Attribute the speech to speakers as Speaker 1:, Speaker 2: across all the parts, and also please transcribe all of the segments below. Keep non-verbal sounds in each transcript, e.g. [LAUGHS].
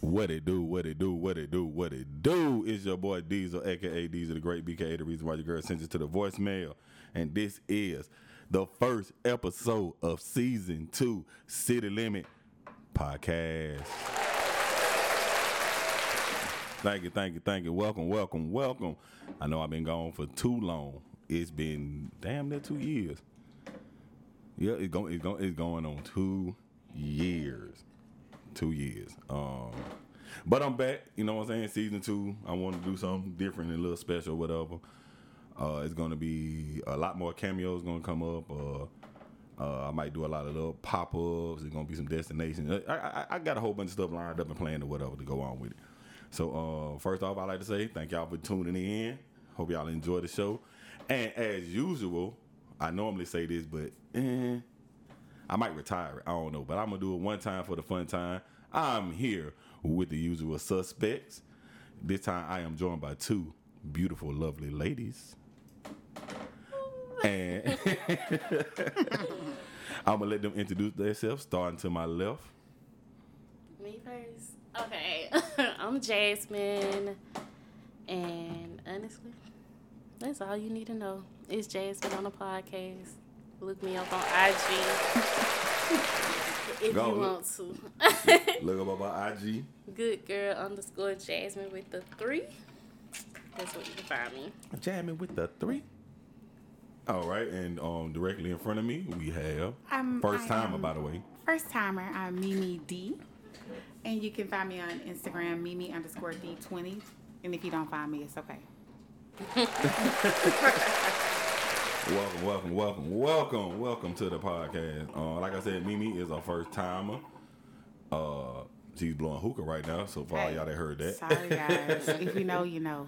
Speaker 1: What it do, what it do, what it do, what it do is your boy Diesel, aka Diesel the Great BKA, the reason why your girl sends you to the voicemail. And this is the first episode of season two, City Limit Podcast. Thank you, thank you, thank you. Welcome, welcome, welcome. I know I've been gone for too long. It's been damn near two years. Yeah, it's going it's going it's going on two years. Two years. Um but I'm back, you know what I'm saying? Season two. I want to do something different and a little special, whatever. Uh it's gonna be a lot more cameos gonna come up. Uh uh, I might do a lot of little pop ups. There's gonna be some destinations. I, I, I got a whole bunch of stuff lined up and planned or whatever to go on with it. So uh, first off, I like to say thank y'all for tuning in. Hope y'all enjoy the show. And as usual, I normally say this, but eh, I might retire it. I don't know, but I'm gonna do it one time for the fun time. I'm here with the usual suspects. This time I am joined by two beautiful, lovely
Speaker 2: [LAUGHS]
Speaker 1: ladies. And [LAUGHS] I'm gonna let them introduce themselves, starting to my left.
Speaker 3: Me first. Okay. [LAUGHS] I'm Jasmine. And honestly, that's all you need to know. It's Jasmine on the podcast. Look me up on IG.
Speaker 1: [LAUGHS]
Speaker 3: if
Speaker 1: Go
Speaker 3: you
Speaker 1: look.
Speaker 3: want to. [LAUGHS]
Speaker 1: Look up my IG.
Speaker 3: Good girl underscore Jasmine with the three. That's where you can find me.
Speaker 1: Jamming with the three. All right, and um, directly in front of me we have
Speaker 2: I'm-
Speaker 1: first
Speaker 2: I
Speaker 1: timer,
Speaker 2: am-
Speaker 1: by the way.
Speaker 2: First timer, I'm Mimi D. And you can find me on Instagram, Mimi underscore D20. And if you don't find me, it's okay.
Speaker 1: [LAUGHS] Welcome, welcome, welcome, welcome, welcome to the podcast. Uh, like I said, Mimi is a first timer. Uh, she's blowing hookah right now. So for all
Speaker 2: Hey,
Speaker 1: y'all that heard that,
Speaker 2: Sorry, guys. if you know, you know.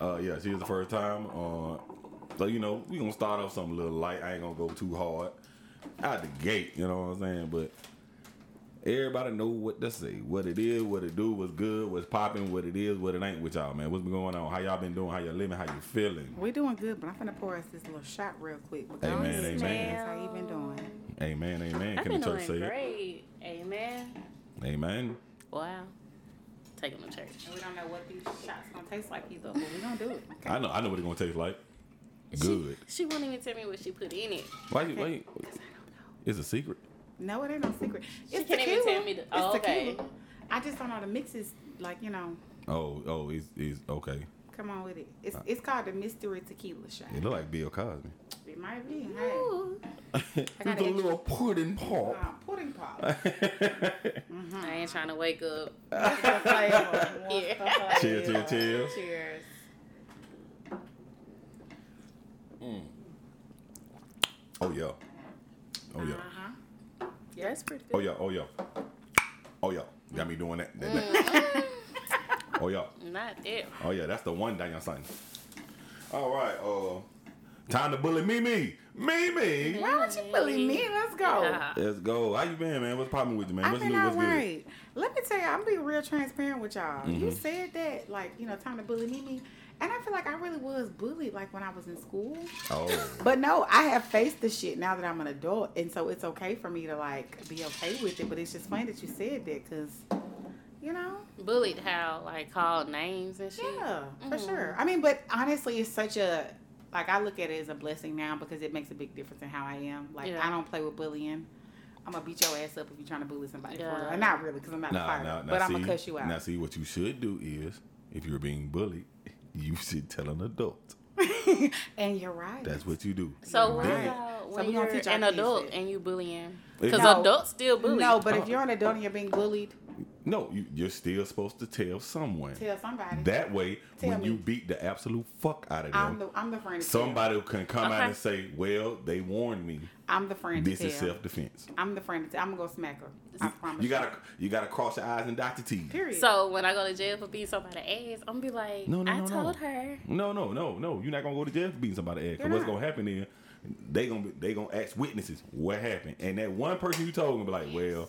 Speaker 1: Uh, yeah, she is the first time. Uh, so you know, we gonna start off something a little light. I ain't gonna go too hard out the gate. You know what I'm saying? But everybody know what to say, what it is, what it do, what's good, what's popping, what it is, what it ain't with y'all, man. What's been going on? How y'all been doing? How y'all living? How you feeling?
Speaker 2: We're doing good, but I'm finna pour us this little shot real quick. But go
Speaker 1: Amen,
Speaker 2: ahead,
Speaker 1: amen.
Speaker 2: Jazz. How you been doing?
Speaker 1: Amen, amen.
Speaker 3: I've
Speaker 1: Can
Speaker 3: been
Speaker 1: the church
Speaker 3: doing
Speaker 1: say it?
Speaker 3: great. Amen.
Speaker 1: Amen.
Speaker 3: Wow. Take them to church.
Speaker 2: And we don't know what these shots gonna taste like either, but we gonna do it.
Speaker 1: I know, I know what it's gonna taste like. Good.
Speaker 3: She won't even tell me what she put in it.
Speaker 1: Why you wait? It's a secret.
Speaker 2: No, it ain't no secret. It's
Speaker 3: can't even
Speaker 2: tequila.
Speaker 3: tell me the- oh,
Speaker 2: it's tequila.
Speaker 3: okay.
Speaker 2: I just don't know the mixes. Like you know,
Speaker 1: Oh, oh, it's, it's okay.
Speaker 2: come on with it. It's it's called the mystery tequila shot.
Speaker 1: Uh. It look like Bill Cosby.
Speaker 2: It might be. Hey.
Speaker 3: Ooh.
Speaker 2: got
Speaker 1: With a
Speaker 2: an
Speaker 1: little pudding pop.
Speaker 2: Uh,
Speaker 1: [LAUGHS]
Speaker 2: pudding pop.
Speaker 3: I ain't trying to wake up. [LAUGHS]
Speaker 2: yeah.
Speaker 1: Cheers, cheers, cheers.
Speaker 2: Cheers.
Speaker 1: Oh yeah. Oh yeah.
Speaker 2: Uh-huh.
Speaker 3: Yeah, that's pretty
Speaker 1: Oh
Speaker 3: good.
Speaker 1: yeah. Oh yeah. Oh yeah. Got me doing that. that- that.
Speaker 2: Mm.
Speaker 1: oh yeah.
Speaker 3: Not it.
Speaker 1: Oh yeah. That's the one damn thing. All right. Uh, time to bully Mimi. Mimi.
Speaker 2: Why would you bully me? Let's go.
Speaker 3: Yeah.
Speaker 1: Let's go. How you been, man? What's popping with you, man?
Speaker 2: I've
Speaker 1: What's
Speaker 2: been
Speaker 1: new?
Speaker 2: all
Speaker 1: What's good? Mm-hmm.
Speaker 2: right. Let me tell you, I'm being real transparent with y'all. You said that, like, you know, time to bully me. And I feel like I really was bullied, like, when I was in school.
Speaker 1: Oh.
Speaker 2: But no, I have faced the shit now that I'm an adult. And so it's okay for me to, like, be okay with it. But it's just funny that you said that because, you know,
Speaker 3: Bullied how like called names and shit.
Speaker 2: Yeah, for
Speaker 3: Mm-hmm.
Speaker 2: sure. I mean, but honestly, it's such a like I look at it as a blessing now because it makes a big difference in how I am. Like
Speaker 3: Yeah.
Speaker 2: I don't play with bullying. I'm gonna beat your ass up if you're trying to bully somebody. for
Speaker 3: Yeah.
Speaker 2: real. Not really, because I'm not
Speaker 1: Nah,
Speaker 2: fired
Speaker 1: nah,
Speaker 2: up,
Speaker 1: nah,
Speaker 2: but I'm
Speaker 1: see,
Speaker 2: gonna cuss you out.
Speaker 1: Now see what you should do is if you're being bullied, [LAUGHS] you should tell an adult.
Speaker 2: [LAUGHS] and you're right.
Speaker 1: That's what you do.
Speaker 3: So what
Speaker 2: Right.
Speaker 3: about
Speaker 2: So
Speaker 3: when
Speaker 2: we gonna
Speaker 3: you're
Speaker 2: teach our
Speaker 3: an
Speaker 2: kids
Speaker 3: adult
Speaker 2: that.
Speaker 3: and you bullying?
Speaker 1: It-
Speaker 3: Because
Speaker 2: No.
Speaker 3: adults still bully.
Speaker 2: no, but
Speaker 1: Oh.
Speaker 2: if you're an adult and you're being bullied,
Speaker 1: No, you, you're still supposed to tell someone.
Speaker 2: tell somebody.
Speaker 1: That way,
Speaker 2: Tell
Speaker 1: when
Speaker 2: me.
Speaker 1: you beat the absolute fuck out of them,
Speaker 2: I'm the I'm the friend. To
Speaker 1: Somebody can come out
Speaker 3: Okay.
Speaker 1: and say, "Well, they warned me.
Speaker 2: tell. I'm the friend.
Speaker 1: This
Speaker 2: to
Speaker 1: is
Speaker 2: tell.
Speaker 1: self defense."
Speaker 2: I'm the friend. To tell. I'm gonna go smack her. I promise.
Speaker 1: You gotta you gotta cross your eyes and dot your T's.
Speaker 2: Period.
Speaker 3: so when I go to jail for beating somebody's ass, I'm gonna be like,
Speaker 1: No, no,
Speaker 3: I
Speaker 1: no, no.
Speaker 3: told her.
Speaker 1: No, no, no, no. You're not gonna go to jail for beating somebody ass. 'Cause
Speaker 2: You're
Speaker 1: what's
Speaker 2: not.
Speaker 1: gonna happen is they gonna be, they gonna ask witnesses what happened, and that one person you told them be like, "Well,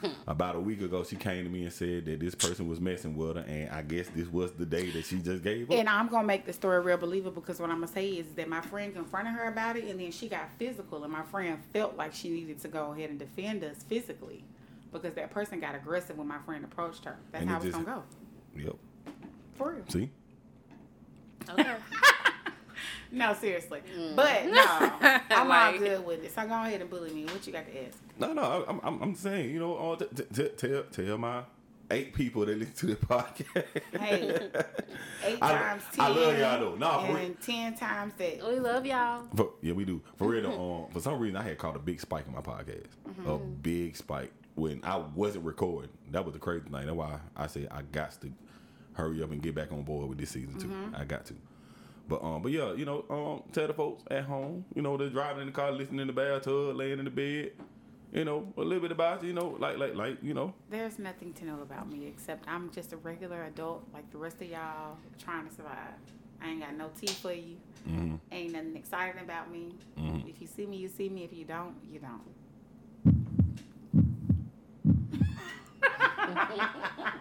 Speaker 2: [LAUGHS]
Speaker 1: about a week ago, she came to me and said that this person was messing with her, and I guess this was the day that she just gave up."
Speaker 2: And I'm gonna make the story real believable because what I'm gonna say is that my friend confronted her about it, and then she got physical, and my friend felt like she needed to go ahead and defend us physically. because that person got aggressive when my friend approached her. That's
Speaker 1: And
Speaker 2: how
Speaker 1: it
Speaker 2: it's
Speaker 1: just-
Speaker 2: gonna
Speaker 1: Yep.
Speaker 2: go. For real.
Speaker 1: See?
Speaker 3: Okay.
Speaker 2: No, seriously.
Speaker 3: Mm. [LAUGHS]
Speaker 2: But no, I'm
Speaker 3: Like-
Speaker 2: all good with it. So go ahead and bully me. What you got to ask?
Speaker 1: No, no, I- I'm, I'm, I'm saying, you know, all t- t- t- tell, tell my eight people that listen to the [LAUGHS] podcast.
Speaker 2: Hey, Eight
Speaker 1: I-
Speaker 2: times ten.
Speaker 1: I love y'all though. Nah, for real.
Speaker 2: and ten times that.
Speaker 3: [LAUGHS] we love y'all.
Speaker 1: For, yeah, we do. For real,
Speaker 2: [LAUGHS]
Speaker 1: though, um, for some reason, I had caught a big spike in my podcast. A
Speaker 2: Mm-hmm.
Speaker 1: big spike when I wasn't recording. That was the crazy thing. That's why I said I got to hurry up and get back on board with this season too.
Speaker 2: Mm-hmm.
Speaker 1: I got to. But um, but yeah, you know, um, tell the folks at home, you know, they're driving in the car, listening in the bathtub, laying in the bed, you know, a little bit about you, you know, like like like you know,
Speaker 2: There's nothing to know about me except I'm just a regular adult like the rest of y'all trying to survive. I ain't got no tea for you. Ain't nothing exciting about me.
Speaker 1: Mm-hmm.
Speaker 2: If you see me, you see me. If you don't, you
Speaker 1: [LAUGHS]
Speaker 2: don't.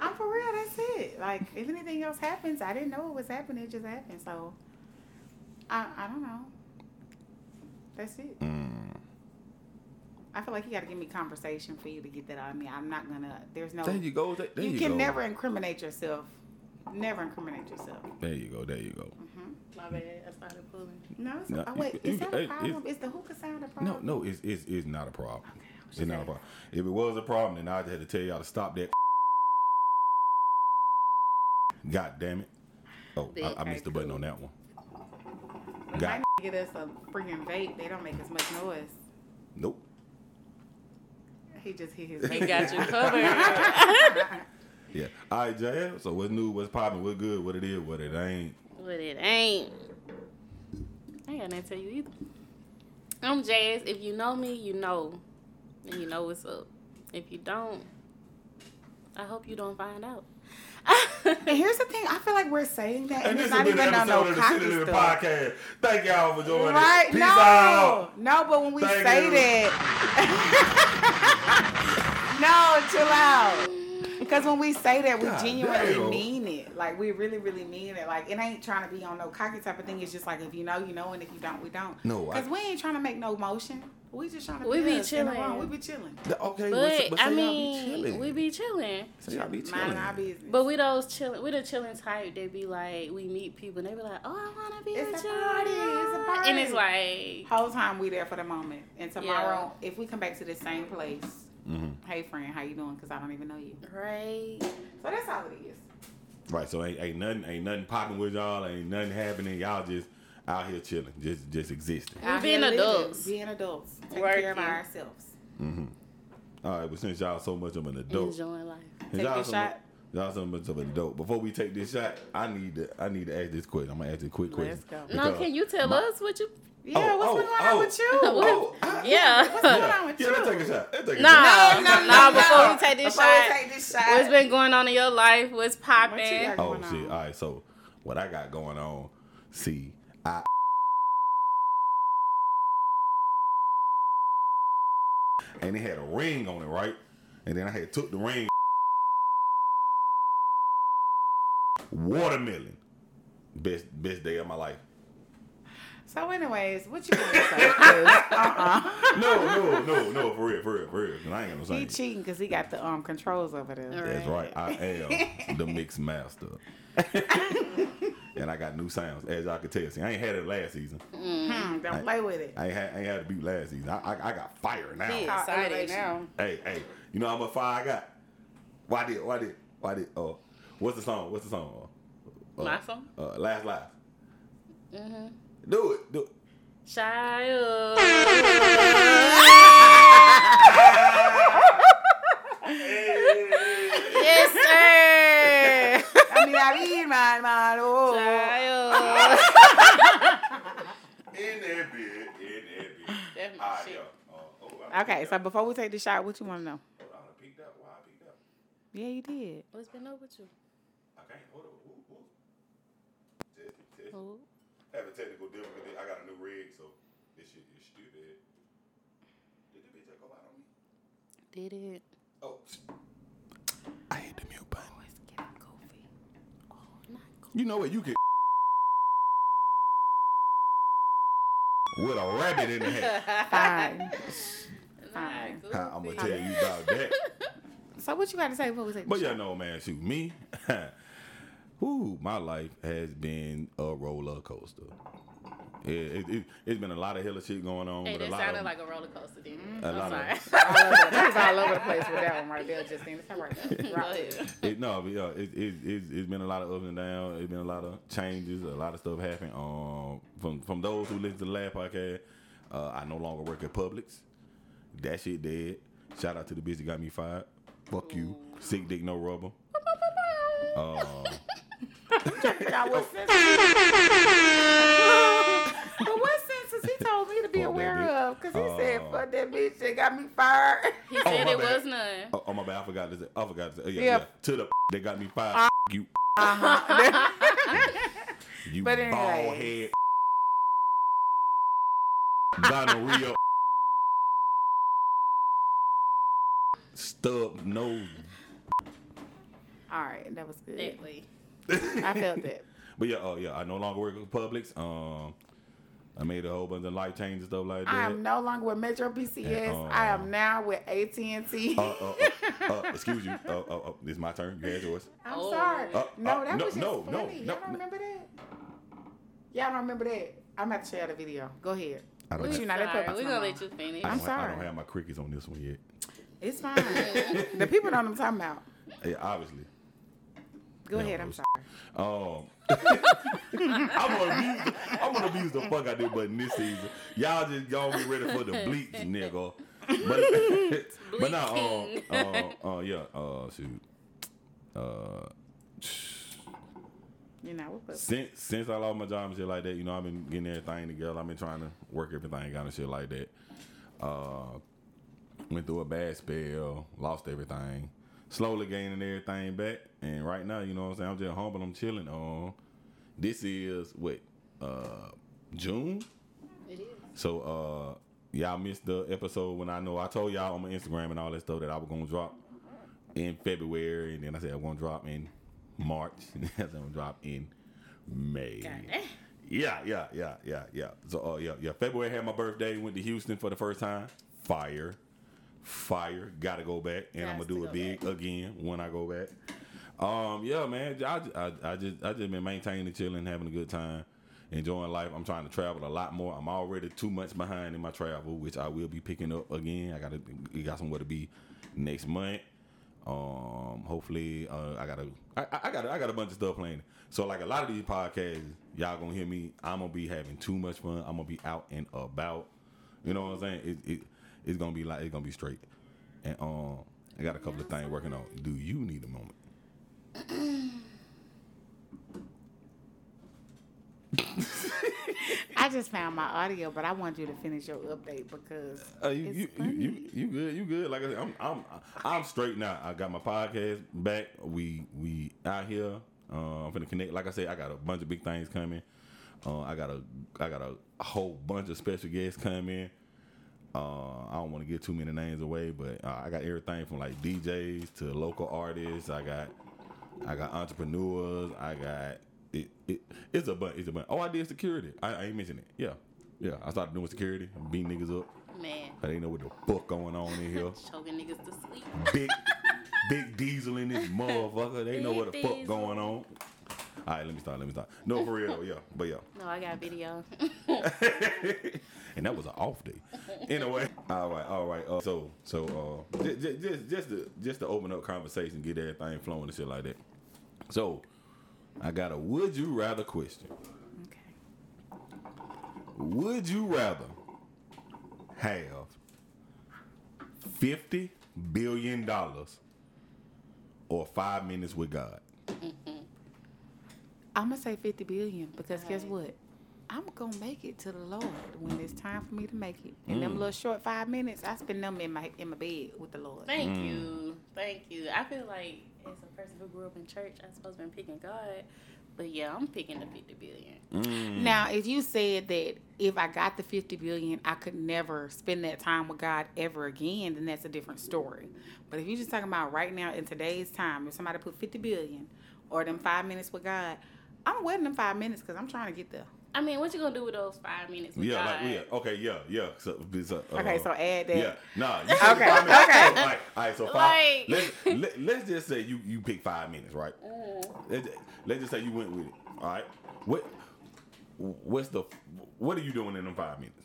Speaker 2: I'm for real. That's it. Like if anything else happens, I didn't know it was happening. It just happened. So I I don't know. That's it.
Speaker 1: mm,
Speaker 2: I feel like you got to give me conversation for you to get that out of me. I'm not gonna. There's no.
Speaker 1: there
Speaker 2: You,
Speaker 1: you go, there, there you,
Speaker 2: can
Speaker 1: go.
Speaker 2: never incriminate yourself. Never incriminate yourself.
Speaker 1: there you go, there you go.
Speaker 3: My bad. I started pulling.
Speaker 2: No. It's,
Speaker 1: No,
Speaker 2: oh, wait.
Speaker 1: you-
Speaker 2: Is that
Speaker 1: you-
Speaker 2: a
Speaker 1: it-
Speaker 2: problem? Is the hookah sound a
Speaker 1: No,
Speaker 2: problem?
Speaker 1: no, it's it's, it's not a problem.
Speaker 2: Okay, I was
Speaker 1: It's
Speaker 2: just
Speaker 1: not a
Speaker 2: saying.
Speaker 1: problem. If it was a problem, then I just had to tell y'all to stop that. God damn it! Oh, I, I missed the button on that one.
Speaker 2: We
Speaker 1: Got
Speaker 2: might get us a freaking vape. They don't make as much noise.
Speaker 1: nope.
Speaker 2: He just
Speaker 1: [LAUGHS]
Speaker 2: hit his.
Speaker 3: He
Speaker 2: vape.
Speaker 3: got you covered.
Speaker 1: Yeah. All right, Jab. So what's new? What's popping? What's good? What it is? What it ain't?
Speaker 3: but it ain't. I ain't got nothing to tell you either. I'm Jazz. If you know me, you know. And you know what's up. If you don't, I hope you don't find out.
Speaker 2: And here's the thing. I feel like we're saying that, and,
Speaker 1: And this
Speaker 2: it's not
Speaker 1: has been
Speaker 2: even
Speaker 1: an
Speaker 2: on no
Speaker 1: episode of the City
Speaker 2: cocky
Speaker 1: Living
Speaker 2: stuff.
Speaker 1: Podcast. Thank y'all for joining.
Speaker 2: Right?
Speaker 1: Peace
Speaker 2: no.
Speaker 1: out.
Speaker 2: No, but when we
Speaker 1: Thank you.
Speaker 2: say [LAUGHS] that, no, chill out. Because when we say that, we
Speaker 1: God
Speaker 2: genuinely
Speaker 1: damn.
Speaker 2: mean it. Like we really, really mean it. Like it ain't trying to be on no cocky type of thing. It's just like if you know, you know, and if you don't, we don't.
Speaker 1: No, I-
Speaker 2: because we ain't trying to make no motion. We just trying to
Speaker 3: We be
Speaker 2: be, us in the room.
Speaker 3: chilling.
Speaker 2: We be chilling.
Speaker 1: Okay,
Speaker 3: But,
Speaker 1: but, but say
Speaker 3: I
Speaker 1: y'all be
Speaker 3: mean,
Speaker 1: chilling.
Speaker 3: we be chilling.
Speaker 1: say y'all be chilling.
Speaker 2: Mind our business.
Speaker 3: But we those chill, we the chilling type. They be like, we meet people, and they be like, "Oh, I wanna be
Speaker 2: It's
Speaker 3: at
Speaker 2: a
Speaker 3: your
Speaker 2: party, it's a
Speaker 3: and it's
Speaker 2: party.
Speaker 3: like,
Speaker 2: whole time we there for the moment. And tomorrow, if we come back to the same place,
Speaker 1: Mhm.
Speaker 2: hey friend, how you doing? Because I don't even know you.
Speaker 3: right?
Speaker 2: So that's all it is.
Speaker 1: Right, so ain't, ain't nothing ain't nothing popping with y'all, ain't nothing happening. Y'all just out here chilling, just just existing.
Speaker 3: We
Speaker 2: Out
Speaker 3: being
Speaker 2: here living,
Speaker 3: adults.
Speaker 2: Being adults. Taking care of
Speaker 3: Working.
Speaker 2: ourselves.
Speaker 1: All right, but since y'all so much of an adult,
Speaker 3: Enjoying life.
Speaker 1: since
Speaker 2: Take
Speaker 1: y'all
Speaker 2: this
Speaker 1: so
Speaker 2: shot.
Speaker 1: mu- y'all so much of an adult. Before we take this shot, I need to I need to ask this question. I'm gonna ask this quick question.
Speaker 2: Let's go.
Speaker 3: No, can you tell
Speaker 1: my-
Speaker 3: us what you?
Speaker 2: Yeah, what's been going on with you? [LAUGHS]
Speaker 1: Oh, I-
Speaker 3: Yeah.
Speaker 2: going
Speaker 1: yeah,
Speaker 2: on with
Speaker 1: yeah,
Speaker 2: you?
Speaker 1: let's take a shot. Let's take a shot.
Speaker 3: Nah, nah. Before we take this
Speaker 2: Before
Speaker 3: shot,
Speaker 2: we take this shot.
Speaker 3: what's been going on in your life? What's
Speaker 2: What you
Speaker 3: popping?
Speaker 2: got
Speaker 1: Oh
Speaker 2: going on?
Speaker 1: shit! All right, so what I got going on? See, I and it had a ring on it, right? And then I had took the ring, watermelon, best best day of my life.
Speaker 2: So, anyways, what you gonna say? 'Cause, uh-uh.
Speaker 1: No, no, no, no, for real, for real, for real. 'cause I ain't gonna say.
Speaker 2: He cheating because he got the um controls over there.
Speaker 1: That's right. I am the mix
Speaker 2: [LAUGHS]
Speaker 1: master. and I got new sounds, as y'all can tell. See, I ain't had it last season.
Speaker 2: Hmm, don't play with it.
Speaker 1: I ain't had, I ain't had to beat last season. I, I, I got fire now.
Speaker 3: Yeah.
Speaker 2: Call
Speaker 3: Excited
Speaker 2: elevation.
Speaker 3: now.
Speaker 1: Hey, hey, you know how much fire I got? Why did, why did, why did, uh, what's the song? What's the song? Uh,
Speaker 3: My song?
Speaker 1: Uh, Last Life. Do it, do it.
Speaker 3: [LAUGHS] Child, yes, sir.
Speaker 2: [LAUGHS] I mean, I mean, my, my, oh.
Speaker 3: Child,
Speaker 1: In that bed, in that bed.
Speaker 3: That's my
Speaker 1: All right,
Speaker 3: shit.
Speaker 1: yo. Uh, oh, I
Speaker 2: Okay, so before we take the shot, what you want to know?
Speaker 1: Hold on, I peeked out. Why I peeked out?
Speaker 2: Yeah, you did.
Speaker 3: what's been up with you?
Speaker 1: I can't, hold on. Ooh, ooh. Test it, test it.
Speaker 3: Ooh.
Speaker 1: have a technical difficulty. I got a new rig, so this shit is stupid. Did the bitch just go out on me?
Speaker 3: Did it?
Speaker 1: Oh. I hit the mute button.
Speaker 2: It's getting goofy.
Speaker 3: Not Oh, cool.
Speaker 1: You know what? You can.
Speaker 3: [LAUGHS]
Speaker 1: With a rabbit in the hat. [LAUGHS]
Speaker 2: [LAUGHS] Fine. fine.
Speaker 1: I, am gonna tell you about that.
Speaker 2: So what you got to say? What was it?
Speaker 1: But y'all know, man, shoot me. [LAUGHS] Ooh, my life has been a roller coaster. Yeah, it, it, has been a lot of hella shit going on.
Speaker 3: Hey,
Speaker 1: with a
Speaker 3: that
Speaker 1: lot
Speaker 3: sounded
Speaker 1: of,
Speaker 3: like a roller coaster, didn't it?
Speaker 1: A
Speaker 3: I'm
Speaker 1: lot
Speaker 3: sorry.
Speaker 1: of-
Speaker 2: all over, that was all over the place with that one right there, Justine. It's all
Speaker 1: [LAUGHS]
Speaker 2: right there.
Speaker 3: [LAUGHS] Go
Speaker 2: Right there.
Speaker 3: ahead.
Speaker 1: it, no, but, yeah, it, it, it, it's been a lot of ups and downs. It's been a lot of changes. A lot of stuff happened. Um, from from those who listen to the last podcast, uh, I no longer work at Publix. That shit dead. Shout out to the bitch that got me fired. Fuck you. Sick dick, no rubber.
Speaker 2: Now, what sense- but what [LAUGHS] senses he told me to be
Speaker 1: Fuck that
Speaker 2: aware
Speaker 1: bitch.
Speaker 2: of? Because he said,
Speaker 1: Oh.
Speaker 2: "Fuck that bitch that got me [LAUGHS] fired."
Speaker 3: He said
Speaker 1: my
Speaker 3: it
Speaker 1: bad.
Speaker 3: was none.
Speaker 1: Oh, oh, my bad. I forgot to say. I forgot to say. oh, Yeah,
Speaker 2: Yeah. Ah.
Speaker 1: yeah. To the [LAUGHS] that got me fired.
Speaker 2: [LAUGHS]
Speaker 1: you. you
Speaker 2: But
Speaker 1: bald head.
Speaker 2: anyway.
Speaker 1: Gonorrhea. Stub nose.
Speaker 2: all right, that was good.
Speaker 3: Exactly.
Speaker 2: I felt that.
Speaker 1: But [LAUGHS] yeah, oh yeah, I no longer work with Publix. Um, I made a whole bunch of life changes stuff like
Speaker 2: I
Speaker 1: that.
Speaker 2: am no longer with Metro PCS.
Speaker 1: Uh,
Speaker 2: I am now with AT and T.
Speaker 1: uh, uh, uh, uh, excuse you. Uh, uh, uh, it's my turn. You had yours.
Speaker 2: [LAUGHS] I'm
Speaker 3: Oh.
Speaker 2: sorry.
Speaker 1: Uh,
Speaker 2: no,
Speaker 1: uh,
Speaker 2: that
Speaker 1: no,
Speaker 2: was just
Speaker 1: no, no,
Speaker 2: funny.
Speaker 1: no,
Speaker 2: Y'all don't
Speaker 1: no.
Speaker 2: remember that? Y'all don't remember that? I'm about to share the video. Go ahead.
Speaker 1: I don't
Speaker 2: But
Speaker 1: have-
Speaker 2: you know that
Speaker 3: Sorry,
Speaker 2: purpose
Speaker 3: we're
Speaker 2: no
Speaker 3: gonna
Speaker 2: more.
Speaker 3: let you finish.
Speaker 1: I
Speaker 2: I'm
Speaker 1: don't, ha- I don't
Speaker 2: sorry.
Speaker 1: have my crickets on this one yet.
Speaker 2: It's fine. the people know what I'm talking about.
Speaker 1: Yeah, obviously.
Speaker 2: Go
Speaker 1: No,
Speaker 2: ahead. I'm
Speaker 1: it's-
Speaker 2: sorry.
Speaker 1: Um, [LAUGHS] I'm gonna abuse the, I'm gonna abuse the fuck out this button this season. Y'all just y'all be ready for the bleeps, nigga. But [LAUGHS] but no, um, uh, uh, yeah, uh, shoot. Uh,
Speaker 2: You know, we'll put
Speaker 1: since since I lost my job and shit like that, you know, I've been getting everything together. I've been trying to work everything out and shit like that. Uh, went through a bad spell, lost everything, slowly gaining everything back, and right now, you know what I'm saying? I'm just humble. I'm chilling. Um, this is what uh June.
Speaker 3: It is.
Speaker 1: So uh y'all missed the episode when I know I told y'all on my Instagram and all that stuff that I was gonna drop in February and then I said I'm gonna drop in March [LAUGHS] and then I said I'm gonna drop in May.
Speaker 3: Goddamn.
Speaker 1: Yeah, yeah, yeah, yeah, yeah. So uh yeah, yeah. February had my birthday, went to Houston for the first time. Fire. Fire. Gotta go back. And I'm
Speaker 3: Has
Speaker 1: gonna
Speaker 3: to
Speaker 1: do
Speaker 3: go
Speaker 1: it big again when I go back. Um, yeah, man. I, I, I just I just been maintaining, chilling, having a good time, enjoying life. I'm trying to travel a lot more. I'm already two months behind in my travel, which I will be picking up again. I gotta it got somewhere to be next month. Um, hopefully, uh, I gotta I, I- I got I got a bunch of stuff planned. So like a lot of these podcasts, y'all gonna hear me. I'm gonna be having too much fun. I'm gonna be out and about. You know what I'm saying? It, it it's gonna be like it's gonna be straight. And um, I got a couple of things working on. Do you need a moment?
Speaker 2: I just found my audio, but I wanted you to finish your update because
Speaker 1: Uh, you,
Speaker 2: It's
Speaker 1: you, you,
Speaker 2: funny.
Speaker 1: you, you good, you good. Like I said, I'm, I'm, I'm straight now. I got my podcast back. We, we out here. Uh, I'm finna connect. Like I said, I got a bunch of big things coming. Uh, I got a, I got a whole bunch of special guests coming. Uh, I don't want to get too many names away, but uh, I got everything from like DJs to local artists. I got, I got entrepreneurs. I got it. it it's a bunch. It's a bunch. Oh, I did security. I, I ain't mentioning it. Yeah, yeah. I started doing security, beating niggas up.
Speaker 3: Man,
Speaker 1: I didn't know what the fuck going on in here.
Speaker 3: choking niggas to sleep.
Speaker 1: Big, big diesel in this motherfucker. They know what the fuck
Speaker 3: Big
Speaker 1: going on. All right, let me stop. Let me stop. No, for real, yeah, but yeah.
Speaker 3: No, I got video.
Speaker 1: [LAUGHS] and that was an off day. Anyway, all right, all right. Uh, so, so uh, just, just, just to just to open up conversation, get everything flowing and shit like that. So, I got a would you rather question.
Speaker 2: okay.
Speaker 1: Would you rather have fifty billion dollars or five minutes with God?
Speaker 2: I'm gonna say 50 billion because guess
Speaker 3: Right.
Speaker 2: what? I'm gonna make it to the Lord when it's time for me to make it. And
Speaker 1: Mm.
Speaker 2: them little short five minutes, I spend them in my in my bed with the Lord.
Speaker 3: Thank
Speaker 1: Mm.
Speaker 3: you. Thank you. I feel like as a person who grew up in church, I supposed to been picking God. But yeah, I'm picking the 50 billion.
Speaker 1: Mm.
Speaker 2: Now, if you said that if I got the 50 billion, I could never spend that time with God ever again, then that's a different story. But if you're just talking about right now in today's time, if somebody put 50 billion or them five minutes with God, I'm waiting them five minutes because I'm trying to get there.
Speaker 3: I mean, what you gonna do with those five minutes? With
Speaker 1: Yeah,
Speaker 3: God?
Speaker 1: like yeah, okay, yeah, yeah. So, so, uh,
Speaker 2: Okay, so add that.
Speaker 1: yeah, nah. You okay,
Speaker 2: Okay,
Speaker 1: five minutes.
Speaker 2: okay.
Speaker 1: So, like, all right, so five.
Speaker 3: Like-
Speaker 1: Let's, let, let's just say you you pick five minutes, right?
Speaker 3: Mm-hmm.
Speaker 1: Let's, let's just say you went with it. All right, what what's the what are you doing in them five minutes?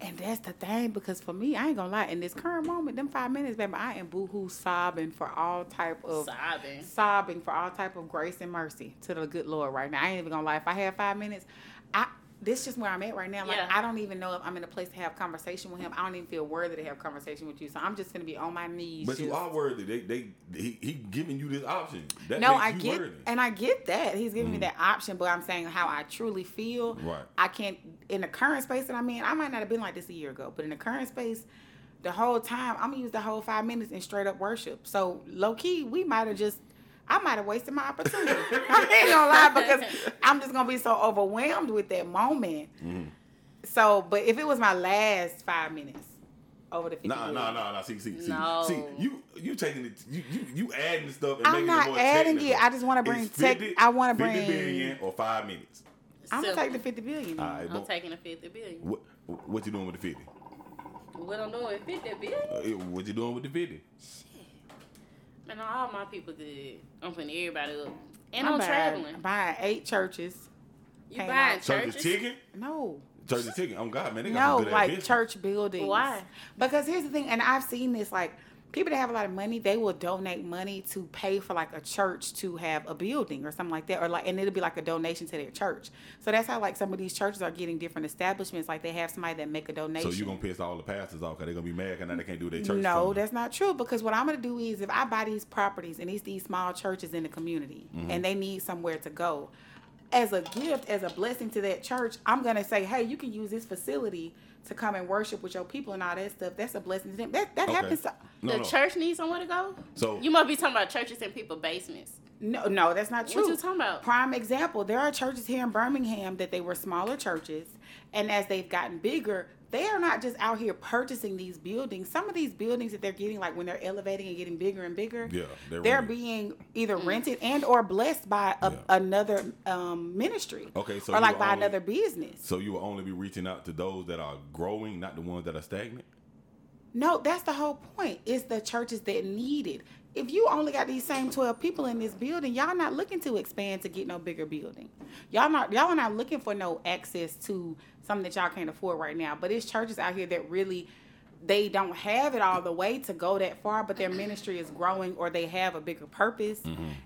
Speaker 2: And that's the thing because for me, I ain't gonna lie. In this current moment, them five minutes, baby, I am boohoo sobbing for all type of
Speaker 3: sobbing.
Speaker 2: sobbing for all type of grace and mercy to the good Lord right now. I ain't even gonna lie. If I had five minutes, I this just where I'm at right now. Like
Speaker 3: Yeah.
Speaker 2: I don't even know if I'm in a place to have conversation with him. I don't even feel worthy to have conversation with you. So I'm just gonna be on my knees.
Speaker 1: But you
Speaker 2: just-
Speaker 1: are worthy. They they he, he giving you this option. That
Speaker 2: no,
Speaker 1: makes
Speaker 2: I
Speaker 1: you
Speaker 2: get
Speaker 1: worthy. Mm.
Speaker 2: and I get that he's giving me that option, but I'm saying how I truly feel.
Speaker 1: Right.
Speaker 2: I can't in the current space that I'm in. I might not have been like this a year ago, but in the current space, the whole time I'm gonna use the whole five minutes in straight up worship. So low key, we might have just. I might have wasted my opportunity. [LAUGHS] I ain't gonna lie
Speaker 1: [LAUGHS]
Speaker 2: because I'm just gonna be so overwhelmed with that moment.
Speaker 1: Mm.
Speaker 2: So, but if it was my last five minutes over the 50
Speaker 1: Nah,
Speaker 2: years,
Speaker 1: nah, nah, nah. See, see, see,
Speaker 3: No.
Speaker 1: see. You, you taking it. You, you, you adding stuff. And
Speaker 2: I'm
Speaker 1: making
Speaker 2: not
Speaker 1: it more
Speaker 2: adding
Speaker 1: technical.
Speaker 2: it. I just wanna bring
Speaker 1: It's
Speaker 2: tech- I wanna
Speaker 1: 50
Speaker 2: bring-
Speaker 1: billion or five minutes.
Speaker 2: I'm gonna
Speaker 3: Silver.
Speaker 2: take the 50 billion.
Speaker 1: All right,
Speaker 3: I'm
Speaker 1: but
Speaker 3: taking a fifty billion.
Speaker 1: what, what you doing with the fifty?
Speaker 3: What I'm doing, fifty billion.
Speaker 1: Uh, what you doing with the fifty?
Speaker 3: And all my people good. I'm putting everybody up. And
Speaker 2: I'm
Speaker 3: I'm,
Speaker 2: buying-
Speaker 3: traveling.
Speaker 2: buying eight churches.
Speaker 3: You
Speaker 2: Came
Speaker 3: buying
Speaker 2: out.
Speaker 1: Church
Speaker 3: churches?
Speaker 1: is chicken.
Speaker 2: No.
Speaker 1: Church is chicken. Oh God, man, they got
Speaker 2: No,
Speaker 1: some good
Speaker 2: like
Speaker 1: business.
Speaker 2: church buildings.
Speaker 3: Why?
Speaker 2: Because here's the thing, and I've seen this like people that have a lot of money, they will donate money to pay for like a church to have a building or something like that, or like, and it'll be like a donation to their church. So that's how like some of these churches are getting different establishments. Like they have somebody that make a
Speaker 1: So
Speaker 2: donation.
Speaker 1: you gonna piss all the pastors off? Cause they gonna be mad. Cause now they can't do their church.
Speaker 2: No,
Speaker 1: something.
Speaker 2: that's not true. Because what I'm going to do is if I buy these properties and it's these small churches in the community
Speaker 1: Mm-hmm.
Speaker 2: and they need somewhere to go, as a gift, as a blessing to that church, I'm going to say, hey, you can use this facility to come and worship with your people and all that stuff. That's a blessing to them. That, that
Speaker 1: Okay.
Speaker 2: happens to.
Speaker 1: No,
Speaker 3: the
Speaker 1: no.
Speaker 3: church needs somewhere to go?
Speaker 1: So-
Speaker 3: you must be talking about churches and people basements.
Speaker 2: No, no, that's not true.
Speaker 3: you talking about?
Speaker 2: Prime example, there are churches here in Birmingham that they were smaller churches, and as they've gotten bigger, they are not just out here purchasing these buildings. Some of these buildings that they're getting, like when they're elevating and getting bigger and bigger,
Speaker 1: Yeah, they're
Speaker 2: they're,
Speaker 1: rented.
Speaker 2: being either
Speaker 3: Mm.
Speaker 2: rented and or blessed by a,
Speaker 1: Yeah.
Speaker 2: another um, ministry,
Speaker 1: Okay, so
Speaker 2: or
Speaker 1: you
Speaker 2: like by
Speaker 1: only-
Speaker 2: another business.
Speaker 1: So you will only be reaching out to those that are growing, not the ones that are stagnant.
Speaker 2: No, that's the whole point. It's the churches that need it. If you only got these same twelve people in this building, y'all not looking to expand to get no bigger building. Y'all not y'all are not looking for no access to something that y'all can't afford right now. But it's churches out here that really they don't have it all the way to go that far, but their ministry is growing or they have a bigger purpose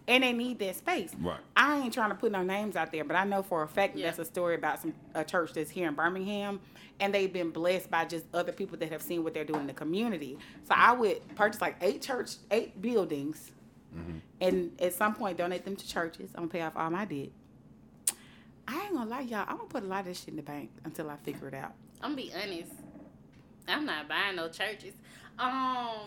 Speaker 2: and they need that space.
Speaker 1: Right.
Speaker 2: I ain't trying to put no names out there, but I know for a fact that
Speaker 3: Yeah.
Speaker 2: that's a story about some a church that's here in Birmingham, and they've been blessed by just other people that have seen what they're doing in the community. So I would purchase like eight church, eight buildings, Mm-hmm. and at some point donate them to churches. I'm gonna pay off all my debt. I ain't gonna lie, y'all. I'm gonna put a lot of this shit in the bank until I figure it [LAUGHS] out.
Speaker 3: I'm gonna be honest. I'm not buying no churches.
Speaker 2: [LAUGHS]
Speaker 3: Um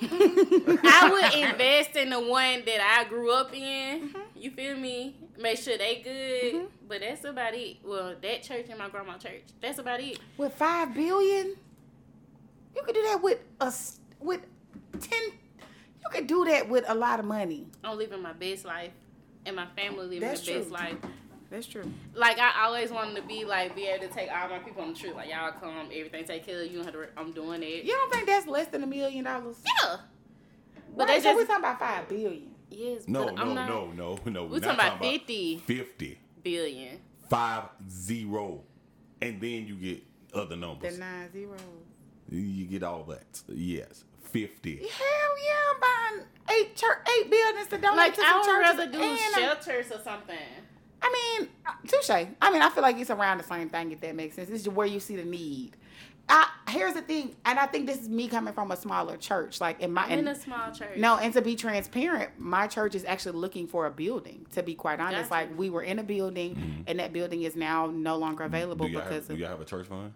Speaker 3: I would invest in the one that I grew up in.
Speaker 2: Mm-hmm.
Speaker 3: You feel me? Make sure they good. But that's about it. Well, that church and my grandma church. That's about it.
Speaker 2: With five billion, you could do that with us with ten. You could do that with a lot of money.
Speaker 3: I'm living my best life and my family living
Speaker 2: That's
Speaker 3: the best
Speaker 2: true.
Speaker 3: life.
Speaker 2: That's true.
Speaker 3: like I always wanted to be like be able to take all my people on the trip. Like y'all come, everything take care of you. Don't have to. worry. I'm doing it.
Speaker 2: You don't think that's less than a million dollars?
Speaker 3: Yeah. But
Speaker 2: Right,
Speaker 3: they
Speaker 2: so we're
Speaker 3: just
Speaker 2: talking about five billion.
Speaker 3: yes.
Speaker 1: No,
Speaker 3: but
Speaker 1: no,
Speaker 3: I'm not,
Speaker 1: no, no, no.
Speaker 3: We're
Speaker 1: not
Speaker 3: talking about 50
Speaker 1: 50.
Speaker 3: billion.
Speaker 1: five zero, and then you get other
Speaker 2: The
Speaker 1: numbers.
Speaker 2: nine zero.
Speaker 1: you get all that. Yes, fifty.
Speaker 2: Hell yeah, I'm buying eight church, eight buildings to donate
Speaker 3: Like
Speaker 2: to
Speaker 3: I
Speaker 2: some
Speaker 3: would
Speaker 2: churches.
Speaker 3: rather do
Speaker 2: and, um,
Speaker 3: shelters or something.
Speaker 2: I mean, uh, touche. I mean, I feel like it's around the same thing if that makes sense. This is where you see the need. I, here's the thing, and I think this is me coming from a smaller church, like in my
Speaker 3: in
Speaker 2: and,
Speaker 3: a small church.
Speaker 2: No, and to be transparent, my church is actually looking for a building. To be quite honest,
Speaker 3: Gotcha.
Speaker 2: like we were in a building, and that building is now no longer available
Speaker 1: Do y'all, have,
Speaker 2: because
Speaker 1: do
Speaker 2: of
Speaker 1: y'all have a church fund?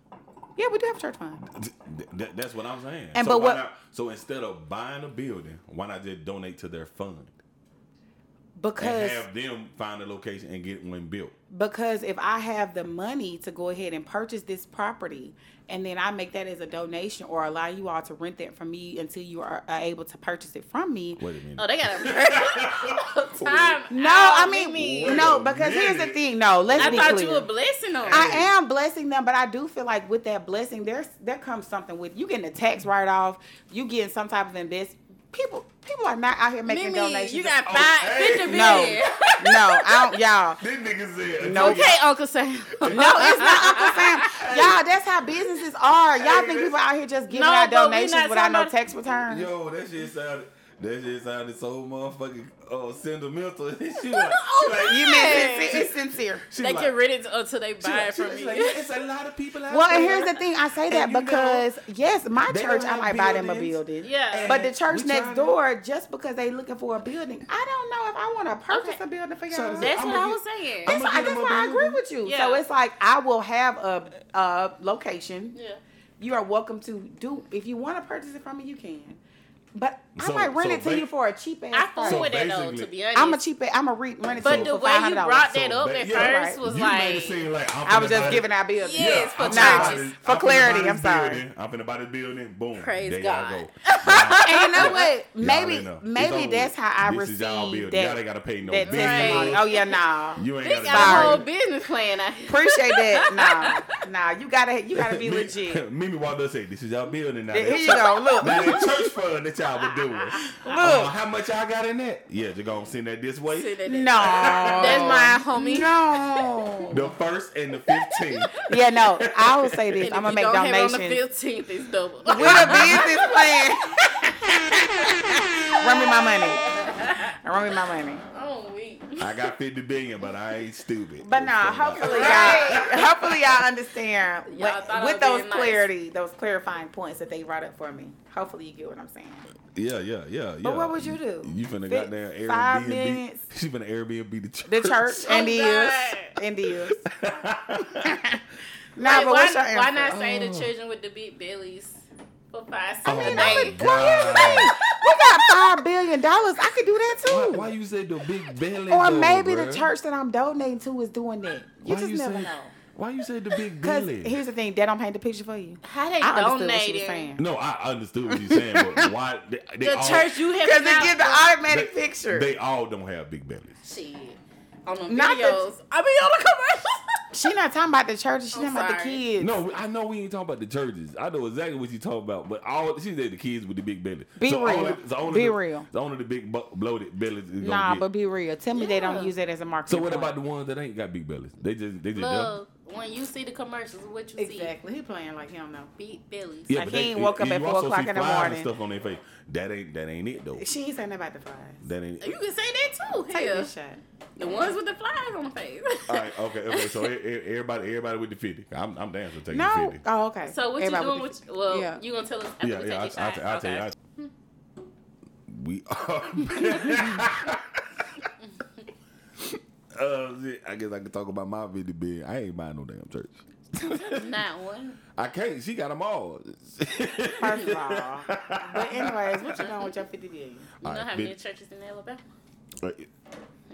Speaker 2: yeah, we do have a church fund.
Speaker 1: Th- th- that's what I'm saying.
Speaker 2: And
Speaker 1: so
Speaker 2: but
Speaker 1: why
Speaker 2: what-
Speaker 1: Not, so instead of buying a building, why not just donate to their fund? and
Speaker 2: Because
Speaker 1: have them find a location and get one built.
Speaker 2: because if I have the money to go ahead and purchase this property and then I make that as a donation or allow you all to rent that from me until you are, are able to purchase it from me.
Speaker 1: Wait a minute.
Speaker 3: Oh, they got a
Speaker 2: [LAUGHS]
Speaker 3: time.
Speaker 2: No,
Speaker 3: out,
Speaker 2: I mean,
Speaker 3: Mimi.
Speaker 1: Wait
Speaker 2: no,
Speaker 1: a
Speaker 2: because here's the
Speaker 1: minute.
Speaker 2: thing. No, let's
Speaker 3: I
Speaker 2: be
Speaker 3: thought
Speaker 2: clear.
Speaker 3: you were blessing them.
Speaker 2: I am blessing them, but I do feel like with that blessing, there's there comes something with you getting a tax write off, you getting some type of invest. People people are not out here making
Speaker 3: Mimi,
Speaker 2: donations.
Speaker 3: you got
Speaker 1: Oh,
Speaker 3: five,
Speaker 1: hey.
Speaker 3: 50
Speaker 2: no,
Speaker 3: million.
Speaker 2: no, I don't, y'all.
Speaker 1: [LAUGHS] This nigga said.
Speaker 2: No.
Speaker 3: Okay, Uncle Sam.
Speaker 2: [LAUGHS] No, it's not Uncle Sam. Y'all, that's how businesses are. Y'all think people out here just giving
Speaker 3: No, but
Speaker 2: out
Speaker 3: we not
Speaker 2: donations without no
Speaker 3: talking
Speaker 2: tax return?
Speaker 1: [LAUGHS] Yo, that shit sounded. That shit sounded so motherfucking uh, sentimental. [LAUGHS] she
Speaker 2: [LAUGHS]
Speaker 1: like, she
Speaker 3: Oh,
Speaker 1: like,
Speaker 2: You mean it's, it's sincere.
Speaker 1: she
Speaker 3: They
Speaker 1: like,
Speaker 3: get rid of it until they
Speaker 1: she
Speaker 3: buy
Speaker 1: like,
Speaker 3: it
Speaker 1: she
Speaker 3: from
Speaker 1: like,
Speaker 3: me.
Speaker 1: she like, "Yeah, it's a lot of people out
Speaker 2: Well, and
Speaker 1: there.
Speaker 2: here's the thing. I say that
Speaker 1: And you know,
Speaker 2: because yes, my
Speaker 1: they
Speaker 2: church,
Speaker 1: don't
Speaker 2: I
Speaker 1: have
Speaker 2: might buy them a
Speaker 1: buildings.
Speaker 2: building.
Speaker 3: Yeah.
Speaker 2: But the church
Speaker 1: We
Speaker 2: next
Speaker 1: tryna-
Speaker 2: door, just because they looking for a building, I don't know if I want to purchase
Speaker 3: Okay.
Speaker 2: a building for y'all.
Speaker 1: So does it-
Speaker 3: That's
Speaker 1: I'ma
Speaker 3: what I
Speaker 1: get-
Speaker 3: was saying.
Speaker 1: I'ma
Speaker 2: That's why,
Speaker 1: get them
Speaker 2: that's
Speaker 1: a
Speaker 2: why I agree
Speaker 1: building.
Speaker 2: with you.
Speaker 3: Yeah.
Speaker 2: So it's like I will have a, a location.
Speaker 3: Yeah.
Speaker 2: You are welcome to do if you want to purchase it from me, you can. But I
Speaker 1: So-
Speaker 2: might rent
Speaker 1: so
Speaker 2: it to
Speaker 1: ba-
Speaker 2: you for a cheap
Speaker 3: I
Speaker 2: ass
Speaker 3: flew
Speaker 2: price.
Speaker 1: So
Speaker 3: with that though,
Speaker 1: basically-
Speaker 3: to be honest.
Speaker 2: I'm a cheap. I'm a re- rent it
Speaker 3: but
Speaker 2: to
Speaker 3: the
Speaker 2: you for
Speaker 3: way
Speaker 2: five
Speaker 3: you
Speaker 2: hundred
Speaker 3: brought
Speaker 2: dollars.
Speaker 3: that
Speaker 1: So
Speaker 3: up
Speaker 1: ba-
Speaker 3: at
Speaker 1: yeah,
Speaker 3: first
Speaker 2: right.
Speaker 3: was
Speaker 1: you made it
Speaker 3: like,
Speaker 1: seem like I'm finna
Speaker 2: I was
Speaker 1: buy
Speaker 2: just
Speaker 1: this-
Speaker 2: giving out bills.
Speaker 3: Yeah, it's for
Speaker 1: I'm finna buy
Speaker 3: churches.
Speaker 1: this-
Speaker 2: For
Speaker 1: I'm finna buy
Speaker 2: clarity,
Speaker 1: this
Speaker 2: I'm sorry.
Speaker 1: building. I'm finna buy this building. Boom.
Speaker 3: Praise
Speaker 1: There y'all
Speaker 2: [LAUGHS]
Speaker 3: God.
Speaker 1: go. Y'all-
Speaker 2: And you know
Speaker 1: [LAUGHS]
Speaker 2: what?
Speaker 1: y'all
Speaker 2: Maybe
Speaker 1: ain't know. It's
Speaker 2: maybe
Speaker 1: over
Speaker 2: that's
Speaker 1: with.
Speaker 2: how I
Speaker 1: This is y'all
Speaker 2: received
Speaker 1: building. Y'all ain't
Speaker 2: that
Speaker 1: gotta pay no
Speaker 2: that
Speaker 1: billing.
Speaker 2: testimony.
Speaker 3: Right.
Speaker 2: Oh yeah, nah.
Speaker 1: [LAUGHS] You ain't
Speaker 3: they
Speaker 1: gotta
Speaker 3: got a
Speaker 1: buy
Speaker 3: whole
Speaker 1: no billing.
Speaker 3: business plan. out here.
Speaker 2: Appreciate
Speaker 1: [LAUGHS]
Speaker 2: that. Nah, nah. You gotta you gotta be
Speaker 1: Mi- [LAUGHS]
Speaker 2: legit.
Speaker 1: Mimi walked up and said, "This is y'all building now. that
Speaker 2: Here you
Speaker 1: church- [LAUGHS]
Speaker 2: go. Look,
Speaker 1: Now that church fund that y'all were doing.
Speaker 2: [LAUGHS]
Speaker 1: Uh, how much y'all got in that? Yeah, you gonna send that this way.
Speaker 3: [LAUGHS] Said that-
Speaker 2: No.
Speaker 3: That's my
Speaker 1: [LAUGHS]
Speaker 3: homie.
Speaker 2: No.
Speaker 1: The first
Speaker 2: [LAUGHS]
Speaker 1: and the fifteenth.
Speaker 2: Yeah, no. I will say this.
Speaker 3: And
Speaker 2: I'm
Speaker 3: if
Speaker 2: gonna
Speaker 3: you
Speaker 2: make
Speaker 3: don't have it
Speaker 2: donations
Speaker 3: on the 15th, it's double. [LAUGHS]
Speaker 2: [LAUGHS] with a business plan. Run me my money. Run me my money.
Speaker 3: I'm weak.
Speaker 1: I got fifty billion, but I ain't stupid.
Speaker 2: But nah,
Speaker 1: So, uh,
Speaker 2: hopefully y'all, hopefully y'all understand
Speaker 3: Y'all
Speaker 2: what-
Speaker 3: thought I
Speaker 2: with
Speaker 3: was
Speaker 2: those
Speaker 3: being nice.
Speaker 2: clarity, those clarifying points that they brought up for me. Hopefully you get what I'm saying.
Speaker 1: Yeah, yeah, yeah, yeah.
Speaker 2: But what would you do?
Speaker 1: You finna
Speaker 2: Fit-
Speaker 1: goddamn Airbnb. [LAUGHS]
Speaker 2: five minutes?
Speaker 1: She finna Airbnb the church.
Speaker 2: The church [LAUGHS] and the
Speaker 3: Oh,
Speaker 2: years,
Speaker 3: God.
Speaker 2: and the years. Nah,
Speaker 3: Like,
Speaker 2: but
Speaker 3: why,
Speaker 2: what's your answer? Mm.
Speaker 3: why [LAUGHS] not say the children with the big bellies for five
Speaker 1: [LAUGHS] Oh,
Speaker 3: cents a
Speaker 1: my
Speaker 3: day?
Speaker 1: God.
Speaker 2: We got five billion dollars. I could do that too.
Speaker 1: Why, why you say the big belly?
Speaker 2: or
Speaker 1: though,
Speaker 2: maybe the
Speaker 1: bruh?
Speaker 2: church that I'm donating to is doing that. You
Speaker 1: Why
Speaker 2: just never
Speaker 1: say,
Speaker 2: know.
Speaker 1: Why you say the
Speaker 2: [LAUGHS]
Speaker 1: big
Speaker 2: Because
Speaker 1: belly?
Speaker 2: here's the thing, they don't paint the picture for you.
Speaker 3: How they
Speaker 2: I understood what she was
Speaker 3: donating
Speaker 2: saying. [LAUGHS]
Speaker 1: No, I understood what you're saying, but why they, they
Speaker 3: the
Speaker 1: all,
Speaker 3: church you have
Speaker 2: Because
Speaker 3: not-
Speaker 2: they give the automatic
Speaker 1: they,
Speaker 2: picture.
Speaker 1: They all don't have big bellies.
Speaker 3: Shit. On the
Speaker 2: Not that-
Speaker 3: videos. I mean, on the commercials.
Speaker 2: she not talking about the church. She
Speaker 3: I'm
Speaker 2: talking about the
Speaker 3: sorry.
Speaker 2: kids.
Speaker 1: No, I know we ain't talking about the churches. I know exactly what you talking about, but all she said the kids with the big bellies.
Speaker 2: Be real.
Speaker 1: Only, so only
Speaker 2: Be
Speaker 1: the,
Speaker 2: real.
Speaker 1: So only the big bu- bloated bellies. Is gonna
Speaker 2: Nah,
Speaker 1: get.
Speaker 2: but be real. Tell me they
Speaker 3: Yeah.
Speaker 2: don't use that as a marketing.
Speaker 1: so what
Speaker 2: point.
Speaker 1: about the ones that ain't got big bellies? They just [LAUGHS] they just dumb.
Speaker 3: Look, when you see the commercials, what you see?
Speaker 2: He playing like him though.
Speaker 3: Big bellies.
Speaker 1: Yeah,
Speaker 2: Like
Speaker 1: but
Speaker 2: he
Speaker 1: they-
Speaker 2: ain't woke up
Speaker 1: you
Speaker 2: at four
Speaker 1: also see
Speaker 2: o'clock in the
Speaker 1: flies and
Speaker 2: morning.
Speaker 1: Stuff on their face. That ain't that ain't it though.
Speaker 2: She ain't saying nothing about the flies.
Speaker 1: That ain't. It.
Speaker 3: You can say that too.
Speaker 2: Take
Speaker 3: Hell.
Speaker 2: this shot.
Speaker 3: The ones with the flies on the face.
Speaker 1: All right, okay, okay.
Speaker 3: [LAUGHS]
Speaker 1: So e- e- everybody, everybody with the fifty. I'm, I'm dancing. Taking
Speaker 2: No.
Speaker 1: fifty.
Speaker 2: Oh, okay.
Speaker 3: So what
Speaker 2: Everybody
Speaker 3: you doing
Speaker 2: with
Speaker 3: with? Well,
Speaker 2: Yeah.
Speaker 3: you gonna tell us after we take this
Speaker 1: I,
Speaker 3: shot?
Speaker 1: I, I'll
Speaker 3: okay.
Speaker 1: tell you. I, [LAUGHS] we are. [LAUGHS] uh, shit, I guess I can talk about my video being. I ain't buying no damn church.
Speaker 3: Not one.
Speaker 1: I can't. She got them all. [LAUGHS]
Speaker 2: First of all, but anyways, what you doing with your fifty billion?
Speaker 3: You know
Speaker 1: Alright,
Speaker 3: how many
Speaker 1: bitch.
Speaker 3: churches in Alabama?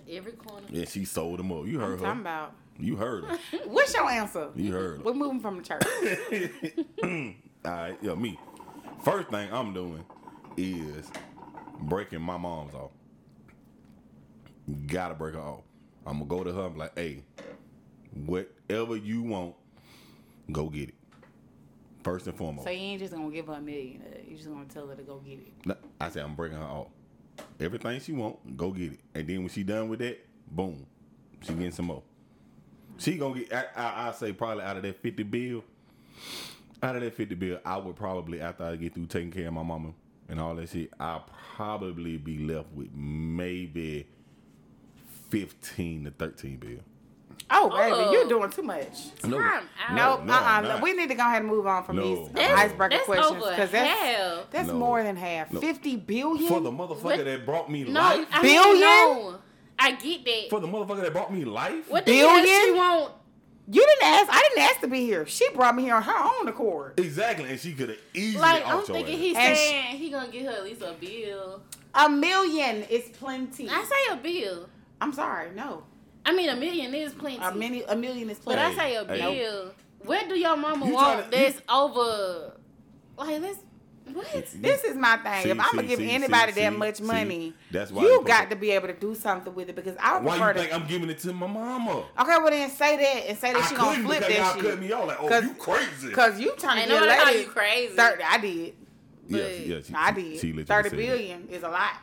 Speaker 3: Every corner.
Speaker 1: yeah, she sold them up. You heard her.
Speaker 2: Talking about
Speaker 1: You heard her.
Speaker 2: what's your answer?
Speaker 1: Oh. You heard her.
Speaker 2: We're moving from the [LAUGHS] church.
Speaker 1: all right, yeah, me. First thing I'm doing is breaking my mom's off. Gotta break her off. I'm gonna go to her and be like, hey, whatever you want, go get it. First and foremost.
Speaker 2: so you ain't just gonna give her a million. uh, You just gonna tell her to go get it.
Speaker 1: No, I said I'm breaking her off. Everything she want, go get it. And then when she done with that, boom, she getting some more. She gonna get. I, I, I say probably out of that fifty bill. Out of that fifty bill, I would probably after I get through taking care of my mama and all that shit, I'll probably be left with maybe fifteen to thirteen bill.
Speaker 2: Oh, baby,
Speaker 3: Oh.
Speaker 2: you're doing too much.
Speaker 3: Time out.
Speaker 2: No,
Speaker 1: no,
Speaker 2: uh-uh.
Speaker 1: I'm not.
Speaker 2: We need to go ahead and move on from
Speaker 1: No.
Speaker 2: these
Speaker 1: That's-
Speaker 2: icebreaker
Speaker 3: that's
Speaker 2: questions
Speaker 3: over
Speaker 2: that's
Speaker 3: half.
Speaker 2: that's
Speaker 1: No.
Speaker 2: more than half.
Speaker 1: No.
Speaker 2: Fifty billion.
Speaker 1: For the motherfucker
Speaker 3: What?
Speaker 1: that brought me
Speaker 3: No,
Speaker 1: life.
Speaker 3: I
Speaker 2: Billion?
Speaker 3: No. I get that.
Speaker 1: for the motherfucker that brought me life.
Speaker 3: what the hell she
Speaker 2: billion?
Speaker 3: want?
Speaker 2: you didn't ask. I didn't ask to be here. She brought me here on her own accord.
Speaker 1: Exactly, and she could have easily.
Speaker 3: Like I'm
Speaker 1: out your
Speaker 3: thinking
Speaker 1: ass.
Speaker 3: he's
Speaker 2: And she-
Speaker 3: saying he gonna get her at least a bill.
Speaker 2: A million is plenty.
Speaker 3: I say a bill.
Speaker 2: I'm sorry, no.
Speaker 3: I mean, a million is plenty.
Speaker 2: A many, a million is
Speaker 3: But
Speaker 2: plenty.
Speaker 3: I say a
Speaker 1: Hey, hey.
Speaker 3: bill. Where do your mama
Speaker 1: You
Speaker 3: walk
Speaker 1: tryna-
Speaker 3: that's over? Like this. What?
Speaker 2: This is my thing. if
Speaker 1: See,
Speaker 2: I'm gonna
Speaker 1: see,
Speaker 2: give
Speaker 1: see,
Speaker 2: anybody
Speaker 1: see,
Speaker 2: that
Speaker 1: see,
Speaker 2: much
Speaker 1: see.
Speaker 2: money,
Speaker 1: That's why
Speaker 2: you
Speaker 1: you
Speaker 2: got
Speaker 1: supposed-
Speaker 2: to be able to do something with it because I would
Speaker 1: Why
Speaker 2: prefer
Speaker 1: you think
Speaker 2: to.
Speaker 1: I'm giving it to my mama?
Speaker 2: Okay, well then say that and say that
Speaker 1: I
Speaker 2: she gonna
Speaker 1: couldn't
Speaker 2: flip
Speaker 1: because y'all
Speaker 2: that
Speaker 1: cut
Speaker 2: shit.
Speaker 1: me off. Like, oh,
Speaker 2: 'Cause-
Speaker 1: you crazy.
Speaker 2: Cause you trying
Speaker 3: Ain't
Speaker 2: to get
Speaker 3: nobody call you
Speaker 2: lady
Speaker 3: crazy.
Speaker 2: thirty. I did.
Speaker 1: yeah,
Speaker 3: but-
Speaker 1: yeah, she,
Speaker 2: I
Speaker 1: she-
Speaker 2: did.
Speaker 1: She literally
Speaker 2: Thirty
Speaker 1: said that.
Speaker 2: billion is a lot.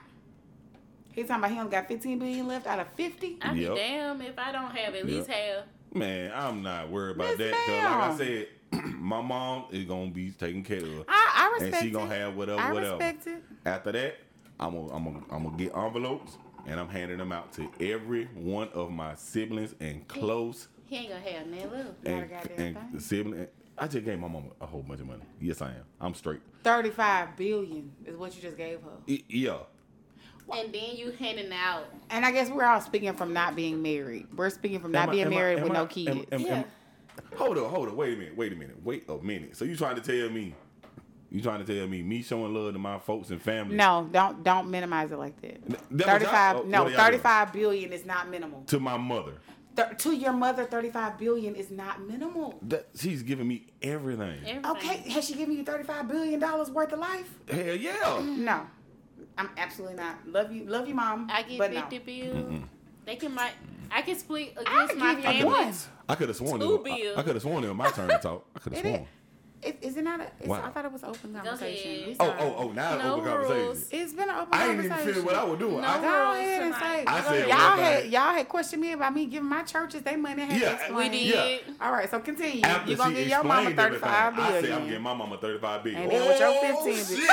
Speaker 2: He's talking about he only got fifteen billion left out of fifty.
Speaker 3: I'd be
Speaker 1: Yep.
Speaker 3: damn if I don't have at least half.
Speaker 1: Man, I'm not worried about
Speaker 2: Miss
Speaker 1: that. 'cause
Speaker 2: Ma'am.
Speaker 1: like I said, [CLEARS THROAT] my mom is gonna be taking care of her.
Speaker 2: I, I
Speaker 1: And
Speaker 2: respect
Speaker 1: she gonna
Speaker 2: it.
Speaker 1: have whatever,
Speaker 2: I
Speaker 1: whatever.
Speaker 2: respect it.
Speaker 1: After that, I'm gonna I'm gonna I'm gonna get envelopes and I'm handing them out to every one of my siblings and close
Speaker 3: He ain't gonna have nothing left.
Speaker 2: Not a
Speaker 1: and,
Speaker 2: goddamn thing.
Speaker 1: and sibling. I just gave my mama a whole bunch of money. Yes, I am. I'm straight.
Speaker 2: Thirty-five billion is what you just gave her.
Speaker 1: Y- yeah.
Speaker 3: And then you handing out.
Speaker 2: And I guess we're all speaking from not being married. We're speaking from not
Speaker 1: Am I-
Speaker 2: being
Speaker 1: am I-
Speaker 2: married
Speaker 1: am
Speaker 2: with
Speaker 1: I-
Speaker 2: no
Speaker 1: am-
Speaker 2: kids.
Speaker 1: am-
Speaker 3: Yeah.
Speaker 1: am- Hold up, hold up. Wait a minute. Wait a minute. Wait a minute. So you trying to tell me? You trying to tell me me showing love to my folks and family?
Speaker 2: No, don't don't minimize it like that.
Speaker 1: That was y'all-
Speaker 2: Thirty-five,
Speaker 1: oh,
Speaker 2: no,
Speaker 1: what are y'all doing?
Speaker 2: thirty-five billion is not minimal.
Speaker 1: To my mother.
Speaker 2: Thir- to your mother, thirty-five billion is not minimal.
Speaker 1: That she's giving me everything.
Speaker 3: Everything.
Speaker 2: Okay, has she given you thirty-five billion dollars worth of life?
Speaker 1: Hell yeah.
Speaker 2: No, I'm absolutely not. Love you, love you, mom.
Speaker 3: I get
Speaker 2: but no.
Speaker 3: fifty bills. They can my. I can split
Speaker 2: I
Speaker 3: against
Speaker 2: give
Speaker 3: my
Speaker 2: you
Speaker 3: family.
Speaker 2: one.
Speaker 1: I could have sworn.
Speaker 3: Two
Speaker 1: it was-
Speaker 3: bills.
Speaker 1: I, could have sworn it was my turn to talk. I could have
Speaker 2: It is.
Speaker 1: sworn.
Speaker 2: It, is it not? A, it's,
Speaker 1: Wow.
Speaker 2: I thought it was open
Speaker 3: ahead.
Speaker 2: conversation. We
Speaker 1: Oh,
Speaker 2: sorry.
Speaker 1: oh, oh! Now it's
Speaker 3: No
Speaker 1: open conversation.
Speaker 3: rules.
Speaker 2: It's been an open
Speaker 1: I ain't
Speaker 2: conversation.
Speaker 1: even finished what I was doing. I-
Speaker 3: No
Speaker 2: Go ahead and say.
Speaker 3: I
Speaker 1: said
Speaker 2: y'all
Speaker 1: one
Speaker 2: had
Speaker 1: thing.
Speaker 2: y'all had questioned me about me giving my churches they money. I had to
Speaker 1: Yeah,
Speaker 2: explain.
Speaker 3: We
Speaker 1: Yeah.
Speaker 3: did.
Speaker 2: All right, so continue.
Speaker 1: After
Speaker 2: you gonna
Speaker 1: she
Speaker 2: get your mama
Speaker 1: explained everything, I
Speaker 2: 35
Speaker 1: said
Speaker 2: billion.
Speaker 1: I'm getting my mama 35 billion. Oh,
Speaker 2: And then with your 15 bill.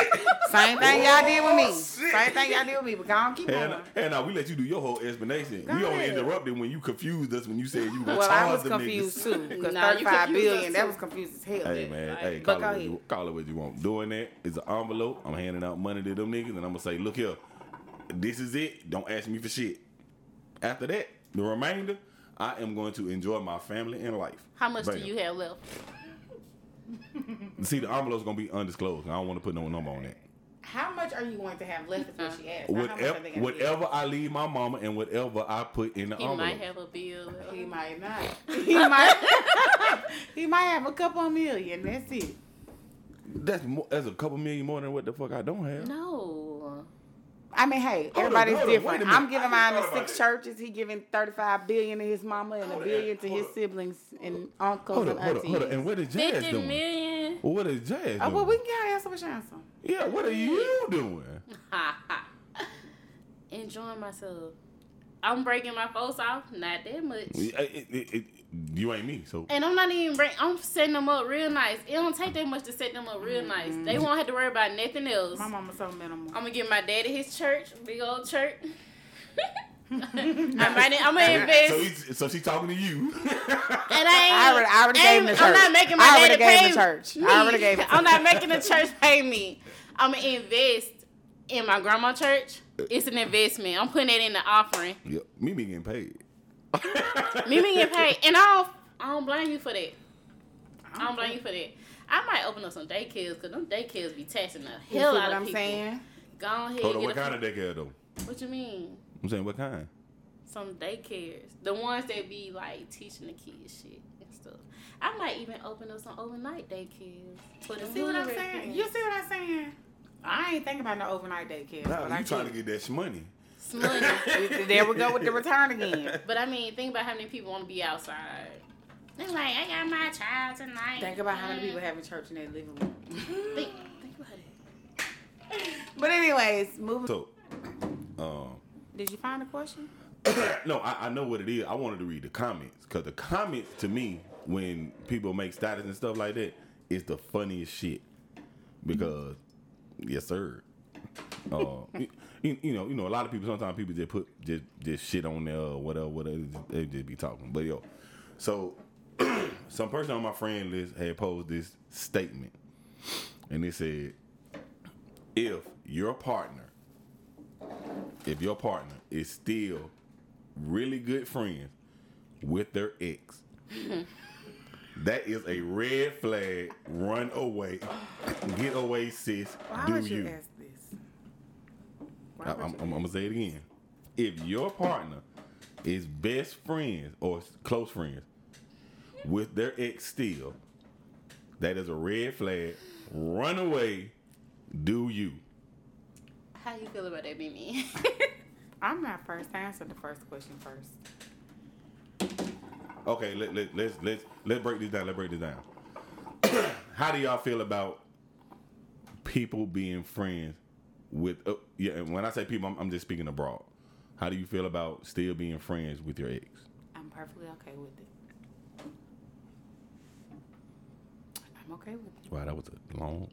Speaker 2: Same thing y'all did with me.
Speaker 1: shit.
Speaker 2: Same thing y'all did with me. But go on, keep going.
Speaker 1: And, and now we let you do your whole explanation.
Speaker 2: Go
Speaker 1: we only
Speaker 2: ahead.
Speaker 1: interrupted when you confused us when you said you were
Speaker 2: Well, I
Speaker 1: charged
Speaker 2: was
Speaker 1: them
Speaker 2: confused
Speaker 1: niggas.
Speaker 2: too. Because
Speaker 3: Nah, you
Speaker 2: 35
Speaker 3: confused us
Speaker 2: billion, that
Speaker 3: too.
Speaker 2: was confused as hell.
Speaker 1: Hey man, hey,
Speaker 3: But
Speaker 1: call
Speaker 2: go
Speaker 1: it, what you,
Speaker 2: ahead.
Speaker 1: call it what you want. Doing that is an envelope. I'm handing out money to them niggas, and I'm gonna say, look here, this is it. Don't ask me for shit. After that, the remainder, I am going to enjoy my family and life.
Speaker 3: How much do
Speaker 1: Bam.
Speaker 3: you have left?
Speaker 1: See, the envelope's gonna be undisclosed. I don't want to put no number on that.
Speaker 2: How much are you going to have left is what she asked. not how
Speaker 1: Whatever,
Speaker 2: much are they gonna give.
Speaker 1: whatever I leave my mama and whatever I put in the
Speaker 3: He
Speaker 1: envelope.
Speaker 3: might have a bill.
Speaker 2: He might not. He might [LAUGHS] He might have a couple million. That's it.
Speaker 1: That's more, that's a couple million more than what the fuck I don't have.
Speaker 3: No.
Speaker 2: I mean, hey,
Speaker 1: on,
Speaker 2: everybody's
Speaker 1: hold on, wait a
Speaker 2: different.
Speaker 1: minute.
Speaker 2: I'm
Speaker 1: I
Speaker 2: giving
Speaker 1: just
Speaker 2: mine
Speaker 1: thought
Speaker 2: to
Speaker 1: about
Speaker 2: six
Speaker 1: it.
Speaker 2: churches. He giving 35 billion to his mama and
Speaker 1: Hold
Speaker 2: a
Speaker 1: on,
Speaker 2: billion to
Speaker 1: hold
Speaker 2: his
Speaker 1: on.
Speaker 2: siblings and uncles
Speaker 1: Hold
Speaker 2: and
Speaker 1: up, hold up,
Speaker 2: aunties.
Speaker 1: hold up. And what is Jazz
Speaker 3: Fifty
Speaker 1: doing?
Speaker 3: million.
Speaker 1: What is Jazz doing?
Speaker 2: Oh, well, we can get our answer with Shanson.
Speaker 1: yeah, what are you doing?
Speaker 3: Ha ha. Enjoying myself. I'm breaking my folks off. Not that much.
Speaker 1: It- it- it- you ain't me, so
Speaker 3: And I'm not even bring. I'm setting them up real nice. It don't take that much to set them up real nice. They won't have to worry about nothing else.
Speaker 2: My mama's so minimal.
Speaker 3: I'm gonna give my daddy his church, big old church.
Speaker 2: [LAUGHS]
Speaker 3: [LAUGHS] I might, I'm gonna invest,
Speaker 1: so, he's, so she talking to you.
Speaker 3: and I ain't.
Speaker 2: I already, I already gave him
Speaker 3: ain't-
Speaker 2: the church.
Speaker 3: I'm not making my
Speaker 2: I
Speaker 3: daddy
Speaker 2: already gave
Speaker 3: pay
Speaker 2: him the church.
Speaker 3: Me.
Speaker 2: I already gave him
Speaker 3: I'm not making the church pay me. I'm gonna invest in my grandma church. It's an investment. I'm putting it in the offering.
Speaker 1: [LAUGHS] yeah, me being getting paid.
Speaker 3: Me me get paid, and I don't, I don't blame you for that. I don't blame you for that. I might open up some daycares because them daycares be taxing the
Speaker 2: You see
Speaker 3: hell
Speaker 2: what
Speaker 3: out of
Speaker 2: I'm
Speaker 3: people.
Speaker 2: saying?
Speaker 3: Go on
Speaker 1: Hold
Speaker 3: ahead. get
Speaker 1: on,
Speaker 3: a
Speaker 1: what
Speaker 3: few-
Speaker 1: kind of daycare though?
Speaker 3: What you mean?
Speaker 1: I'm saying what kind?
Speaker 3: Some daycares, the ones that be like teaching the kids shit and stuff. I might even open up some overnight daycares. For the
Speaker 2: You see what I'm
Speaker 3: hood
Speaker 2: saying?
Speaker 3: residents.
Speaker 2: You see what I'm saying? I ain't thinking about no overnight daycare.
Speaker 1: Nah,
Speaker 2: but
Speaker 1: you
Speaker 2: I
Speaker 1: trying to
Speaker 2: get-
Speaker 1: get that money?
Speaker 3: It's money.
Speaker 2: there we go
Speaker 1: [LAUGHS]
Speaker 2: with the return again.
Speaker 3: But I mean, think about how many people want to be outside. They're like, I got my child tonight.
Speaker 2: Think about how many people having church in their living room.
Speaker 3: [LAUGHS] Think, think about it.
Speaker 2: But anyways, moving.
Speaker 1: So, um,
Speaker 2: Did you find a question?
Speaker 1: no, I, I know what it is. I wanted to read the comments because the comments to me, when people make status and stuff like that, is the funniest shit. Because, yes, sir. Uh, you, you- you know, you know, a lot of people. Sometimes people just put just just shit on there or whatever, whatever. They just be talking. But yo, so [CLEARS THROAT] some person on my friend list had posed this statement, and it said, "If your partner, if your partner is still really good friends with their ex. that is a red flag. Run away. Get away, sis.
Speaker 2: Why
Speaker 1: Do
Speaker 2: would you,
Speaker 1: you?
Speaker 2: ask this?
Speaker 1: I, am gonna say it again. If your partner is best friends or s- close friends with their ex still, that is a red flag. Run away. Do you?
Speaker 3: How you feel about that, Mimi? [LAUGHS]
Speaker 2: I'm not first. Answer the first question first.
Speaker 1: Okay, let, let, let's let's let's break this down. Let's break this down. [COUGHS] How do y'all feel about people being friends with? Uh, yeah, and when I say people, I'm, I'm just speaking abroad. How do you feel about still being friends with your ex?
Speaker 2: I'm perfectly okay with it. I'm okay with it.
Speaker 1: Wow, that was a long.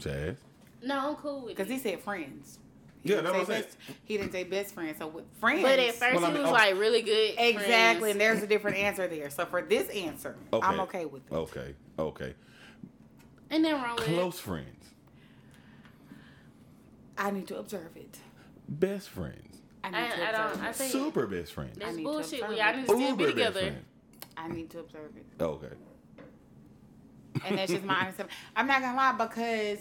Speaker 1: Chaz.
Speaker 3: no, I'm cool with
Speaker 2: Because
Speaker 3: it.
Speaker 2: he said friends. He
Speaker 1: Yeah,
Speaker 2: didn't
Speaker 1: that's
Speaker 2: say
Speaker 1: what I'm
Speaker 2: best- He didn't say best friend. So with friends.
Speaker 3: But at first
Speaker 1: Well, I
Speaker 3: he
Speaker 1: mean,
Speaker 3: was
Speaker 1: oh.
Speaker 3: like really good.
Speaker 2: Exactly.
Speaker 3: friends.
Speaker 2: And there's a different answer there. So for this answer, I'm okay with it.
Speaker 1: Okay, Oh. okay.
Speaker 3: And then wrong with it.
Speaker 1: Close friends,
Speaker 2: I need to observe it.
Speaker 1: best friends,
Speaker 2: I need
Speaker 3: I,
Speaker 2: to
Speaker 3: I
Speaker 2: observe
Speaker 3: don't. I
Speaker 2: it.
Speaker 3: think
Speaker 1: super best friends,
Speaker 3: that's
Speaker 2: I need to
Speaker 3: bullshit.
Speaker 2: observe
Speaker 3: We all
Speaker 2: it.
Speaker 3: need to still be
Speaker 1: uber best
Speaker 3: together.
Speaker 1: friends.
Speaker 2: I need to observe it.
Speaker 1: Okay.
Speaker 2: and that's just my honest. opinion. I'm not gonna lie because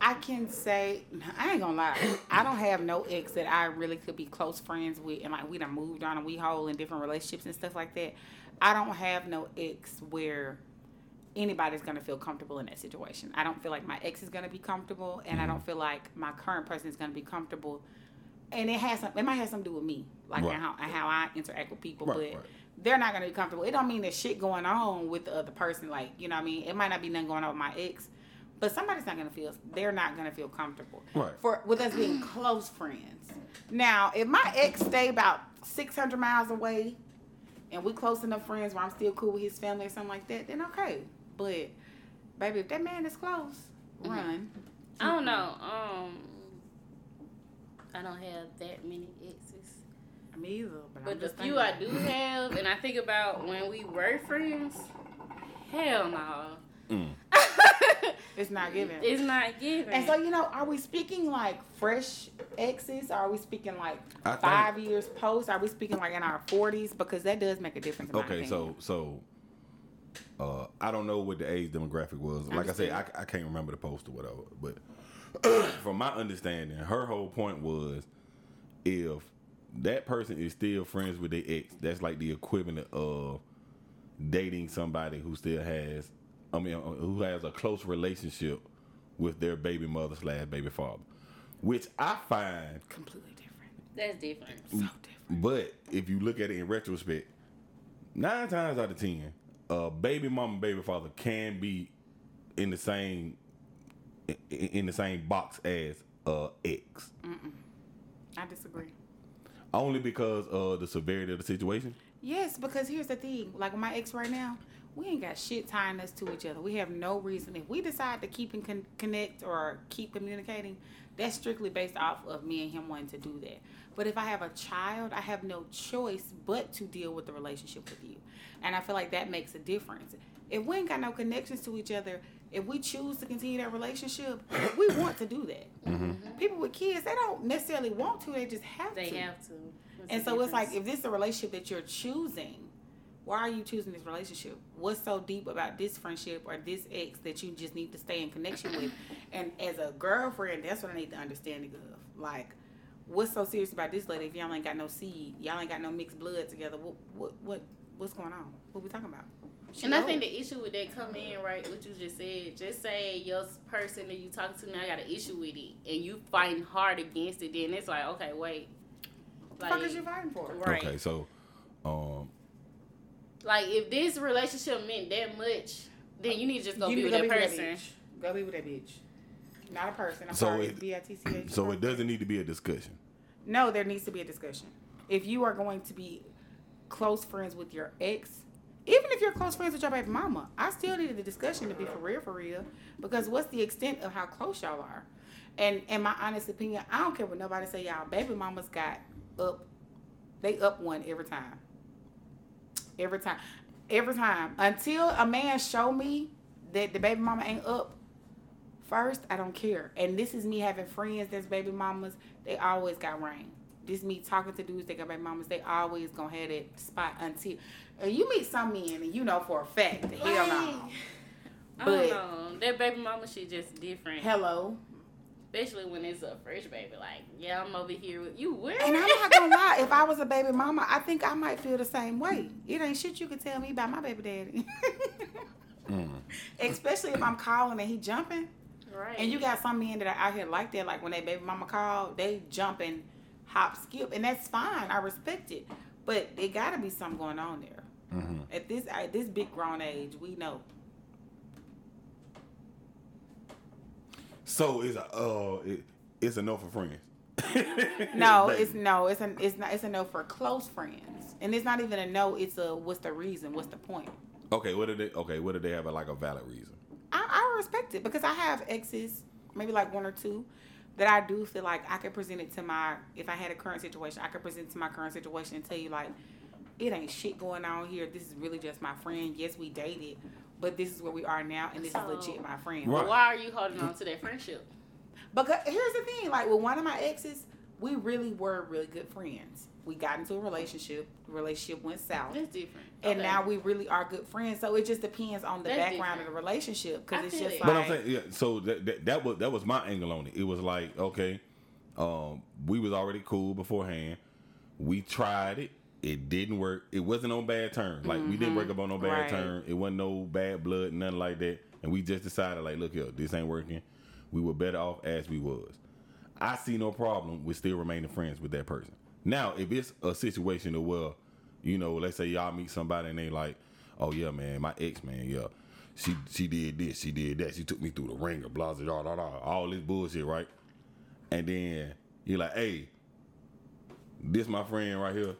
Speaker 2: I can say I ain't gonna lie. I don't have no ex that I really could be close friends with, and like we done moved on and we whole in different relationships and stuff like that. I don't have no ex where anybody's gonna feel comfortable in that situation. I don't feel like my ex is gonna be comfortable, and I
Speaker 1: Mm-hmm.
Speaker 2: don't feel like my current person is gonna be comfortable. And it has some, it might have something to do with me, like
Speaker 1: Right.
Speaker 2: and how, and how I interact with people,
Speaker 1: Right,
Speaker 2: but
Speaker 1: right.
Speaker 2: they're not gonna be comfortable. It don't mean there's shit going on with the other person, like you know what I mean. It might not be nothing going on with my ex, but somebody's not gonna feel. They're not gonna feel comfortable
Speaker 1: Right.
Speaker 2: for with us being close friends. Now, if my ex stay about six hundred miles away, and we close enough friends where I'm still cool with his family or something like that, then okay. But baby, if that man is close,
Speaker 3: Mm-hmm.
Speaker 2: run.
Speaker 3: I don't know.
Speaker 2: Mm-hmm.
Speaker 3: Um, I don't have that many exes.
Speaker 2: Me either, but, I'm
Speaker 3: But the
Speaker 2: just
Speaker 3: few I
Speaker 2: thinking.
Speaker 3: do have, and I think about when we were friends, hell no.
Speaker 1: Mm.
Speaker 2: it's not given.
Speaker 3: It's not given.
Speaker 2: And so, you know, are we speaking like fresh exes? Are we speaking like
Speaker 1: I think-
Speaker 2: five years post? Are we speaking like in our forties? Because that does make a difference. In my
Speaker 1: Okay,
Speaker 2: opinion.
Speaker 1: so so uh, I don't know what the age demographic was. Like I said, I,
Speaker 2: Understood.
Speaker 1: I can't remember the post or whatever. But [CLEARS THROAT] from my understanding, her whole point was if that person is still friends with their ex, that's like the equivalent of dating somebody who still has, I mean, uh, who has a close relationship with their baby mother slash baby father, which I find
Speaker 2: completely different.
Speaker 3: That's different.
Speaker 2: So
Speaker 1: Mm.
Speaker 2: different.
Speaker 1: but if you look at it in retrospect, nine times out of ten, uh, baby mama, and baby father can be in the same i- i- in the same box as uh, ex,
Speaker 2: I disagree.
Speaker 1: only because of the severity of the situation.
Speaker 2: Yes, because here's the thing. Like with my ex right now, we ain't got shit tying us to each other. We have no reason. If we decide to keep and con- connect or keep communicating, that's strictly based off of me and him wanting to do that. But if I have a child, I have no choice but to deal with the relationship with you. And I feel like that makes a difference. If we ain't got no connections to each other, if we choose to continue that relationship, we want to do that.
Speaker 1: Mm-hmm.
Speaker 2: People with kids, they don't necessarily want to, they just have
Speaker 3: They
Speaker 2: to.
Speaker 3: have to. What's
Speaker 2: And
Speaker 3: the
Speaker 2: so it's like,
Speaker 3: difference?
Speaker 2: if this is a relationship that you're choosing, why are you choosing this relationship? What's so deep about this friendship or this ex that you just need to stay in connection
Speaker 3: [COUGHS]
Speaker 2: with? And as a girlfriend, that's what I need to understand of. Like, what's so serious about this lady if y'all ain't got no seed? Y'all ain't got no mixed blood together. What, what, what what's going on? What we talking about? She
Speaker 3: and I
Speaker 2: old.
Speaker 3: think the issue with that come in right, what you just said. Just say your s- person that you talking to now got an issue with it, and you fighting hard against it. Then it's like, okay, wait.
Speaker 2: What the fuck is you fighting for?
Speaker 3: Right.
Speaker 1: Okay, so um,
Speaker 3: Like if this relationship meant that much, then you need to just go
Speaker 2: You
Speaker 3: be
Speaker 2: need
Speaker 3: with
Speaker 2: to
Speaker 3: that
Speaker 2: go
Speaker 3: person.
Speaker 2: bitch. Go be with that bitch. Not a person. I'm
Speaker 1: So
Speaker 2: sorry.
Speaker 1: it-
Speaker 2: B-I-T-C-H.
Speaker 1: so it doesn't need to be a discussion.
Speaker 2: No, there needs to be a discussion. If you are going to be close friends with your ex, even if you're close friends with your baby mama, I still needed the discussion to be for real, for real. Because what's the extent of how close y'all are? And in my honest opinion, I don't care what nobody say. Y'all baby mamas got up, they up one every time. Every time, every time. Until a man show me that the baby mama ain't up, First, I don't care. And this is me having friends that's baby mamas. They always got rain. This me talking to dudes that got baby mamas. They always gonna have that spot until and you meet some men and you know for a fact that hell no.
Speaker 3: Like, I
Speaker 2: But-
Speaker 3: don't know. That baby mama shit just different.
Speaker 2: Hello.
Speaker 3: Especially when it's a fresh baby. Like, yeah, I'm over here with you. Where?
Speaker 2: And I'm not gonna lie, if I was a baby mama, I think I might feel the same way. It ain't shit you could tell me about my baby daddy. [LAUGHS]
Speaker 1: Mm-hmm.
Speaker 2: Especially if I'm calling and he jumping.
Speaker 3: right.
Speaker 2: And you got some men that are out here like that, like when they baby mama call, they jump and hop, skip, and that's fine. I respect it, but it gotta be something going on there.
Speaker 1: Mm-hmm.
Speaker 2: At this at this big grown age, we know.
Speaker 1: So it's a uh, it, it's enough for friends. [LAUGHS]
Speaker 2: No,
Speaker 1: Baby.
Speaker 2: it's no, it's an it's not it's a no for close friends, and it's not even a no. It's a what's the reason? What's the point?
Speaker 1: okay. What did they? Okay, what did they have a, like a valid reason?
Speaker 2: I, I respect it because I have exes, maybe like one or two, that I do feel like I could present it to my if I had a current situation, I could present it to my current situation and tell you like, it ain't shit going on here. This is really just my friend. Yes, we dated, but this is where we are now, and this
Speaker 3: So-
Speaker 2: is legit my friend.
Speaker 1: Right.
Speaker 3: Why are you holding on to that friendship?
Speaker 2: Because here's the thing, like with one of my exes, we really were really good friends. We got into a relationship. The relationship went south.
Speaker 3: That's different.
Speaker 2: And
Speaker 3: Okay.
Speaker 2: now we really are good friends. So it just depends on the
Speaker 3: That's
Speaker 2: background
Speaker 3: different.
Speaker 2: of the relationship.
Speaker 3: I
Speaker 2: Because it's
Speaker 3: feel
Speaker 2: just
Speaker 3: it.
Speaker 2: like.
Speaker 1: But I'm saying, yeah. So that, that that was that was my angle on it. It was like, okay, um, we was already cool beforehand. We tried it. It didn't work. It wasn't on bad terms. Like we didn't break up on no bad
Speaker 2: Right.
Speaker 1: terms. It wasn't no bad blood, nothing like that. And we just decided, like, look here, this ain't working. We were better off as we was. I see no problem with still remaining friends with that person. Now, if it's a situation to where, you know, let's say y'all meet somebody and they like, oh yeah, man, my ex man, yeah, she she did this, she did that, she took me through the ringer, blah blah blah, blah, blah all this bullshit, right? And then you're like, hey, this my friend right here,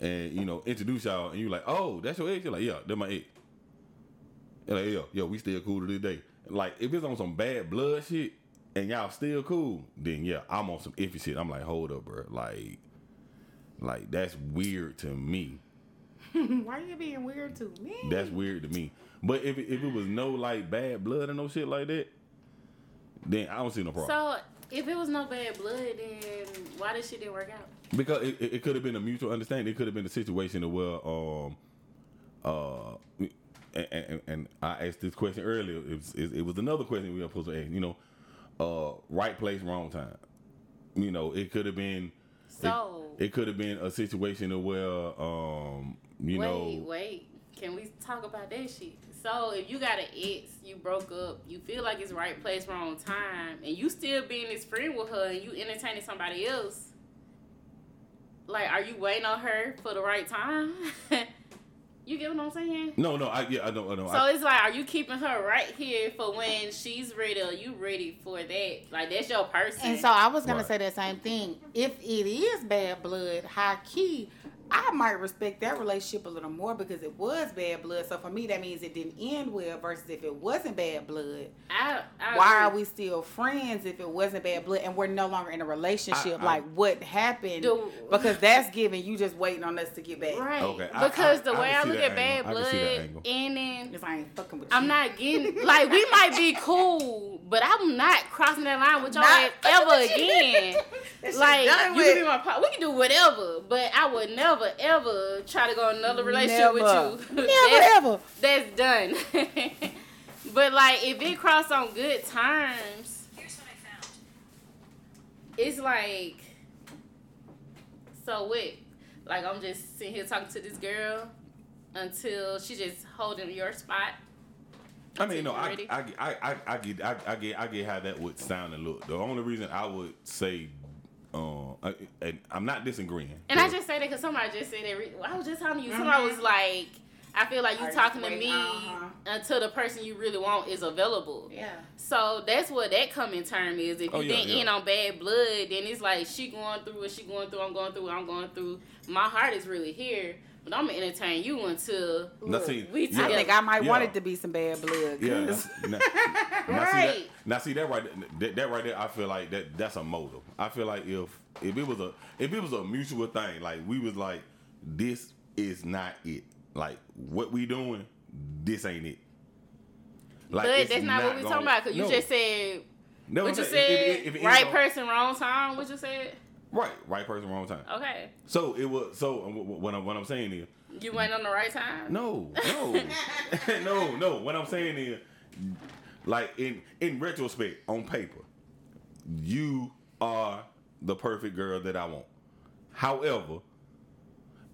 Speaker 1: and you know, introduce y'all, and you like, oh, that's your ex, you're like, yeah, that's my ex. And like, yo, yo, we still cool to this day. Like, if it's on some bad blood shit and y'all still cool, then yeah, I'm on some iffy shit. I'm like, hold up, bro. Like, like that's weird to me.
Speaker 3: Mm,
Speaker 2: Why are you being weird to me?
Speaker 1: That's weird to me. But if it- if it was no like bad blood and no shit like that, then I don't see no problem
Speaker 3: So if it was no bad blood, then why this shit didn't work out?
Speaker 1: because it, it, could have been a mutual understanding. It could have been a situation where um uh. we- And, and, and I asked this question earlier. It was, it, it was another question we were supposed to ask. You know, uh, right place, wrong time. You know, it could have been
Speaker 3: So
Speaker 1: it could have been a situation to where um you
Speaker 3: wait,
Speaker 1: know
Speaker 3: wait. Can we talk about that shit? So if you got an ex, you broke up, you feel like it's right place, wrong time, and you still being his friend with her, and you entertaining somebody else. Like, are you waiting on her for the right time? [LAUGHS] you get what I'm saying?
Speaker 1: no no I yeah I know I know
Speaker 3: So
Speaker 1: I,
Speaker 3: it's like, are you keeping her right here for when she's ready? Or you ready for that? Like that's your person.
Speaker 2: And so I was gonna
Speaker 1: Right.
Speaker 2: say that same thing. If it is bad blood, high key, I might respect that relationship a little more because it was bad blood. So for me, that means it didn't end well. Versus if it wasn't bad blood,
Speaker 3: I, I
Speaker 2: why
Speaker 3: agree.
Speaker 2: are we still friends if it wasn't bad blood and we're no longer in a relationship?
Speaker 1: I- I-
Speaker 2: like what happened?
Speaker 3: Do-
Speaker 2: because that's giving you just waiting on us to get back.
Speaker 3: Right.
Speaker 1: Okay, I-
Speaker 3: because
Speaker 1: I-
Speaker 3: the
Speaker 1: I
Speaker 3: way
Speaker 1: can
Speaker 3: I,
Speaker 1: see
Speaker 3: look
Speaker 1: that
Speaker 3: at
Speaker 1: angle.
Speaker 3: bad
Speaker 1: I can see that
Speaker 3: blood,
Speaker 1: angle.
Speaker 3: and then
Speaker 2: If I ain't fucking with
Speaker 3: I'm
Speaker 2: you.
Speaker 3: not getting like we might be cool, but I'm not crossing that line with y'all ass
Speaker 2: [LAUGHS]
Speaker 3: ever again.
Speaker 2: That shit
Speaker 3: Like
Speaker 2: done
Speaker 3: you can be
Speaker 2: with.
Speaker 3: my part. We can do whatever, but I would never ever try to go in another relationship with you. [LAUGHS]
Speaker 2: Never.
Speaker 3: That's-
Speaker 2: Never ever.
Speaker 3: that's done. [LAUGHS] but like if it cross on good terms,
Speaker 4: Here's what I found.
Speaker 3: it's like so what? Like I'm just sitting here talking to this girl until she just holding your spot.
Speaker 1: I mean no
Speaker 3: You
Speaker 1: I,
Speaker 3: ready?
Speaker 1: I, I, I, I get I, I get I get how that would sound and look. The only reason I would say um I, and I'm not disagreeing.
Speaker 3: And I
Speaker 1: but-
Speaker 3: just say that because somebody just said that. re- I was just telling you. Somebody was like, I feel like you
Speaker 2: Are you
Speaker 3: talking to
Speaker 2: waiting?
Speaker 3: me
Speaker 2: Mm-hmm. Uh-huh.
Speaker 3: until the person you really want is available.
Speaker 2: Yeah.
Speaker 3: So that's what that coming term is. If you
Speaker 1: Oh, yeah,
Speaker 3: didn't
Speaker 1: yeah.
Speaker 3: end on bad blood, then it's like she going through what she going through, I'm going through what I'm going through. My heart is really here, but I'm gonna entertain you until
Speaker 1: now, see, yeah,
Speaker 3: we
Speaker 2: I
Speaker 3: together.
Speaker 2: think I might want
Speaker 1: yeah.
Speaker 2: it to be some bad blood.
Speaker 1: Yeah. now- now, now See
Speaker 3: Right.
Speaker 1: that, now see that right there- that, that right there I feel like that that's a motive. I feel like if if it was a if it was a mutual thing, like we was like, this is not it. Like what we doing, this ain't it. Like,
Speaker 3: but
Speaker 1: it's
Speaker 3: that's not, what we
Speaker 1: gonna-
Speaker 3: talking about. Cause you
Speaker 1: No.
Speaker 3: just said
Speaker 1: That's
Speaker 3: what you
Speaker 1: I'm saying.
Speaker 3: said,
Speaker 1: If- if- if it is
Speaker 3: right
Speaker 1: on-
Speaker 3: person, wrong time. What you said?
Speaker 1: right, right person, wrong time.
Speaker 3: Okay,
Speaker 1: So it was. So um, wh- wh- what I'm what I'm saying is,
Speaker 3: you went on the right time.
Speaker 1: no, no, [LAUGHS] no, no. What I'm saying is, like in in retrospect, on paper, you are the perfect girl that I want. However,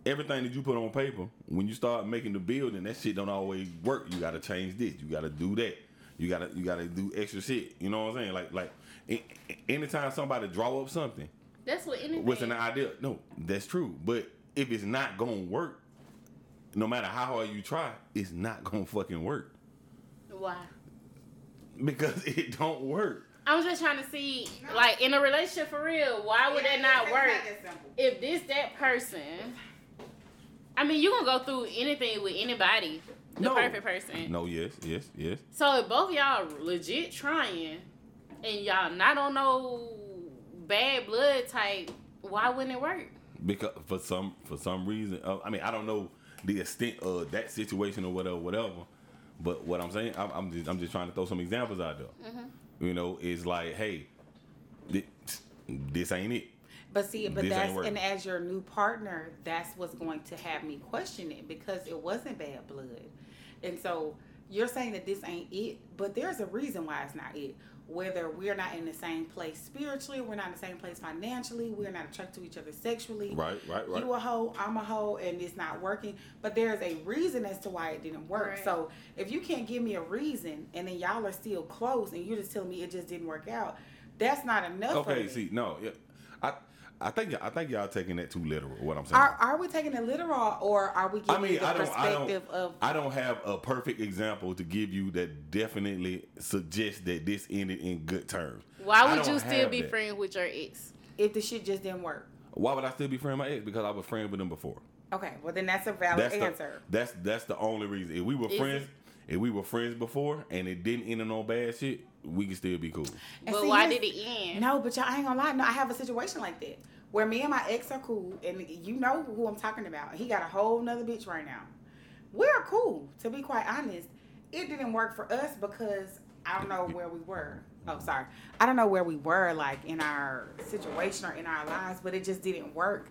Speaker 1: everything that you put on paper, when you start making the building, that shit don't always work. You gotta change this. You gotta do that. You gotta you gotta do extra shit. You know what I'm saying? Like like a- a- anytime somebody draw up something
Speaker 3: That's what anything.
Speaker 1: with an idea, no, that's true. But if it's not gonna work, no matter how hard you try, it's not gonna fucking work
Speaker 3: Why?
Speaker 1: because [LAUGHS] it don't work.
Speaker 3: I'm just trying to see, like, in a relationship for real, [LAUGHS] why would that not work?
Speaker 2: It's not that simple.
Speaker 3: If this that person, I mean, you gonna go through anything with anybody, the
Speaker 1: No.
Speaker 3: perfect person.
Speaker 1: No, yes, yes, yes.
Speaker 3: So if both y'all legit trying, and y'all not on no bad blood type, why wouldn't it work?
Speaker 1: because for some for some reason uh, i mean i don't know the extent of that situation or whatever whatever but what i'm saying i'm, I'm just i'm just trying to throw some examples out there
Speaker 2: Mm-hmm.
Speaker 1: you know it's like hey this, this ain't it
Speaker 2: But see, but
Speaker 1: This ain't
Speaker 2: that's
Speaker 1: working.
Speaker 2: and as your new partner, that's what's going to have me question it because it wasn't bad blood, and so you're saying that this ain't it, but there's a reason why it's not it. Whether we're not in the same place spiritually, we're not in the same place financially, we're not attracted to each other sexually.
Speaker 1: right right right
Speaker 2: You a hoe, I'm a hoe, and it's not working. But there's a reason as to why it didn't work.
Speaker 3: Right.
Speaker 2: So if you can't give me a reason, and then y'all are still close, and you're just telling me it just didn't work out, that's not enough. for
Speaker 1: okay
Speaker 2: me.
Speaker 1: see no yeah, i i think i think y'all taking that too literal what i'm saying
Speaker 2: Are, are we taking it literal or are we
Speaker 1: I
Speaker 2: giving
Speaker 1: mean,
Speaker 2: you the
Speaker 1: I don't, I
Speaker 2: perspective
Speaker 1: don't,
Speaker 2: of
Speaker 1: I don't have a perfect example to give you that definitely suggests that this ended in good terms. I
Speaker 3: Why would
Speaker 1: don't
Speaker 3: you still
Speaker 1: have
Speaker 3: be
Speaker 1: that.
Speaker 3: friends with your ex?
Speaker 2: if the shit just didn't work?
Speaker 1: Why would I still be friend with my ex? Because I was friends with him before.
Speaker 2: Okay, well then that's a valid
Speaker 1: that's
Speaker 2: answer.
Speaker 1: The, that's that's the only reason. If we were
Speaker 3: Is it-
Speaker 1: friends, if we were friends before, and it didn't end in no bad shit, we could still be cool.
Speaker 2: And
Speaker 3: But
Speaker 2: see,
Speaker 3: why
Speaker 2: here's-
Speaker 3: did it end?
Speaker 2: No, but y'all I ain't gonna lie. No, I have a situation like that where me and my ex are cool, and you know who I'm talking about. He got a whole nother bitch right now. We're cool, to be quite honest. It didn't work for us because I don't know where we were. Oh, sorry. I don't know where we were, like in our situation or in our lives, but it just didn't work.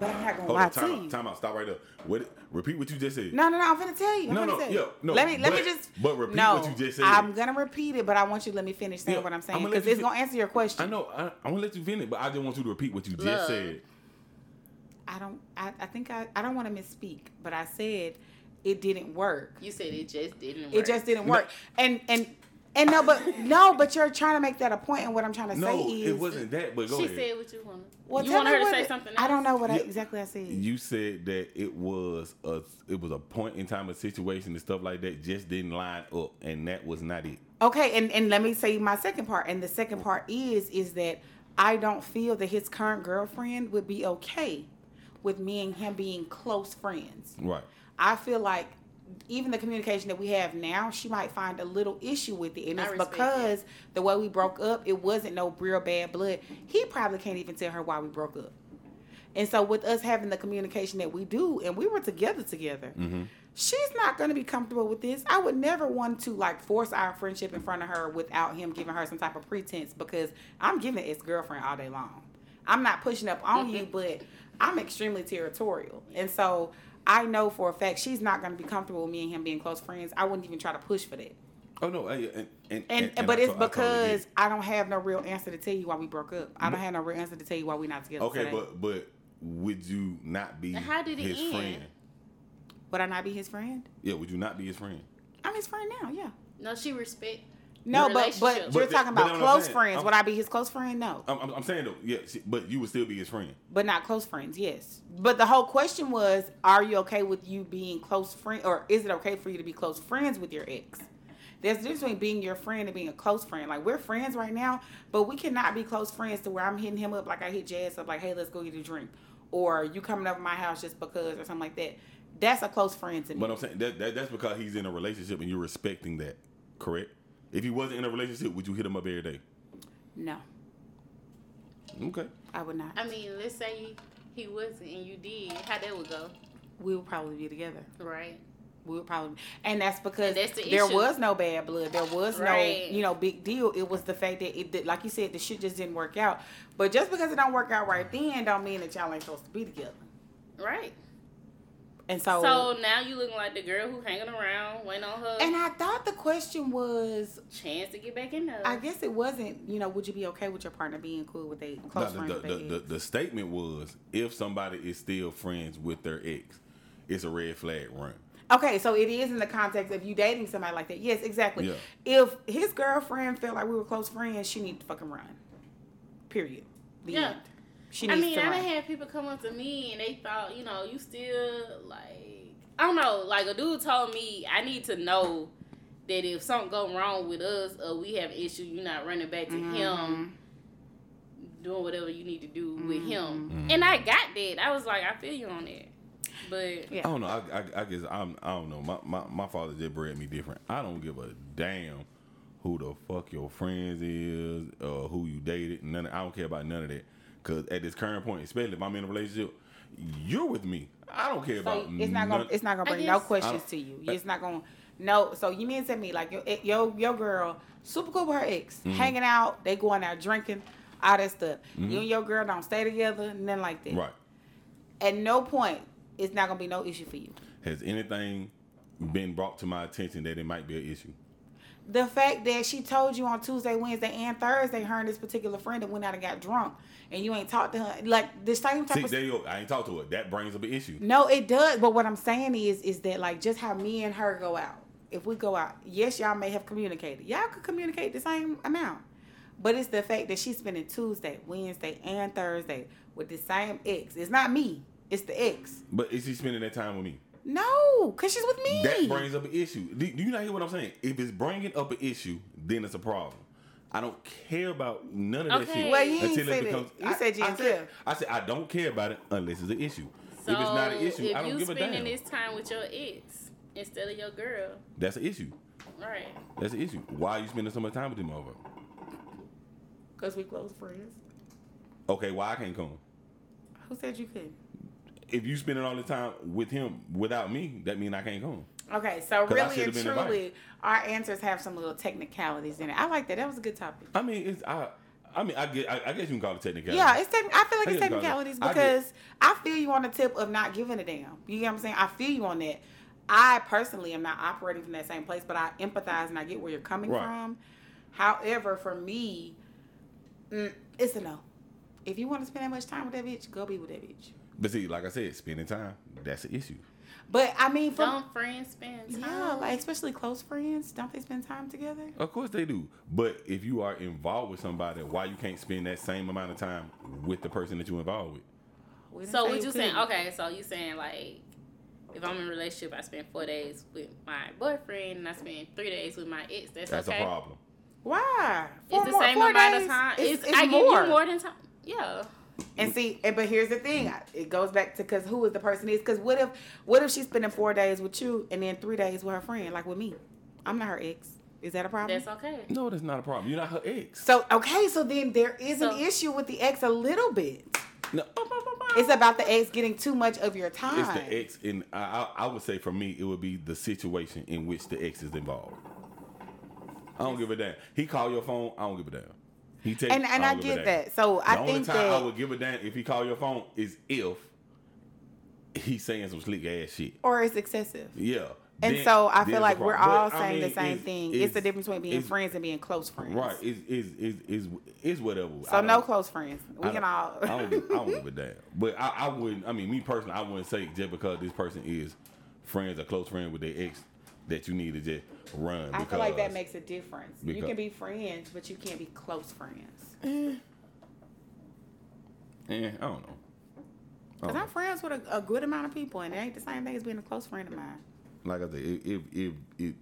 Speaker 2: But I'm not gonna
Speaker 1: Hold
Speaker 2: lie
Speaker 1: on, time
Speaker 2: to
Speaker 1: out,
Speaker 2: you.
Speaker 1: time out, stop right there. What? Repeat what you just said.
Speaker 2: No, no, no. I'm gonna tell you. I'm
Speaker 1: No,
Speaker 2: gonna
Speaker 1: no,
Speaker 2: tell
Speaker 1: yeah,
Speaker 2: you.
Speaker 1: no,
Speaker 2: Let me, let me
Speaker 1: but-
Speaker 2: just.
Speaker 1: but repeat
Speaker 2: no,
Speaker 1: what you just said.
Speaker 2: I'm gonna repeat it, but I want you to let me finish saying
Speaker 1: Yeah,
Speaker 2: what I'm saying
Speaker 1: I'ma let
Speaker 2: because
Speaker 1: you
Speaker 2: it's
Speaker 1: fin-
Speaker 2: gonna answer your question.
Speaker 1: I know. I, I'm gonna let you finish, but I just want you to repeat what you just
Speaker 3: Love.
Speaker 1: said.
Speaker 2: I don't. I, I think I. I don't want to misspeak, but I said it didn't work.
Speaker 3: You said it just didn't work.
Speaker 2: It just didn't work. And and and no, but no, but you're trying to make that a point, and what I'm trying to say
Speaker 1: No,
Speaker 2: is
Speaker 1: it wasn't that. But go
Speaker 3: She
Speaker 1: ahead.
Speaker 3: said what you wanted.
Speaker 2: Well,
Speaker 3: you
Speaker 2: tell
Speaker 3: want
Speaker 2: me
Speaker 3: her to
Speaker 2: what
Speaker 3: say
Speaker 2: it-
Speaker 3: something else?
Speaker 2: I don't know what I,
Speaker 1: Yeah.
Speaker 2: exactly I said.
Speaker 1: you said that it was a it was a point in time, a situation, and stuff like that just didn't line up, and that was not it.
Speaker 2: Okay, and, and let me say my second part. And the second part is is that I don't feel that his current girlfriend would be okay with me and him being close friends.
Speaker 1: Right.
Speaker 2: I feel like even the communication that we have now, she might find a little issue with it. And
Speaker 3: I
Speaker 2: it's
Speaker 3: respect
Speaker 2: because the way we broke up, it wasn't no real bad blood. He probably can't even tell her why we broke up. And so with us having the communication that we do, and we were together together, she's not going to be comfortable with this. I would never want to like force our friendship in front of her without him giving her some type of pretense because I'm giving ex girlfriend all day long. I'm not pushing up
Speaker 1: [LAUGHS]
Speaker 2: on you, but I'm extremely territorial, and so I know for a fact she's not going to be comfortable with me and him being close friends. I wouldn't even try to push for that.
Speaker 1: Oh no. I- And, and,
Speaker 2: And,
Speaker 1: and
Speaker 2: but
Speaker 1: I
Speaker 2: it's
Speaker 1: to- I totally get it.
Speaker 2: because I don't have no real answer to tell you why we broke up. I don't have no real answer to tell you why we're not together.
Speaker 1: Okay,
Speaker 2: today.
Speaker 1: but but would you not be
Speaker 3: How did it
Speaker 1: his
Speaker 3: end?
Speaker 1: friend?
Speaker 2: would I not be his friend?
Speaker 1: Yeah, would you not be his friend?
Speaker 2: I'm his friend now. Yeah.
Speaker 3: No, she respect.
Speaker 2: No, but
Speaker 3: relationship.
Speaker 2: but
Speaker 1: But
Speaker 2: you're
Speaker 1: the-
Speaker 2: talking
Speaker 1: but
Speaker 2: about
Speaker 1: that's what I'm
Speaker 2: close
Speaker 1: saying.
Speaker 2: friends.
Speaker 1: I'm-
Speaker 2: Would I be his close friend? No,
Speaker 1: I'm, I'm, I'm saying though, yeah, she- but you would still be his friend.
Speaker 2: but not close friends. Yes, but the whole question was: Are you okay with you being close friend, or is it okay for you to be close friends with your ex? There's a difference between being your friend and being a close friend. Like we're friends right now, but we cannot be close friends to where I'm hitting him up like I hit Jazz up, like, "Hey, let's go get a drink," or "You coming over my house just because," or something like that. That's a close friend to me.
Speaker 1: But uh, I'm saying that, that that's because he's in a relationship and you're respecting that, correct? If he wasn't in a relationship, would you hit him up every day?
Speaker 2: no,
Speaker 1: Okay.
Speaker 2: I would not.
Speaker 3: I mean, let's say he wasn't and you did, how that would go,
Speaker 2: We would probably be together.
Speaker 3: right?
Speaker 2: we would probably and that's
Speaker 3: And
Speaker 2: because
Speaker 3: that's the
Speaker 2: there
Speaker 3: issue.
Speaker 2: was no bad blood there was
Speaker 3: Right.
Speaker 2: no you know big deal it was the fact that it did, like you said the shit just didn't work out but just because it don't work out right then don't mean that y'all ain't supposed to be together
Speaker 3: Right.
Speaker 2: And so,
Speaker 3: So now you looking like the girl who hanging around, waiting on her
Speaker 2: and I thought the question was,
Speaker 3: chance to get back in there.
Speaker 2: I guess it wasn't. You know, would you be okay with your partner being cool with a close
Speaker 1: No,
Speaker 2: friend?
Speaker 1: the,
Speaker 2: with
Speaker 1: the,
Speaker 2: their
Speaker 1: the, the,
Speaker 2: ex?
Speaker 1: the statement was if somebody is still friends with their ex, it's a red flag run.
Speaker 2: okay, so it is in the context of you dating somebody like that. Yes, exactly.
Speaker 1: Yeah.
Speaker 2: If his girlfriend felt like we were close friends, she need to fucking run. Period. The
Speaker 3: Yeah.
Speaker 2: end. She
Speaker 3: I
Speaker 2: needs
Speaker 3: mean,
Speaker 2: to
Speaker 3: I
Speaker 2: run.
Speaker 3: done had people come up to me and they thought, you know, you still like I don't know, like a dude told me I need to know that if something go wrong with us or we have an issue, you're not running back to him
Speaker 2: Mm-hmm.
Speaker 3: doing whatever you need to do with him. And I got that. I was like, I feel you on that. But
Speaker 2: Yeah.
Speaker 1: I don't know. I, I, I guess I'm. I don't know. My, my my father just bred me different. I don't give a damn who the fuck your friends is or who you dated. None. I don't care about none of that. Cause at this current point, especially if I'm in a relationship, you're with me. I don't care
Speaker 2: So
Speaker 1: about.
Speaker 2: it's not gonna
Speaker 1: none-
Speaker 2: it's not gonna
Speaker 3: I
Speaker 2: bring no
Speaker 3: guess-
Speaker 1: I
Speaker 2: questions
Speaker 1: don't-
Speaker 2: to you. It's not gonna no. So you mean to me like your eh, your your girl super cool with her ex,
Speaker 1: Mm-hmm.
Speaker 2: hanging out, they going out drinking, all that stuff. You and your girl don't stay together, nothing like that.
Speaker 1: right.
Speaker 2: At no point it's not gonna be no issue for you.
Speaker 1: Has anything been brought to my attention that it might be an issue?
Speaker 2: The fact that she told you on Tuesday, Wednesday, and Thursday, her and this particular friend that went out and got drunk, and you ain't talked to her like the same type
Speaker 1: See,
Speaker 2: of
Speaker 1: there you go. I ain't talked to her. That brings up an issue.
Speaker 2: No, it does. But what I'm saying is, is that like just how me and her go out. If we go out, yes, y'all may have communicated. Y'all could communicate the same amount, but it's the fact that she's spending Tuesday, Wednesday, and Thursday with the same ex. It's not me. It's the ex.
Speaker 1: But is she spending that time with me?
Speaker 2: No, cause she's with me.
Speaker 1: That brings up an issue. Do, do you not hear what I'm saying? If it's bringing up an issue, then it's a problem. I don't care about none of that
Speaker 3: Okay.
Speaker 1: shit
Speaker 3: Well, you
Speaker 2: ain't say that. You said you
Speaker 1: I
Speaker 2: didn't care.
Speaker 1: I said I don't care about it unless it's an issue.
Speaker 3: so
Speaker 1: if it's not an issue,
Speaker 3: if
Speaker 1: I don't
Speaker 3: you
Speaker 1: give a
Speaker 3: spending
Speaker 1: damn.
Speaker 3: this time with your ex instead of your girl,
Speaker 1: That's an issue.
Speaker 3: right?
Speaker 1: That's an issue. Why are you spending so much time with him over?
Speaker 2: Cause we close friends.
Speaker 1: Okay, why I can't come?
Speaker 2: Who said you couldn't?
Speaker 1: If you spending all the time with him without me, that mean I can't come.
Speaker 2: Okay, so
Speaker 1: 'Cause I
Speaker 2: really
Speaker 1: should've
Speaker 2: and
Speaker 1: been
Speaker 2: truly,
Speaker 1: invited.
Speaker 2: our answers have some little technicalities in it. I like that. That was a good topic.
Speaker 1: I mean, it's I. I mean, I get. I, I guess you can call it technicality.
Speaker 2: Yeah, it's techni- I feel like
Speaker 1: I
Speaker 2: it's
Speaker 1: get it, Carla.
Speaker 2: technicalities
Speaker 1: I get-
Speaker 2: because I, feel you on the tip of not giving a damn. You get what I'm saying? I feel you on that. I personally am not operating from that same place, but I empathize and I get where you're coming
Speaker 1: Right.
Speaker 2: from. However, for me, mm, it's a no. If you want to spend that much time with that bitch, go be with that bitch.
Speaker 1: But see, like I said, spending time that's an issue.
Speaker 2: But I mean, from
Speaker 3: Don't friends spend time?
Speaker 2: yeah, like especially close friends, don't they spend time together?
Speaker 1: Of course they do. But if you are involved with somebody, why you can't spend that same amount of time with the person that you're involved with?
Speaker 2: We didn't
Speaker 3: So
Speaker 2: say
Speaker 3: what you saying?
Speaker 2: couldn't.
Speaker 3: Okay, so you saying like, if I'm in a relationship, I spend four days with my boyfriend and I spend three days with my ex. That's,
Speaker 1: That's
Speaker 3: okay.
Speaker 1: a problem.
Speaker 2: Why?
Speaker 3: It's
Speaker 2: Four
Speaker 3: the
Speaker 2: more-
Speaker 3: same
Speaker 2: four
Speaker 3: amount
Speaker 2: days?
Speaker 3: of time. It's,
Speaker 2: It's, it's
Speaker 3: I
Speaker 2: more.
Speaker 3: give you more than time. Yeah.
Speaker 2: And see, and, but here's the thing: I- it goes back to because who is the person is. Because what if, what if she's spending four days with you and then three days with her friend, like with me? I'm not her ex. Is that a problem?
Speaker 3: That's okay.
Speaker 1: No, that's not a problem. You're not her ex.
Speaker 2: so okay, so then there is
Speaker 3: So-
Speaker 2: an issue with the ex a little bit.
Speaker 1: No.
Speaker 2: It's about the ex getting too much of your time.
Speaker 1: It's the ex, and I, I, I would say for me, it would be the situation in which the ex is involved. I don't give a damn. He call your phone. I don't give a damn. He text.
Speaker 2: And and I,
Speaker 1: don't give a damn.
Speaker 2: get that. So
Speaker 1: the
Speaker 2: I
Speaker 1: only
Speaker 2: think
Speaker 1: time
Speaker 2: that
Speaker 1: I would give a damn if he call your phone is if he's saying some slick ass shit.
Speaker 2: or it's excessive.
Speaker 1: Yeah.
Speaker 2: And
Speaker 1: then-
Speaker 2: so I
Speaker 1: then
Speaker 2: feel
Speaker 1: it's
Speaker 2: like
Speaker 1: a
Speaker 2: we're
Speaker 1: problem.
Speaker 2: all
Speaker 1: But, I
Speaker 2: saying
Speaker 1: mean,
Speaker 2: the same
Speaker 1: it's-
Speaker 2: thing. It's, the difference between being
Speaker 1: it's-
Speaker 2: friends and being close friends.
Speaker 1: Right. Is is is is is whatever.
Speaker 2: So
Speaker 1: I
Speaker 2: no
Speaker 1: don't-
Speaker 2: close friends. We
Speaker 1: I
Speaker 2: can
Speaker 1: don't-
Speaker 2: all.
Speaker 1: I don't, give- I don't
Speaker 2: [LAUGHS]
Speaker 1: give a damn. But I, I wouldn't. I mean, me personally, I wouldn't say just because this person is friends or close friend with their ex that you need to just run.
Speaker 2: I
Speaker 1: because,
Speaker 2: feel like that makes a difference. you
Speaker 1: because-
Speaker 2: can be friends, but you can't be close friends.
Speaker 1: Eh, I don't know. I
Speaker 2: Because
Speaker 1: don't know.
Speaker 2: I'm friends with a, a good amount of people, and it ain't the same thing as being a close friend of mine.
Speaker 1: Like I said, if if if, if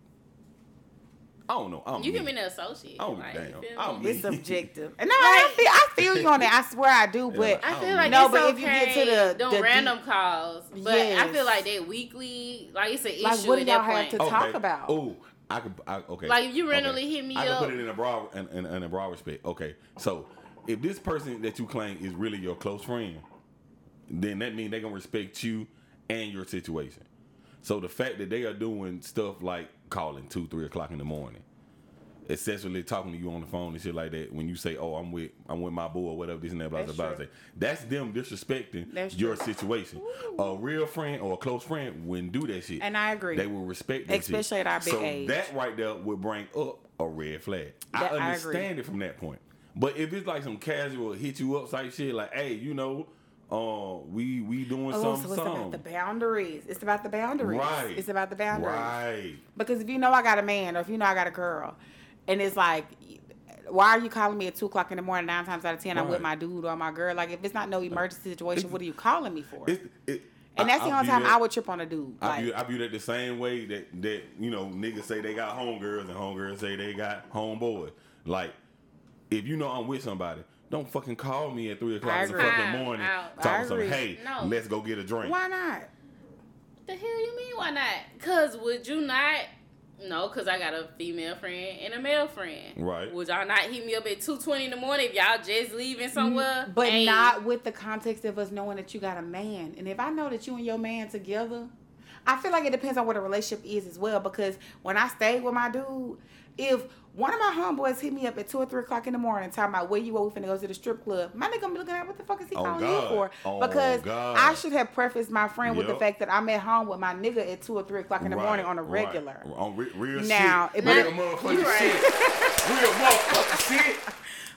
Speaker 1: I don't know. I don't
Speaker 3: You can
Speaker 1: mean-
Speaker 3: be an associate.
Speaker 1: Oh,
Speaker 3: like,
Speaker 1: damn.
Speaker 3: you feel
Speaker 1: Oh,
Speaker 3: me?
Speaker 1: man.
Speaker 2: It's subjective. And [LAUGHS] no, I, feel, I feel you on that. I swear I do, but
Speaker 1: I
Speaker 3: I feel
Speaker 1: don't
Speaker 3: like
Speaker 2: know.
Speaker 3: it's
Speaker 2: No,
Speaker 3: okay.
Speaker 2: but if you get to
Speaker 3: them
Speaker 2: the- the deep-
Speaker 3: random calls, but I feel
Speaker 2: Yes.
Speaker 3: like they weekly, like it's an issue
Speaker 2: Like, what
Speaker 3: at
Speaker 2: do y'all
Speaker 3: that
Speaker 2: have
Speaker 3: point.
Speaker 2: to talk about.
Speaker 1: Oh, I could. I, okay.
Speaker 3: Like, if you
Speaker 1: okay.
Speaker 3: randomly hit me
Speaker 1: I
Speaker 3: up-
Speaker 1: can put it in a broad in, in, in a broad respect. Okay, so if this person that you claim is really your close friend, then that means they gonna respect you and your situation. So the fact that they are doing stuff like calling two, three o'clock in the morning, excessively talking to you on the phone and shit like that when you say, "Oh, I'm with I'm with my boy," or whatever this and that, blah blah
Speaker 2: That's
Speaker 1: blah.
Speaker 2: true.
Speaker 1: That's them disrespecting
Speaker 2: That's
Speaker 1: your
Speaker 2: true.
Speaker 1: situation. A real friend or a close friend wouldn't do that shit.
Speaker 2: And I agree.
Speaker 1: They will respect that shit.
Speaker 2: Especially at our big
Speaker 1: so
Speaker 2: age.
Speaker 1: That right there would bring up a red flag. I
Speaker 2: That- I agree.
Speaker 1: understand it from that point. But if it's like some casual hit you up type shit, like, hey, you know, uh, we we doing
Speaker 2: Oh,
Speaker 1: something,
Speaker 2: so it's about the
Speaker 1: something.
Speaker 2: boundaries. It's about the boundaries.
Speaker 1: Right.
Speaker 2: It's about the boundaries.
Speaker 1: Right.
Speaker 2: Because if you know I got a man or if you know I got a girl, and it's like, why are you calling me at two o'clock in the morning? Nine times out of ten, I'm with
Speaker 1: Right.
Speaker 2: my dude or my girl. Like, if it's not no emergency situation,
Speaker 1: It's-
Speaker 2: what are you calling me for?
Speaker 1: It's- it-
Speaker 2: and
Speaker 1: I-
Speaker 2: that's the
Speaker 1: I
Speaker 2: only
Speaker 1: view
Speaker 2: time
Speaker 1: that-
Speaker 2: I would trip on a dude.
Speaker 1: I
Speaker 2: Like,
Speaker 1: view, I view that the same way that that you know niggas say they got homegirls and homegirls say they got homeboys. Like, if you know I'm with somebody, don't fucking call me at three o'clock in the
Speaker 2: agree.
Speaker 1: fucking morning
Speaker 3: Out.
Speaker 1: talking
Speaker 2: I
Speaker 1: some
Speaker 2: agree.
Speaker 1: hey,
Speaker 3: No.
Speaker 1: let's go get a drink.
Speaker 2: why not?
Speaker 3: The hell you mean? Why not? Cause would you not? No, cause I got a female friend and a male friend.
Speaker 1: Right.
Speaker 3: Would y'all not hit me up at two twenty in the morning if y'all just leaving somewhere?
Speaker 2: But
Speaker 3: Hey,
Speaker 2: not with the context of us knowing that you got a man. And if I know that you and your man together, I feel like it depends on what the relationship is as well. Because when I stayed with my dude, if one of my homeboys hit me up at two or three o'clock in the morning, talking about where you were, we finna go to the strip club. My nigga gonna be looking at what the fuck is he
Speaker 1: Oh,
Speaker 2: calling
Speaker 1: God.
Speaker 2: you for?
Speaker 1: Oh,
Speaker 2: because
Speaker 1: God.
Speaker 2: I should have prefaced my friend with the
Speaker 1: Yep.
Speaker 2: fact that I'm at home with my nigga at two or three o'clock in the
Speaker 1: Right,
Speaker 2: morning on a
Speaker 1: right.
Speaker 2: regular.
Speaker 1: On re- real
Speaker 2: Now,
Speaker 1: shit.
Speaker 2: it-
Speaker 1: real
Speaker 3: Now-
Speaker 1: motherfucking
Speaker 3: you right.
Speaker 1: shit. Real motherfucking shit.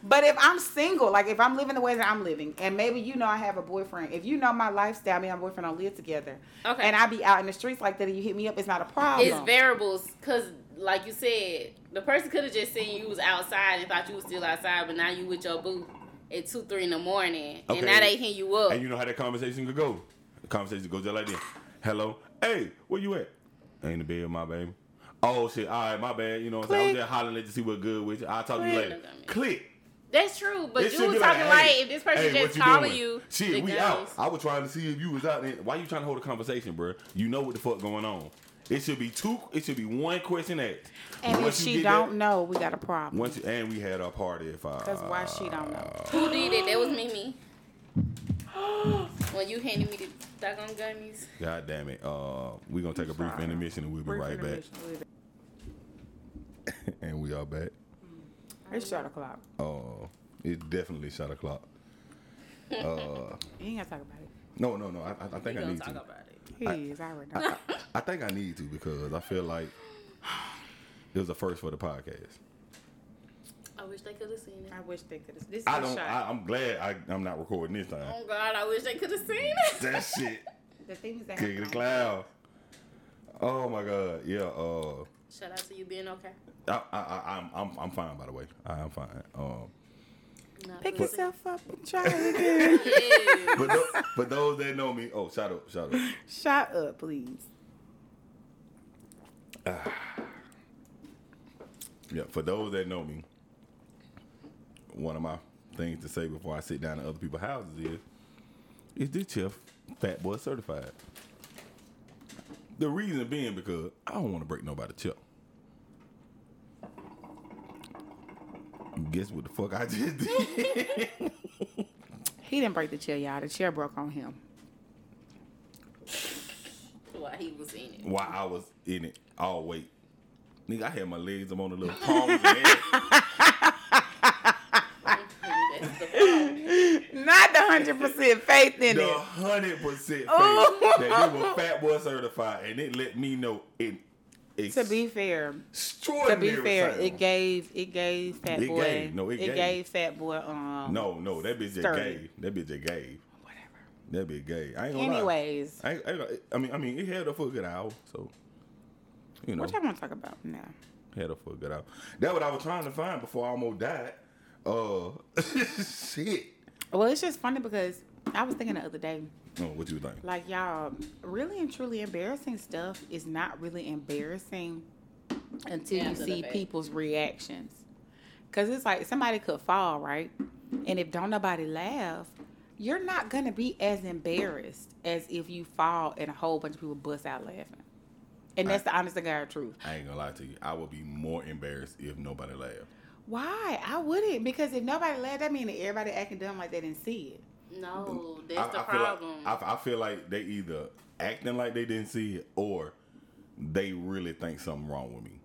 Speaker 2: But if I'm single, like if I'm living the way that I'm living, and maybe you know I have a boyfriend, if you know my lifestyle, me and my boyfriend don't live together,
Speaker 3: Okay.
Speaker 2: and I be out in the streets like that, and you hit me up, it's not a problem.
Speaker 3: It's variables, cause like you said, the person could have just seen you was outside and thought you was still outside, but now you with your boo at two three in the morning,
Speaker 1: Okay.
Speaker 3: and now they hit you up.
Speaker 1: And you know how that conversation could go. The conversation goes just like this. Hello. Hey, where you at? Ain't in the bed with my baby. Oh shit, all right, my bad. You know what I'm saying? I was
Speaker 2: Click.
Speaker 1: just hollering at you see what good with you. I'll talk to you
Speaker 3: Click.
Speaker 1: later. Click.
Speaker 3: That's true, but
Speaker 1: It
Speaker 3: you
Speaker 1: should
Speaker 3: was
Speaker 1: be
Speaker 3: talking like,
Speaker 1: hey,
Speaker 3: if this person
Speaker 1: hey,
Speaker 3: just
Speaker 1: what
Speaker 3: calling
Speaker 1: doing?
Speaker 3: you, the
Speaker 1: Shit, we
Speaker 3: girls-
Speaker 1: out. I was trying to see if you was out there. Why you trying to hold a conversation, bro? You know what the fuck going on. It should be two it should be one question asked.
Speaker 2: and if
Speaker 1: Once you
Speaker 2: she
Speaker 1: get that-
Speaker 2: don't know, we got a problem.
Speaker 1: once you, and we had our party at five.
Speaker 2: That's why she don't know.
Speaker 3: Who did it? [GASPS] That was Mimi. when you handed me the doggone gummies.
Speaker 1: God damn it. Uh, we're going to take a brief
Speaker 2: Sorry.
Speaker 1: intermission and we'll be
Speaker 2: Brief
Speaker 1: right back.
Speaker 2: intermission. We'll be back.
Speaker 1: [LAUGHS] and we are back.
Speaker 2: It's shot o'clock.
Speaker 1: Uh, it's definitely shot o'clock.
Speaker 2: You ain't gotta talk about it.
Speaker 1: No, no, no. I, I- I
Speaker 3: We
Speaker 1: think I
Speaker 3: gonna
Speaker 1: need
Speaker 3: talk
Speaker 1: to.
Speaker 3: about it.
Speaker 2: He is. I already
Speaker 1: [LAUGHS]
Speaker 2: know.
Speaker 1: I think I need to because I feel like [SIGHS] it was the first for the podcast.
Speaker 3: I wish they could have seen it.
Speaker 2: I wish they could. This is
Speaker 1: I
Speaker 2: a
Speaker 1: don't.
Speaker 2: shot.
Speaker 1: I, I'm glad I, I'm not recording this time. [LAUGHS]
Speaker 3: Oh God, I wish they could have seen it.
Speaker 1: That shit,
Speaker 2: the thing is that
Speaker 1: kick the cloud. Oh my god. Yeah. Uh,
Speaker 3: Shout out to you being okay.
Speaker 1: I, I, I, I'm, I'm, I'm fine. By the way, I am fine. Um,
Speaker 3: Not
Speaker 2: Pick
Speaker 3: listening.
Speaker 2: yourself up and try again. [LAUGHS]
Speaker 3: Yeah.
Speaker 1: but tho- but those that know me, oh, shout out, shout out.
Speaker 2: Shut up, please.
Speaker 1: Yeah, for those that know me, one of my things to say before I sit down at other people's houses is, is this chef fat boy certified? The reason being because I don't want to break nobody's chip. Guess what the fuck I just did? [LAUGHS]
Speaker 2: He didn't break the chair, y'all. The chair broke on him. [LAUGHS]
Speaker 3: While he was in it.
Speaker 1: While I was in it all weight. Nigga, I had my legs up on the little palms and everything. [LAUGHS]
Speaker 3: That's the problem.
Speaker 2: Not the hundred percent faith in
Speaker 1: The
Speaker 2: it.
Speaker 1: hundred percent faith
Speaker 2: Oh.
Speaker 1: that they were fat boy certified, and it let me know it.
Speaker 2: To be fair, to
Speaker 1: extraordinary.
Speaker 2: be fair,
Speaker 1: sound.
Speaker 2: it gave it gave Fat
Speaker 1: It
Speaker 2: Boy.
Speaker 1: gave. No, it gave.
Speaker 2: gave Fat Boy. Um,
Speaker 1: no, no, that bitch just
Speaker 2: Sturdy.
Speaker 1: gave. That bitch just gave.
Speaker 2: Whatever.
Speaker 1: That bitch gave. I ain't gonna
Speaker 2: Anyways,
Speaker 1: lie. I, ain't- I, ain't gonna- I mean, I mean, it held up for a good hour, so you know,
Speaker 2: what y'all want to talk about now?
Speaker 1: held up for a good hour. That's what I was trying to find before I almost died. Uh, [LAUGHS] shit.
Speaker 2: Well, it's just funny because I was thinking the other day,
Speaker 1: Oh, what you think?
Speaker 2: like y'all, really and truly embarrassing stuff is not really embarrassing until you
Speaker 3: After the
Speaker 2: see
Speaker 3: fact.
Speaker 2: people's reactions. Cause it's like somebody could fall, right? And if don't nobody laugh, you're not gonna be as embarrassed as if you fall and a whole bunch of people bust out laughing. And that's the honest to God truth.
Speaker 1: I ain't gonna lie to you. I would be more embarrassed if nobody laughed.
Speaker 2: Why? I wouldn't because if nobody laughed, that means that everybody acting dumb like they didn't see it.
Speaker 3: No, that's the
Speaker 1: I, I feel like-
Speaker 3: problem.
Speaker 1: I, I feel like they either acting like they didn't see it or they really think something wrong with me.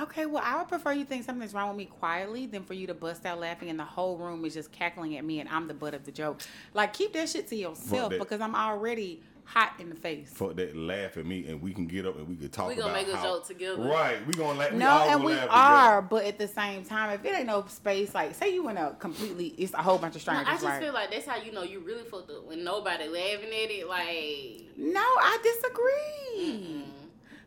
Speaker 2: Okay, well, I would prefer you think something's wrong with me quietly than for you to bust out laughing and the whole room is just cackling at me and I'm the butt of the joke. Like, keep that shit to yourself
Speaker 1: that.
Speaker 2: because I'm already hot in the face.
Speaker 1: Fuck that laugh at me and we can get up and we can talk
Speaker 3: We gonna
Speaker 1: about
Speaker 3: make a
Speaker 1: how-
Speaker 3: joke together.
Speaker 1: Right. We gonna laugh. we
Speaker 2: no,
Speaker 1: all
Speaker 2: and
Speaker 1: gonna
Speaker 2: we
Speaker 1: laugh
Speaker 2: are, but at the same time, if it ain't no space, like, say you in a completely, it's a whole bunch
Speaker 3: I
Speaker 2: of strangers,
Speaker 3: just
Speaker 2: right?
Speaker 3: feel like that's how you know you really fucked up when nobody laughing at it. Like, mm.
Speaker 2: no, I disagree.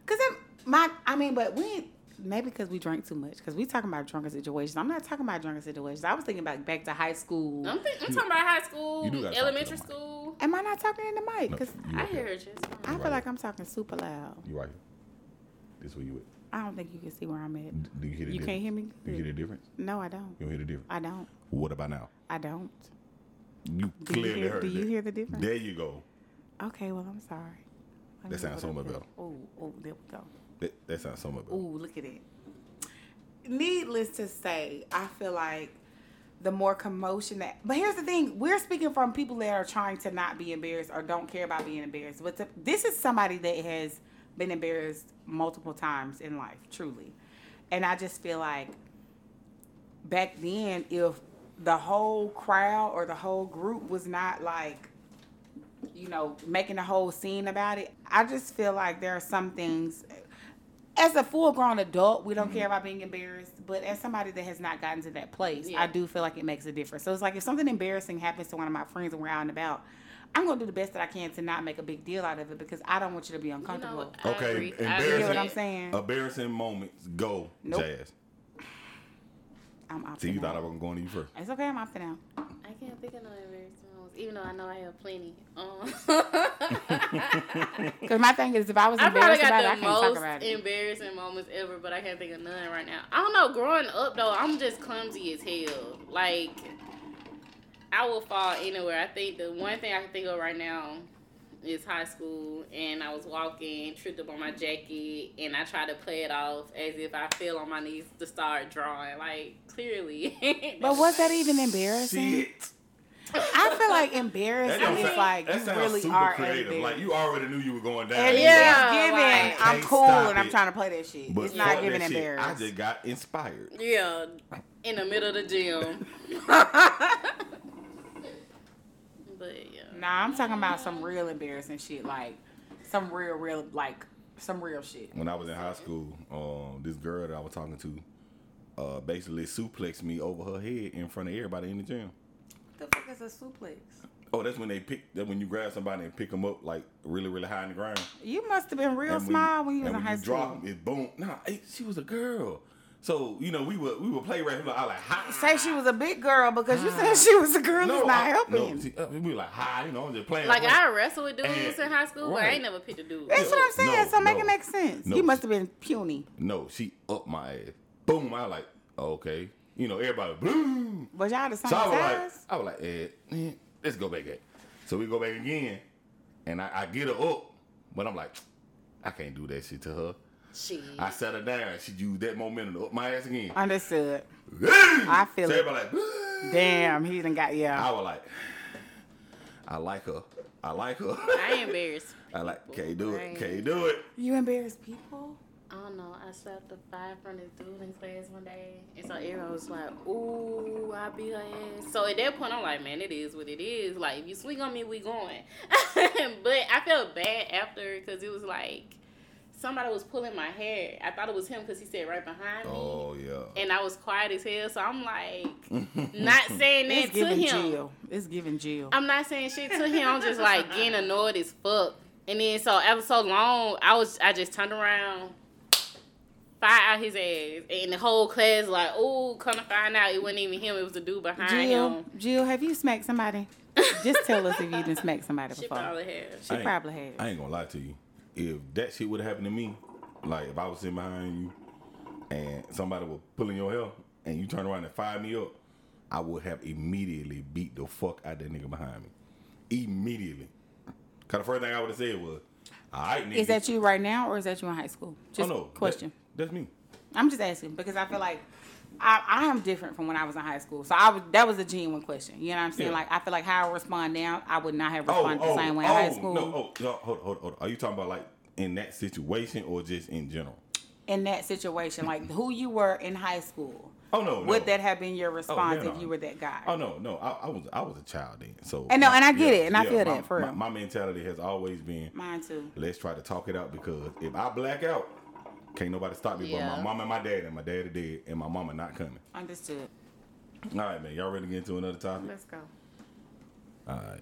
Speaker 2: Because my, I mean, but we, maybe because we drank too much, because we talking about drunken situations. I'm not talking about drunken situations. I was thinking about back to high school.
Speaker 3: I'm, think, I'm talking about high school,
Speaker 1: You do gotta talk to
Speaker 3: elementary
Speaker 1: the mic.
Speaker 3: school.
Speaker 2: Am I not talking in the mic?
Speaker 1: No,
Speaker 2: 'Cause
Speaker 1: you
Speaker 3: I
Speaker 1: okay.
Speaker 3: hear it just
Speaker 2: I
Speaker 3: fine.
Speaker 2: feel
Speaker 1: Right.
Speaker 2: like I'm talking super loud.
Speaker 1: You right here. This where you at.
Speaker 2: I don't think you can see where I'm at.
Speaker 1: D- Do you hear the
Speaker 2: You
Speaker 1: difference?
Speaker 2: can't hear me?
Speaker 1: You hear the difference?
Speaker 2: No, I don't.
Speaker 1: You don't hear the difference.
Speaker 2: I don't.
Speaker 1: What about now?
Speaker 2: I don't.
Speaker 1: You
Speaker 2: Do you
Speaker 1: clearly
Speaker 2: hear,
Speaker 1: heard
Speaker 2: do you
Speaker 1: that.
Speaker 2: hear the difference?
Speaker 1: There you go.
Speaker 2: Okay, well, I'm sorry.
Speaker 1: That sounds so much better.
Speaker 2: Oh, oh, there we go.
Speaker 1: That, that sounds so much better.
Speaker 2: Ooh, look at it. Needless to say, I feel like the more commotion that. But here's the thing: we're speaking from people that are trying to not be embarrassed or don't care about being embarrassed. But to, this is somebody that has been embarrassed multiple times in life, truly. And I just feel like back then, if the whole crowd or the whole group was not like you know, making a whole scene about it. I just feel like there are some things. As a full-grown adult, we don't
Speaker 1: Mm-hmm.
Speaker 2: care about being embarrassed, but as somebody that has not gotten to that place,
Speaker 3: Yeah.
Speaker 2: I do feel like it makes a difference. So it's like if something embarrassing happens to one of my friends and we're out and about, I'm gonna do the best that I can to not make a big deal out of it because I don't want you to be
Speaker 3: You know,
Speaker 2: uncomfortable.
Speaker 3: I
Speaker 1: Okay,
Speaker 3: agree. I
Speaker 1: embarrassing.
Speaker 3: agree
Speaker 2: You
Speaker 3: with
Speaker 2: get what I'm
Speaker 3: that.
Speaker 2: saying?
Speaker 1: Embarrassing moments. Go,
Speaker 2: Nope.
Speaker 1: Jazz.
Speaker 2: I'm
Speaker 1: See,
Speaker 2: opting
Speaker 1: you thought I
Speaker 2: out.
Speaker 1: was going to you first.
Speaker 2: It's okay. I'm opting out.
Speaker 3: I can't think of no embarrassing moments, even though I know I have plenty. Um,
Speaker 2: Because my thing is, if I
Speaker 3: [LAUGHS]
Speaker 2: was
Speaker 3: I probably
Speaker 2: embarrassed about it, I
Speaker 3: got
Speaker 2: can't
Speaker 3: the
Speaker 2: talk
Speaker 3: most
Speaker 2: about it.
Speaker 3: embarrassing moments ever, but I can't think of none right now. I don't know. Growing up though, I'm just clumsy as hell. Like I will fall anywhere. I think the one thing I can think of right now is high school, and I was walking, tripped up on my jacket, and I tried to play it off as if I fell on my knees to start drawing. Like clearly,
Speaker 2: But was that even
Speaker 1: [LAUGHS]
Speaker 2: embarrassing?
Speaker 1: Shit.
Speaker 2: I feel like
Speaker 1: That
Speaker 2: embarrassed
Speaker 1: don't
Speaker 2: is
Speaker 1: sound-
Speaker 2: like you
Speaker 1: that sounds
Speaker 2: really
Speaker 1: super
Speaker 2: are
Speaker 1: creative.
Speaker 2: embarrassed.
Speaker 1: Like you already knew you were going down.
Speaker 2: And
Speaker 3: Yeah,
Speaker 2: it's
Speaker 3: like-
Speaker 2: giving. I'm
Speaker 1: Can't
Speaker 2: cool
Speaker 1: stop
Speaker 2: and I'm
Speaker 1: it.
Speaker 2: trying to play that shit.
Speaker 1: But
Speaker 2: it's not
Speaker 1: fuck
Speaker 2: giving
Speaker 1: that shit,
Speaker 2: embarrassed.
Speaker 1: I just got inspired.
Speaker 3: yeah, in the middle of
Speaker 1: [LAUGHS]
Speaker 3: the gym. but yeah.
Speaker 2: Nah, I'm talking about some real embarrassing shit. Like some real, real, like some real shit.
Speaker 1: When I was in high school, um, this girl that I was talking to, uh, basically suplexed me over her head in front of everybody in the gym.
Speaker 2: What the fuck is a suplex?
Speaker 1: Oh, that's when they pick. That when you grab somebody and pick them up like really, really high in the ground.
Speaker 2: You must have been real
Speaker 1: And
Speaker 2: small when you was
Speaker 1: and
Speaker 2: in high
Speaker 1: drop
Speaker 2: school.
Speaker 1: 'em, it boom. Nah, it, she was a girl. So you know we would we would play right here. Like, I like hi.
Speaker 2: Say she was a big girl because you said she was a girl. it's not
Speaker 1: I-
Speaker 2: helping.
Speaker 1: No, she, uh, we were like hi. You know, I'm just playing.
Speaker 3: Like
Speaker 1: playing.
Speaker 3: I wrestled with dudes
Speaker 1: And-
Speaker 3: in high school, but I
Speaker 1: right.
Speaker 3: ain't never picked a dude.
Speaker 2: That's what I'm
Speaker 1: No,
Speaker 2: saying. so make
Speaker 1: no,
Speaker 2: it make sense.
Speaker 1: no.
Speaker 2: You must have been puny.
Speaker 1: No, she up my ass. Boom. I like okay. You know everybody boom.
Speaker 2: Was y'all the same
Speaker 1: So I was like,
Speaker 2: size?
Speaker 1: I was like, eh, eh, let's go back. At. it. So we go back again, and I, I get her up, but I'm like, I can't do that shit to her.
Speaker 3: Shit.
Speaker 1: I sat her down. She used that momentum to up my ass again.
Speaker 2: Understood.
Speaker 1: I
Speaker 2: feel
Speaker 1: so
Speaker 2: it.
Speaker 1: Everybody like, "Boo."
Speaker 2: Damn, he done got yeah.
Speaker 1: I was like, I like her. I like her.
Speaker 3: I
Speaker 1: [LAUGHS]
Speaker 3: ain't embarrassed.
Speaker 1: I like, can't do
Speaker 3: Right.
Speaker 1: it. Can't do it.
Speaker 2: You embarrass people?
Speaker 3: I don't know. I slapped a five from this dude in class one day, and so everyone was like, "Ooh, I beat her ass." So at that point, I'm like, "Man, it is what it is. Like, if you swing on me, we going." [LAUGHS] but I felt bad after because it was like somebody was pulling my hair. I thought it was him because he said right behind me.
Speaker 1: Oh yeah.
Speaker 3: And I was quiet as hell, so
Speaker 1: [LAUGHS]
Speaker 3: I'm like
Speaker 1: Mm-hmm.
Speaker 3: not saying that
Speaker 2: It's
Speaker 3: to
Speaker 2: giving
Speaker 3: him.
Speaker 2: Jill. It's giving Jill.
Speaker 3: I'm not saying shit to him. I'm just like getting annoyed as fuck. And then so after so long, I was I just turned around, fire out his ass, and the whole class like, oh, come to find out, it wasn't even him. It was the dude behind
Speaker 2: Jill,
Speaker 3: him.
Speaker 2: Jill, have you smacked somebody? Just
Speaker 3: [LAUGHS]
Speaker 2: tell us if you didn't smack somebody
Speaker 3: She
Speaker 2: before.
Speaker 3: probably had.
Speaker 2: she
Speaker 1: I ain't-
Speaker 2: probably has.
Speaker 1: I ain't gonna lie to you. If that shit would have happened to me, like if I was sitting behind you and somebody was pulling your hair and you turn around and fire me up, I would have immediately beat the fuck out that nigga behind me. Immediately. Cause the first thing I would have said was, all right, nigga.
Speaker 2: is that you right now or is that you in high school?
Speaker 1: Oh,
Speaker 2: Just
Speaker 1: no, that-
Speaker 2: question.
Speaker 1: that's me.
Speaker 2: I'm just asking because I feel like I, I am different from when I was in high school. So I was that was a genuine question. You know what I'm saying?
Speaker 1: Yeah.
Speaker 2: Like I feel like how I respond now, I would not have responded the same way in
Speaker 1: oh,
Speaker 2: high school.
Speaker 1: No, oh, no, hold, on, hold, on, hold. on. Are you talking about like in that situation or just in general?
Speaker 2: in that situation, like who you were in high school.
Speaker 1: Oh no,
Speaker 2: Would
Speaker 1: no.
Speaker 2: that have been your response
Speaker 1: hell
Speaker 2: if
Speaker 1: no.
Speaker 2: you were that guy?
Speaker 1: Oh no, no, I, I was I was a child then. So
Speaker 2: And no,
Speaker 1: my-
Speaker 2: and I get it, and I feel
Speaker 1: my-
Speaker 2: that, for
Speaker 1: my,
Speaker 2: real.
Speaker 1: my mentality has always been
Speaker 2: Mine too.
Speaker 1: let's try to talk it out because if I black out, can't nobody stop me but my
Speaker 3: Yeah.
Speaker 1: mom and my dad, and my dad are dead, and my mama not coming.
Speaker 2: Understood.
Speaker 1: All right, man, y'all ready to get into another topic?
Speaker 2: Let's [LAUGHS] go.
Speaker 1: All right,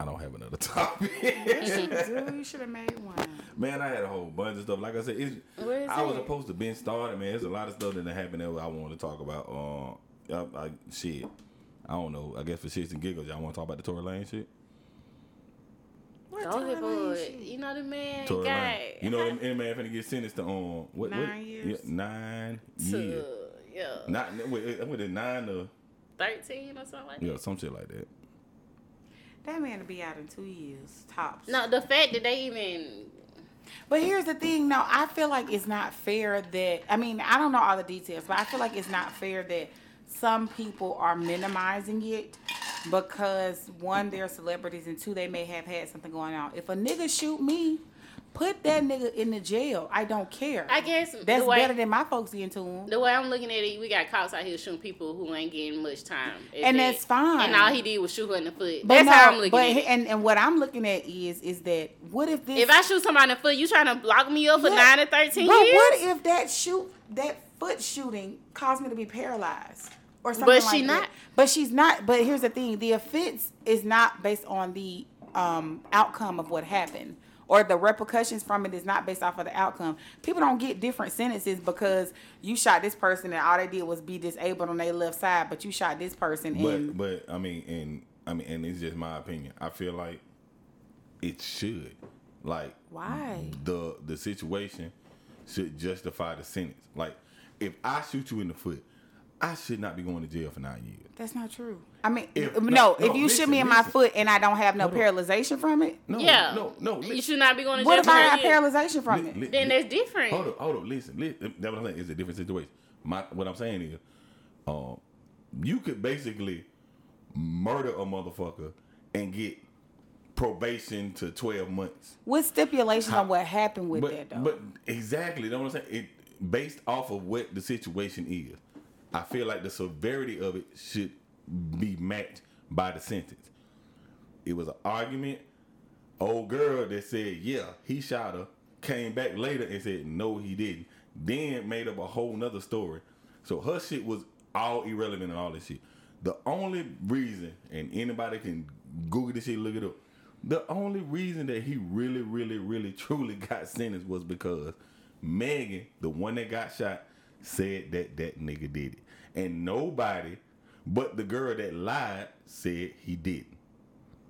Speaker 1: I don't have another [LAUGHS] topic.
Speaker 2: Dude, you should have made one.
Speaker 1: man, I had a whole bunch of stuff. Like I said, it's,
Speaker 3: Where is
Speaker 1: I was
Speaker 3: it?
Speaker 1: supposed to been started, man. There's a lot of stuff that done happened that I wanted to talk about. Uh, I, I, shit, I don't know. I guess for shits and giggles, y'all want to talk about the Tory Lane shit?
Speaker 2: What
Speaker 3: Don't
Speaker 2: time
Speaker 3: get
Speaker 2: is
Speaker 3: bored.
Speaker 2: she?
Speaker 3: You know the man
Speaker 1: Tory
Speaker 3: got.
Speaker 1: Lanez.
Speaker 3: [LAUGHS]
Speaker 1: You know, any man finna get sentenced to um what, what?
Speaker 2: Nine years.
Speaker 1: Yeah, nine years.
Speaker 3: to yeah,
Speaker 1: Not with with a nine to
Speaker 3: thirteen or something like that.
Speaker 1: yeah some shit like that.
Speaker 2: That man will be out in two years tops.
Speaker 3: No, the fact that they even
Speaker 2: But here's the thing, no, I feel like it's not fair that I mean, I don't know all the details, but I feel like it's not fair that some people are minimizing it because one, they're celebrities and two, they may have had something going on. If a nigga shoot me, put that nigga in the jail. I don't care.
Speaker 3: I guess the
Speaker 2: that's
Speaker 3: way-
Speaker 2: better than my folks getting to him.
Speaker 3: the way I'm looking at it, we got cops out here shooting people who ain't getting much time. Is
Speaker 2: And
Speaker 3: that-
Speaker 2: that's fine.
Speaker 3: And all he did was shoot her in the foot.
Speaker 2: But
Speaker 3: That's
Speaker 2: no,
Speaker 3: how I'm looking
Speaker 2: but
Speaker 3: at it.
Speaker 2: and, and what I'm looking at is is that what if this
Speaker 3: If I shoot somebody in the foot, you trying to block me up for
Speaker 2: Yeah.
Speaker 3: nine to thirteen
Speaker 2: But
Speaker 3: years?
Speaker 2: what if that shoot that foot shooting caused me to be paralyzed or something?
Speaker 3: But she
Speaker 2: like that?
Speaker 3: not.
Speaker 2: But she's not. But here's the thing: the offense is not based on the um, outcome of what happened. Or the repercussions from it is not based off of the outcome. People don't get different sentences because you shot this person and all they did was be disabled on their left side, but you shot this person
Speaker 1: But
Speaker 2: and
Speaker 1: but I mean and I mean and it's just my opinion. I feel like it should like
Speaker 2: why?
Speaker 1: the the situation should justify the sentence. Like if I shoot you in the foot, I should not be going to jail for nine years.
Speaker 2: That's not true. I mean,
Speaker 1: If-
Speaker 2: no,
Speaker 1: no,
Speaker 2: If
Speaker 1: no,
Speaker 2: you shoot
Speaker 1: listen,
Speaker 2: me in my
Speaker 1: listen.
Speaker 2: foot and I don't have no
Speaker 1: Hold on.
Speaker 2: paralyzation from it,
Speaker 1: No,
Speaker 3: yeah.
Speaker 1: no, no.
Speaker 3: you
Speaker 1: listen.
Speaker 3: should not be going to jail.
Speaker 2: what if
Speaker 3: for
Speaker 2: I
Speaker 3: nine
Speaker 2: have
Speaker 3: years.
Speaker 2: paralyzation from
Speaker 1: Li-
Speaker 2: it?
Speaker 1: li-
Speaker 3: Then
Speaker 1: li-
Speaker 3: that's different.
Speaker 1: Hold up, hold up. Listen, listen. That's what I'm saying. It's a different situation. My what I'm saying is, um, you could basically murder a motherfucker and get probation to 12 months.
Speaker 2: with stipulations on what happened with
Speaker 1: But
Speaker 2: that though.
Speaker 1: but exactly, you know what I'm saying. It based off of what the situation is. I feel like the severity of it should be matched by the sentence. It was an argument. Old girl that said, "Yeah, he shot her," came back later and said, "No, he didn't." Then made up a whole nother story. So her shit was all irrelevant and all this shit. The only reason, and anybody can Google this shit, look it up. The only reason that he really, really, really, [LAUGHS] truly got sentenced was because Megan, the one that got shot, said that that nigga did it, and nobody but the girl that lied said he didn't.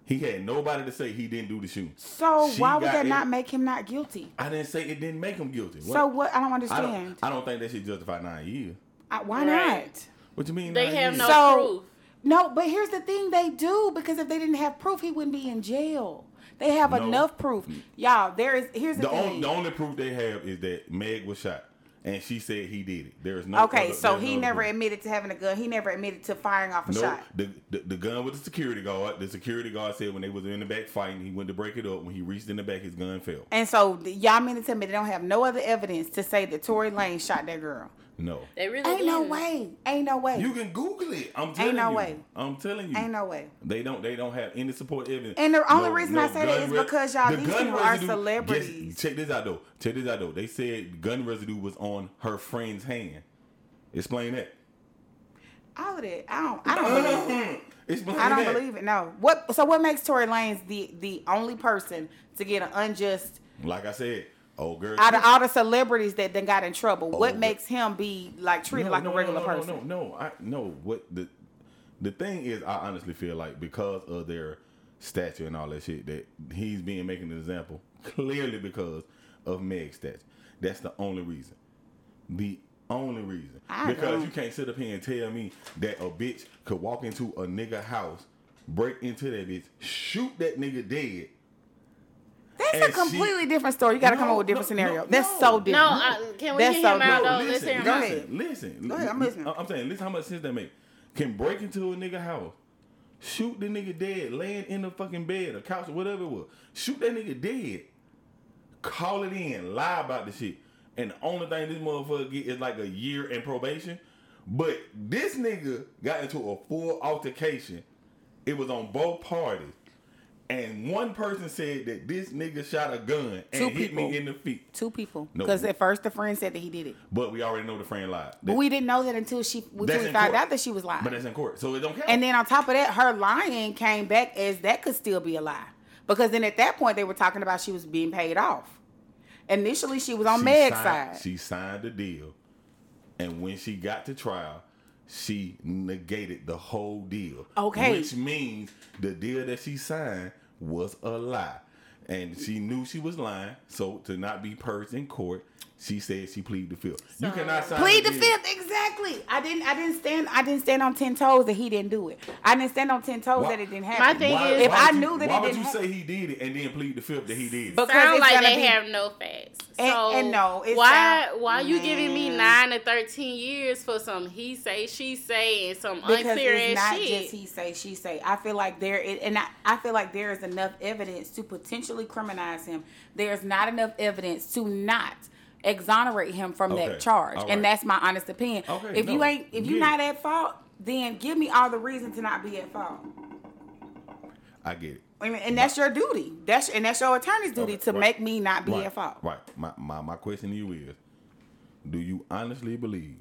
Speaker 1: He had nobody to say he didn't do the shooting.
Speaker 2: so
Speaker 1: She
Speaker 2: why would
Speaker 1: got
Speaker 2: that
Speaker 1: it-
Speaker 2: not make him not guilty?
Speaker 1: I didn't say it didn't make him guilty.
Speaker 2: So what? I don't
Speaker 1: I
Speaker 2: understand.
Speaker 1: don't, I don't think that should justify nine years.
Speaker 2: I- why
Speaker 3: Right.
Speaker 2: not?
Speaker 1: What you mean?
Speaker 3: They
Speaker 1: nine
Speaker 3: have
Speaker 1: years?
Speaker 3: no
Speaker 2: So-
Speaker 3: proof.
Speaker 2: No, but here's the thing: they do because if they didn't have proof, he wouldn't be in jail. They have
Speaker 1: No. Mm.
Speaker 2: enough proof, y'all. There is here's the,
Speaker 1: The,
Speaker 2: thing.
Speaker 1: on, the only proof they have is that Meg was shot, and she said he did it. There is no.
Speaker 2: okay,
Speaker 1: other-
Speaker 2: so
Speaker 1: there's no
Speaker 2: he
Speaker 1: other
Speaker 2: never
Speaker 1: proof.
Speaker 2: admitted to having a gun. He never admitted to firing off a
Speaker 1: No,
Speaker 2: shot.
Speaker 1: the, the the gun with the security guard. The security guard said when they was in the back fighting, he went to break it up. When he reached in the back, his gun fell.
Speaker 2: And so th- y'all mean to tell me they don't have no other evidence to say that Tory Lane shot that girl?
Speaker 1: No,
Speaker 3: They really
Speaker 2: Ain't no
Speaker 3: didn't.
Speaker 2: way. Ain't no way.
Speaker 1: you can Google it. I'm telling
Speaker 2: no
Speaker 1: you.
Speaker 2: way.
Speaker 1: I'm telling you.
Speaker 2: Ain't no way.
Speaker 1: They don't. They don't have any support evidence.
Speaker 2: And the only
Speaker 1: No-
Speaker 2: reason
Speaker 1: no
Speaker 2: I say that
Speaker 1: gun
Speaker 2: is
Speaker 1: re-
Speaker 2: because y'all
Speaker 1: the
Speaker 2: these
Speaker 1: gun
Speaker 2: people are
Speaker 1: residue- guess-
Speaker 2: celebrities.
Speaker 1: check this out though. Check this out though. They said gun residue was on her friend's hand. Explain that.
Speaker 2: All of that. I don't. [LAUGHS] I don't believe. It.
Speaker 1: Explain
Speaker 2: I don't
Speaker 1: that.
Speaker 2: believe it. No. What? So what makes Tory Lanez the the only person to get an unjust
Speaker 1: Like I said, old girl.
Speaker 2: out of all the celebrities that then got in trouble?
Speaker 1: Oh,
Speaker 2: What
Speaker 1: but-
Speaker 2: makes him be like treated like a regular
Speaker 1: no,
Speaker 2: person?
Speaker 1: No, no, no. I no. What the the thing is, I honestly feel like because of their stature and all that shit, that he's being making an example clearly because of Meg's stature. That's the only reason. The only reason
Speaker 2: I
Speaker 1: because
Speaker 2: don't-
Speaker 1: you can't sit up here and tell me that a bitch could walk into a nigga house, break into that bitch, shoot that nigga dead.
Speaker 2: That's
Speaker 1: And
Speaker 2: a
Speaker 1: she-
Speaker 2: completely different story. You got to come
Speaker 1: No,
Speaker 2: up with a different
Speaker 1: no,
Speaker 2: scenario.
Speaker 1: no,
Speaker 2: That's
Speaker 1: no.
Speaker 2: so
Speaker 3: No,
Speaker 2: different.
Speaker 3: I, can we
Speaker 2: That's
Speaker 3: hear
Speaker 2: so
Speaker 3: him out
Speaker 2: dumb.
Speaker 3: though?
Speaker 1: listen,
Speaker 3: Let's hear him
Speaker 2: Go
Speaker 3: out.
Speaker 2: ahead.
Speaker 1: listen, listen.
Speaker 2: Go ahead, I'm listening.
Speaker 1: I'm saying, listen, how much sense that make? Can break into a nigga house, shoot the nigga dead, laying in the fucking bed, or couch, or whatever it was. Shoot that nigga dead. Call it in, lie about the shit, and the only thing this motherfucker get is like a year in probation. But this nigga got into a full altercation. It was on both parties. And one person said that this nigga shot a gun and
Speaker 2: Two
Speaker 1: hit
Speaker 2: people.
Speaker 1: me in the feet.
Speaker 2: Two people.
Speaker 1: No.
Speaker 2: Because at first the friend said that he did it,
Speaker 1: But we already know the friend lied.
Speaker 2: but we didn't know that until she until
Speaker 1: That's
Speaker 2: we
Speaker 1: in
Speaker 2: found
Speaker 1: court.
Speaker 2: out that she was lying.
Speaker 1: But that's in court, so it don't count.
Speaker 2: And then on top of that, her lying came back as that could still be a lie. Because then at that point, they were talking about she was being paid off. Initially, she was on
Speaker 1: She
Speaker 2: Meg's
Speaker 1: signed-
Speaker 2: side.
Speaker 1: She signed the deal, and when she got to trial, she negated the whole deal.
Speaker 2: Okay.
Speaker 1: which means the deal that she signed was a lie, and she knew she was lying. So to not be purged in court, she said she pleaded the fifth. you
Speaker 3: So-
Speaker 1: cannot sign
Speaker 2: Plead
Speaker 1: a
Speaker 2: the
Speaker 1: deal.
Speaker 2: fifth, exactly. I didn't. I didn't stand. I didn't stand on ten toes that he didn't do it. I didn't stand on ten toes
Speaker 1: Why-
Speaker 2: that it didn't
Speaker 3: My
Speaker 2: happen.
Speaker 3: thing
Speaker 1: Why,
Speaker 3: is,
Speaker 1: why
Speaker 2: If I
Speaker 1: would
Speaker 2: knew
Speaker 1: you,
Speaker 2: that it
Speaker 1: why would
Speaker 2: didn't
Speaker 1: you
Speaker 2: happen-
Speaker 1: say he did it and then plead the fifth that he did? it?
Speaker 2: But- Because
Speaker 3: sound
Speaker 2: it's
Speaker 3: like
Speaker 2: gonna
Speaker 3: they
Speaker 2: be-
Speaker 3: have no facts.
Speaker 2: And-
Speaker 3: so
Speaker 2: and no, it
Speaker 3: why
Speaker 2: sound-
Speaker 3: why you giving me nine
Speaker 2: Man.
Speaker 3: to thirteen years for some he say she say and some
Speaker 2: because
Speaker 3: unclear
Speaker 2: it's
Speaker 3: ass
Speaker 2: not
Speaker 3: shit?
Speaker 2: just he say she say. I feel like there is, and I, I feel like there is enough evidence to potentially criminalize him. There's not enough evidence to not exonerate him from
Speaker 1: Okay.
Speaker 2: that charge,
Speaker 1: All right.
Speaker 2: and that's my honest opinion.
Speaker 1: Okay,
Speaker 2: if you
Speaker 1: no.
Speaker 2: ain't, if you're
Speaker 1: Yeah.
Speaker 2: not at fault, then give me all the reason to not be at fault.
Speaker 1: I get it.
Speaker 2: I mean, and that's your duty. That's and that's your attorney's duty
Speaker 1: Okay,
Speaker 2: to
Speaker 1: right.
Speaker 2: make me not be
Speaker 1: right,
Speaker 2: at fault.
Speaker 1: Right. My, my my question to you is, do you honestly believe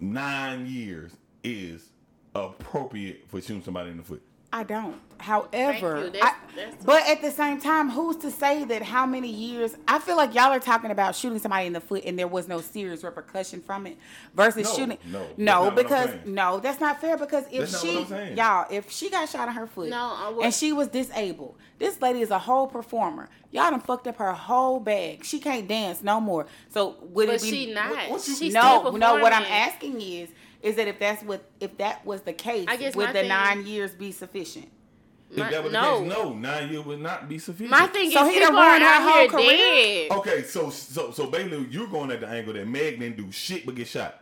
Speaker 1: nine years is appropriate for shooting somebody in the foot?
Speaker 2: I don't. However,
Speaker 3: Thank you. That's-
Speaker 2: I-
Speaker 3: that's-
Speaker 2: but at the same time, who's to say that how many years? I feel like y'all are talking about shooting somebody in the foot and there was no serious repercussion from it versus
Speaker 1: No,
Speaker 2: shooting.
Speaker 1: no, that's
Speaker 2: no,
Speaker 1: not what I'm
Speaker 2: because
Speaker 1: saying.
Speaker 2: no, that's not fair. Because if
Speaker 1: That's not what I'm
Speaker 2: she,
Speaker 1: saying.
Speaker 2: y'all, if she got shot in her foot
Speaker 3: No, I would-
Speaker 2: and she was disabled, this lady is a whole performer. Y'all done fucked up her whole bag. She can't dance no more. So would
Speaker 3: but
Speaker 2: it be?
Speaker 3: she not.
Speaker 1: what you-
Speaker 3: she
Speaker 2: no,
Speaker 3: still
Speaker 2: no. What I'm
Speaker 3: performing.
Speaker 2: asking is, is that if that's what if that was the case,
Speaker 3: I guess my
Speaker 2: would the
Speaker 3: thing-
Speaker 2: nine years be sufficient?
Speaker 3: My-
Speaker 1: if that were the
Speaker 3: no.
Speaker 1: case, no, nine years would not be sufficient.
Speaker 3: My thing
Speaker 2: So
Speaker 3: is
Speaker 2: he done
Speaker 3: people are
Speaker 2: ruined her whole
Speaker 3: out here
Speaker 2: career?
Speaker 3: dead.
Speaker 1: Okay, so so so Bailey, you're going at the angle that Meg didn't do shit but get shot.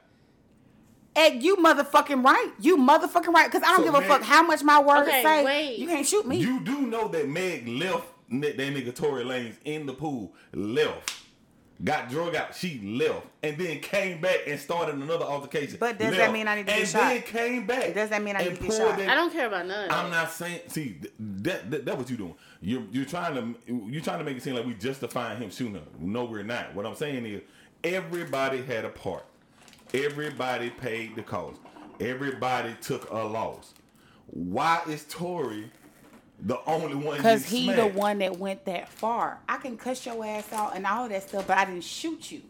Speaker 2: At you motherfucking right. You motherfucking right. Because I don't
Speaker 1: So,
Speaker 2: give a
Speaker 1: man-
Speaker 2: fuck how much my words
Speaker 3: Okay,
Speaker 2: say.
Speaker 3: wait.
Speaker 2: You can't shoot me.
Speaker 1: You do know that Meg left n- that nigga Tory Lanez in the pool, left, got drug out, she left, and then came back and started another altercation.
Speaker 2: But does that
Speaker 1: left,
Speaker 2: mean I need to get
Speaker 1: and
Speaker 2: shot?
Speaker 1: then came back.
Speaker 2: Does that mean I
Speaker 1: and
Speaker 2: need to get
Speaker 1: pulled
Speaker 2: shot?
Speaker 1: that-
Speaker 3: I don't care about none.
Speaker 1: I'm not saying. See, th- that, that that what you doing. You're you're trying to you're trying to make it seem like we justifying him shooting her. No, we're not. What I'm saying is, everybody had a part. Everybody paid the cost. Everybody took a loss. Why is Tory the only one?
Speaker 2: Because
Speaker 1: getting
Speaker 2: he the
Speaker 1: smacked?
Speaker 2: one that went that far. I can cuss your ass out and all that stuff, but I didn't shoot you.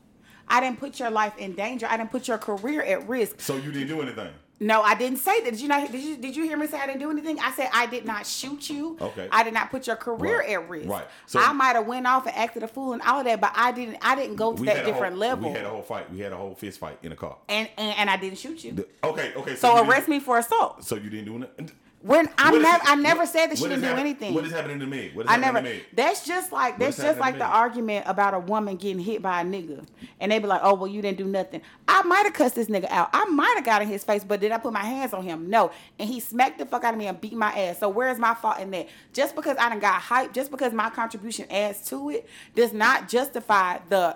Speaker 2: I didn't put your life in danger. I didn't put your career at risk.
Speaker 1: So you didn't do anything.
Speaker 2: No, I didn't say that. Did you not? Did you? Did you hear me say I didn't do anything? I said I did not shoot you.
Speaker 1: Okay.
Speaker 2: I did not put your career
Speaker 1: Right,
Speaker 2: at risk.
Speaker 1: right.
Speaker 2: So
Speaker 1: So-
Speaker 2: I might have went off and acted a fool and all that, but I didn't. I didn't go to that
Speaker 1: had a
Speaker 2: different
Speaker 1: whole,
Speaker 2: level.
Speaker 1: We had a whole fight. We had a whole fist fight in a car.
Speaker 2: and, and and I didn't shoot you.
Speaker 1: The- okay, okay. you
Speaker 2: so
Speaker 1: didn't-
Speaker 2: arrest me for assault.
Speaker 1: So you didn't do anything.
Speaker 2: When I
Speaker 1: What is-
Speaker 2: never, I never
Speaker 1: what-
Speaker 2: said that she
Speaker 1: what is
Speaker 2: didn't do
Speaker 1: happen-
Speaker 2: anything.
Speaker 1: What is happening to me? What is
Speaker 2: I
Speaker 1: happening
Speaker 2: never.
Speaker 1: to me?
Speaker 2: That's just like that's
Speaker 1: is
Speaker 2: just like
Speaker 1: happening
Speaker 2: the
Speaker 1: to me?
Speaker 2: argument about a woman getting hit by a nigga, and they be like, "Oh well, you didn't do nothing." I might have cussed this nigga out. I might have got in his face, but did I put my hands on him? No. And he smacked the fuck out of me and beat my ass. So where is my fault in that? Just because I done got hype, just because my contribution adds to it, does not justify the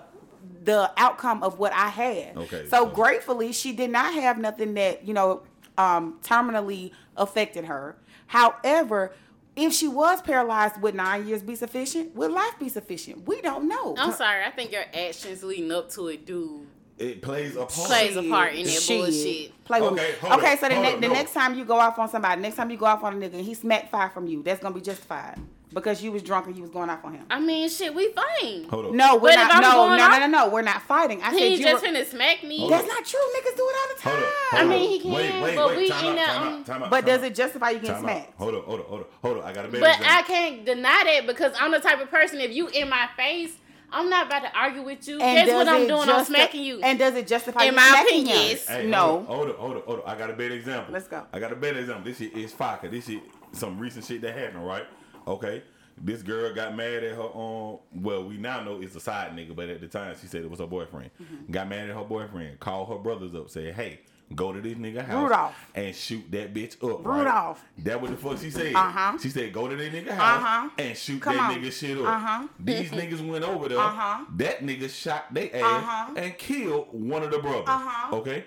Speaker 2: the outcome of what I had.
Speaker 1: Okay, so-
Speaker 2: So gratefully, she did not have nothing that you know um, terminally affected her. However, if she was paralyzed, would nine years be sufficient? Would life be sufficient? We don't know.
Speaker 3: I'm sorry. I think your actions leading up to it do
Speaker 1: It plays a part.
Speaker 3: plays a part in that
Speaker 2: Shit.
Speaker 3: bullshit.
Speaker 2: Play with
Speaker 1: Okay,
Speaker 2: me.
Speaker 1: hold
Speaker 2: okay,
Speaker 1: up,
Speaker 2: so the,
Speaker 1: hold
Speaker 2: ne-
Speaker 1: up,
Speaker 2: the
Speaker 1: no.
Speaker 2: next time you go off on somebody, next time you go off on a nigga, and he smacked fire from you. That's gonna be justified because you was drunk and you was going off on him.
Speaker 3: I mean, shit, we fine.
Speaker 1: Hold up.
Speaker 2: No, we're
Speaker 3: But if
Speaker 2: not.
Speaker 3: I'm
Speaker 2: No, no,
Speaker 3: going
Speaker 2: no,
Speaker 3: off-
Speaker 2: no, no. We're not fighting. I
Speaker 3: He
Speaker 2: said
Speaker 3: ain't
Speaker 2: you.
Speaker 3: just
Speaker 2: were-
Speaker 3: finna smack me.
Speaker 1: Hold
Speaker 2: That's
Speaker 1: up.
Speaker 2: not true. Niggas do it all the time.
Speaker 1: Hold up.
Speaker 3: I
Speaker 1: hold
Speaker 3: mean,
Speaker 1: up.
Speaker 3: he can,
Speaker 1: Wait, wait,
Speaker 3: but
Speaker 1: wait.
Speaker 3: we
Speaker 1: time out,
Speaker 3: in the,
Speaker 1: time
Speaker 3: um,
Speaker 1: out, time out,
Speaker 2: But
Speaker 1: time
Speaker 2: does
Speaker 1: out.
Speaker 2: it justify you getting
Speaker 1: Time out.
Speaker 2: smacked?
Speaker 1: Hold up, hold up, hold up, hold up. I got a better
Speaker 3: But
Speaker 1: example.
Speaker 3: I can't deny that because I'm the type of person. If you in my face, I'm not about to argue with you.
Speaker 2: And
Speaker 3: That's what
Speaker 2: does
Speaker 3: I'm
Speaker 2: it
Speaker 3: doing. I'm
Speaker 2: justi-
Speaker 3: smacking you.
Speaker 2: And does it justify
Speaker 3: In
Speaker 2: you
Speaker 3: my
Speaker 2: smacking
Speaker 3: opinion,
Speaker 2: him?
Speaker 3: yes.
Speaker 1: Hey, oh,
Speaker 2: no.
Speaker 1: Hold up, hold up, hold up. I got a better example.
Speaker 2: Let's go.
Speaker 1: I got a better example. This shit is fire. This shit, some recent shit that happened, right? Okay. This girl got mad at her um well we now know it's a side nigga, but at the time she said it was her boyfriend.
Speaker 2: Mm-hmm.
Speaker 1: Got mad at her boyfriend, called her brothers up, said, Hey, go to this nigga house
Speaker 2: Rudolph.
Speaker 1: and shoot that bitch up.
Speaker 2: Rudolph.
Speaker 1: Right? That what the fuck she said.
Speaker 2: Uh-huh.
Speaker 1: She said, Go to that nigga house
Speaker 2: Uh-huh.
Speaker 1: and shoot
Speaker 2: Come
Speaker 1: that
Speaker 2: on.
Speaker 1: nigga shit up.
Speaker 2: Uh-huh.
Speaker 1: These niggas went over there.
Speaker 2: Uh-huh.
Speaker 1: That nigga shot they ass
Speaker 2: Uh-huh.
Speaker 1: and killed one of the brothers.
Speaker 2: Uh-huh.
Speaker 1: Okay?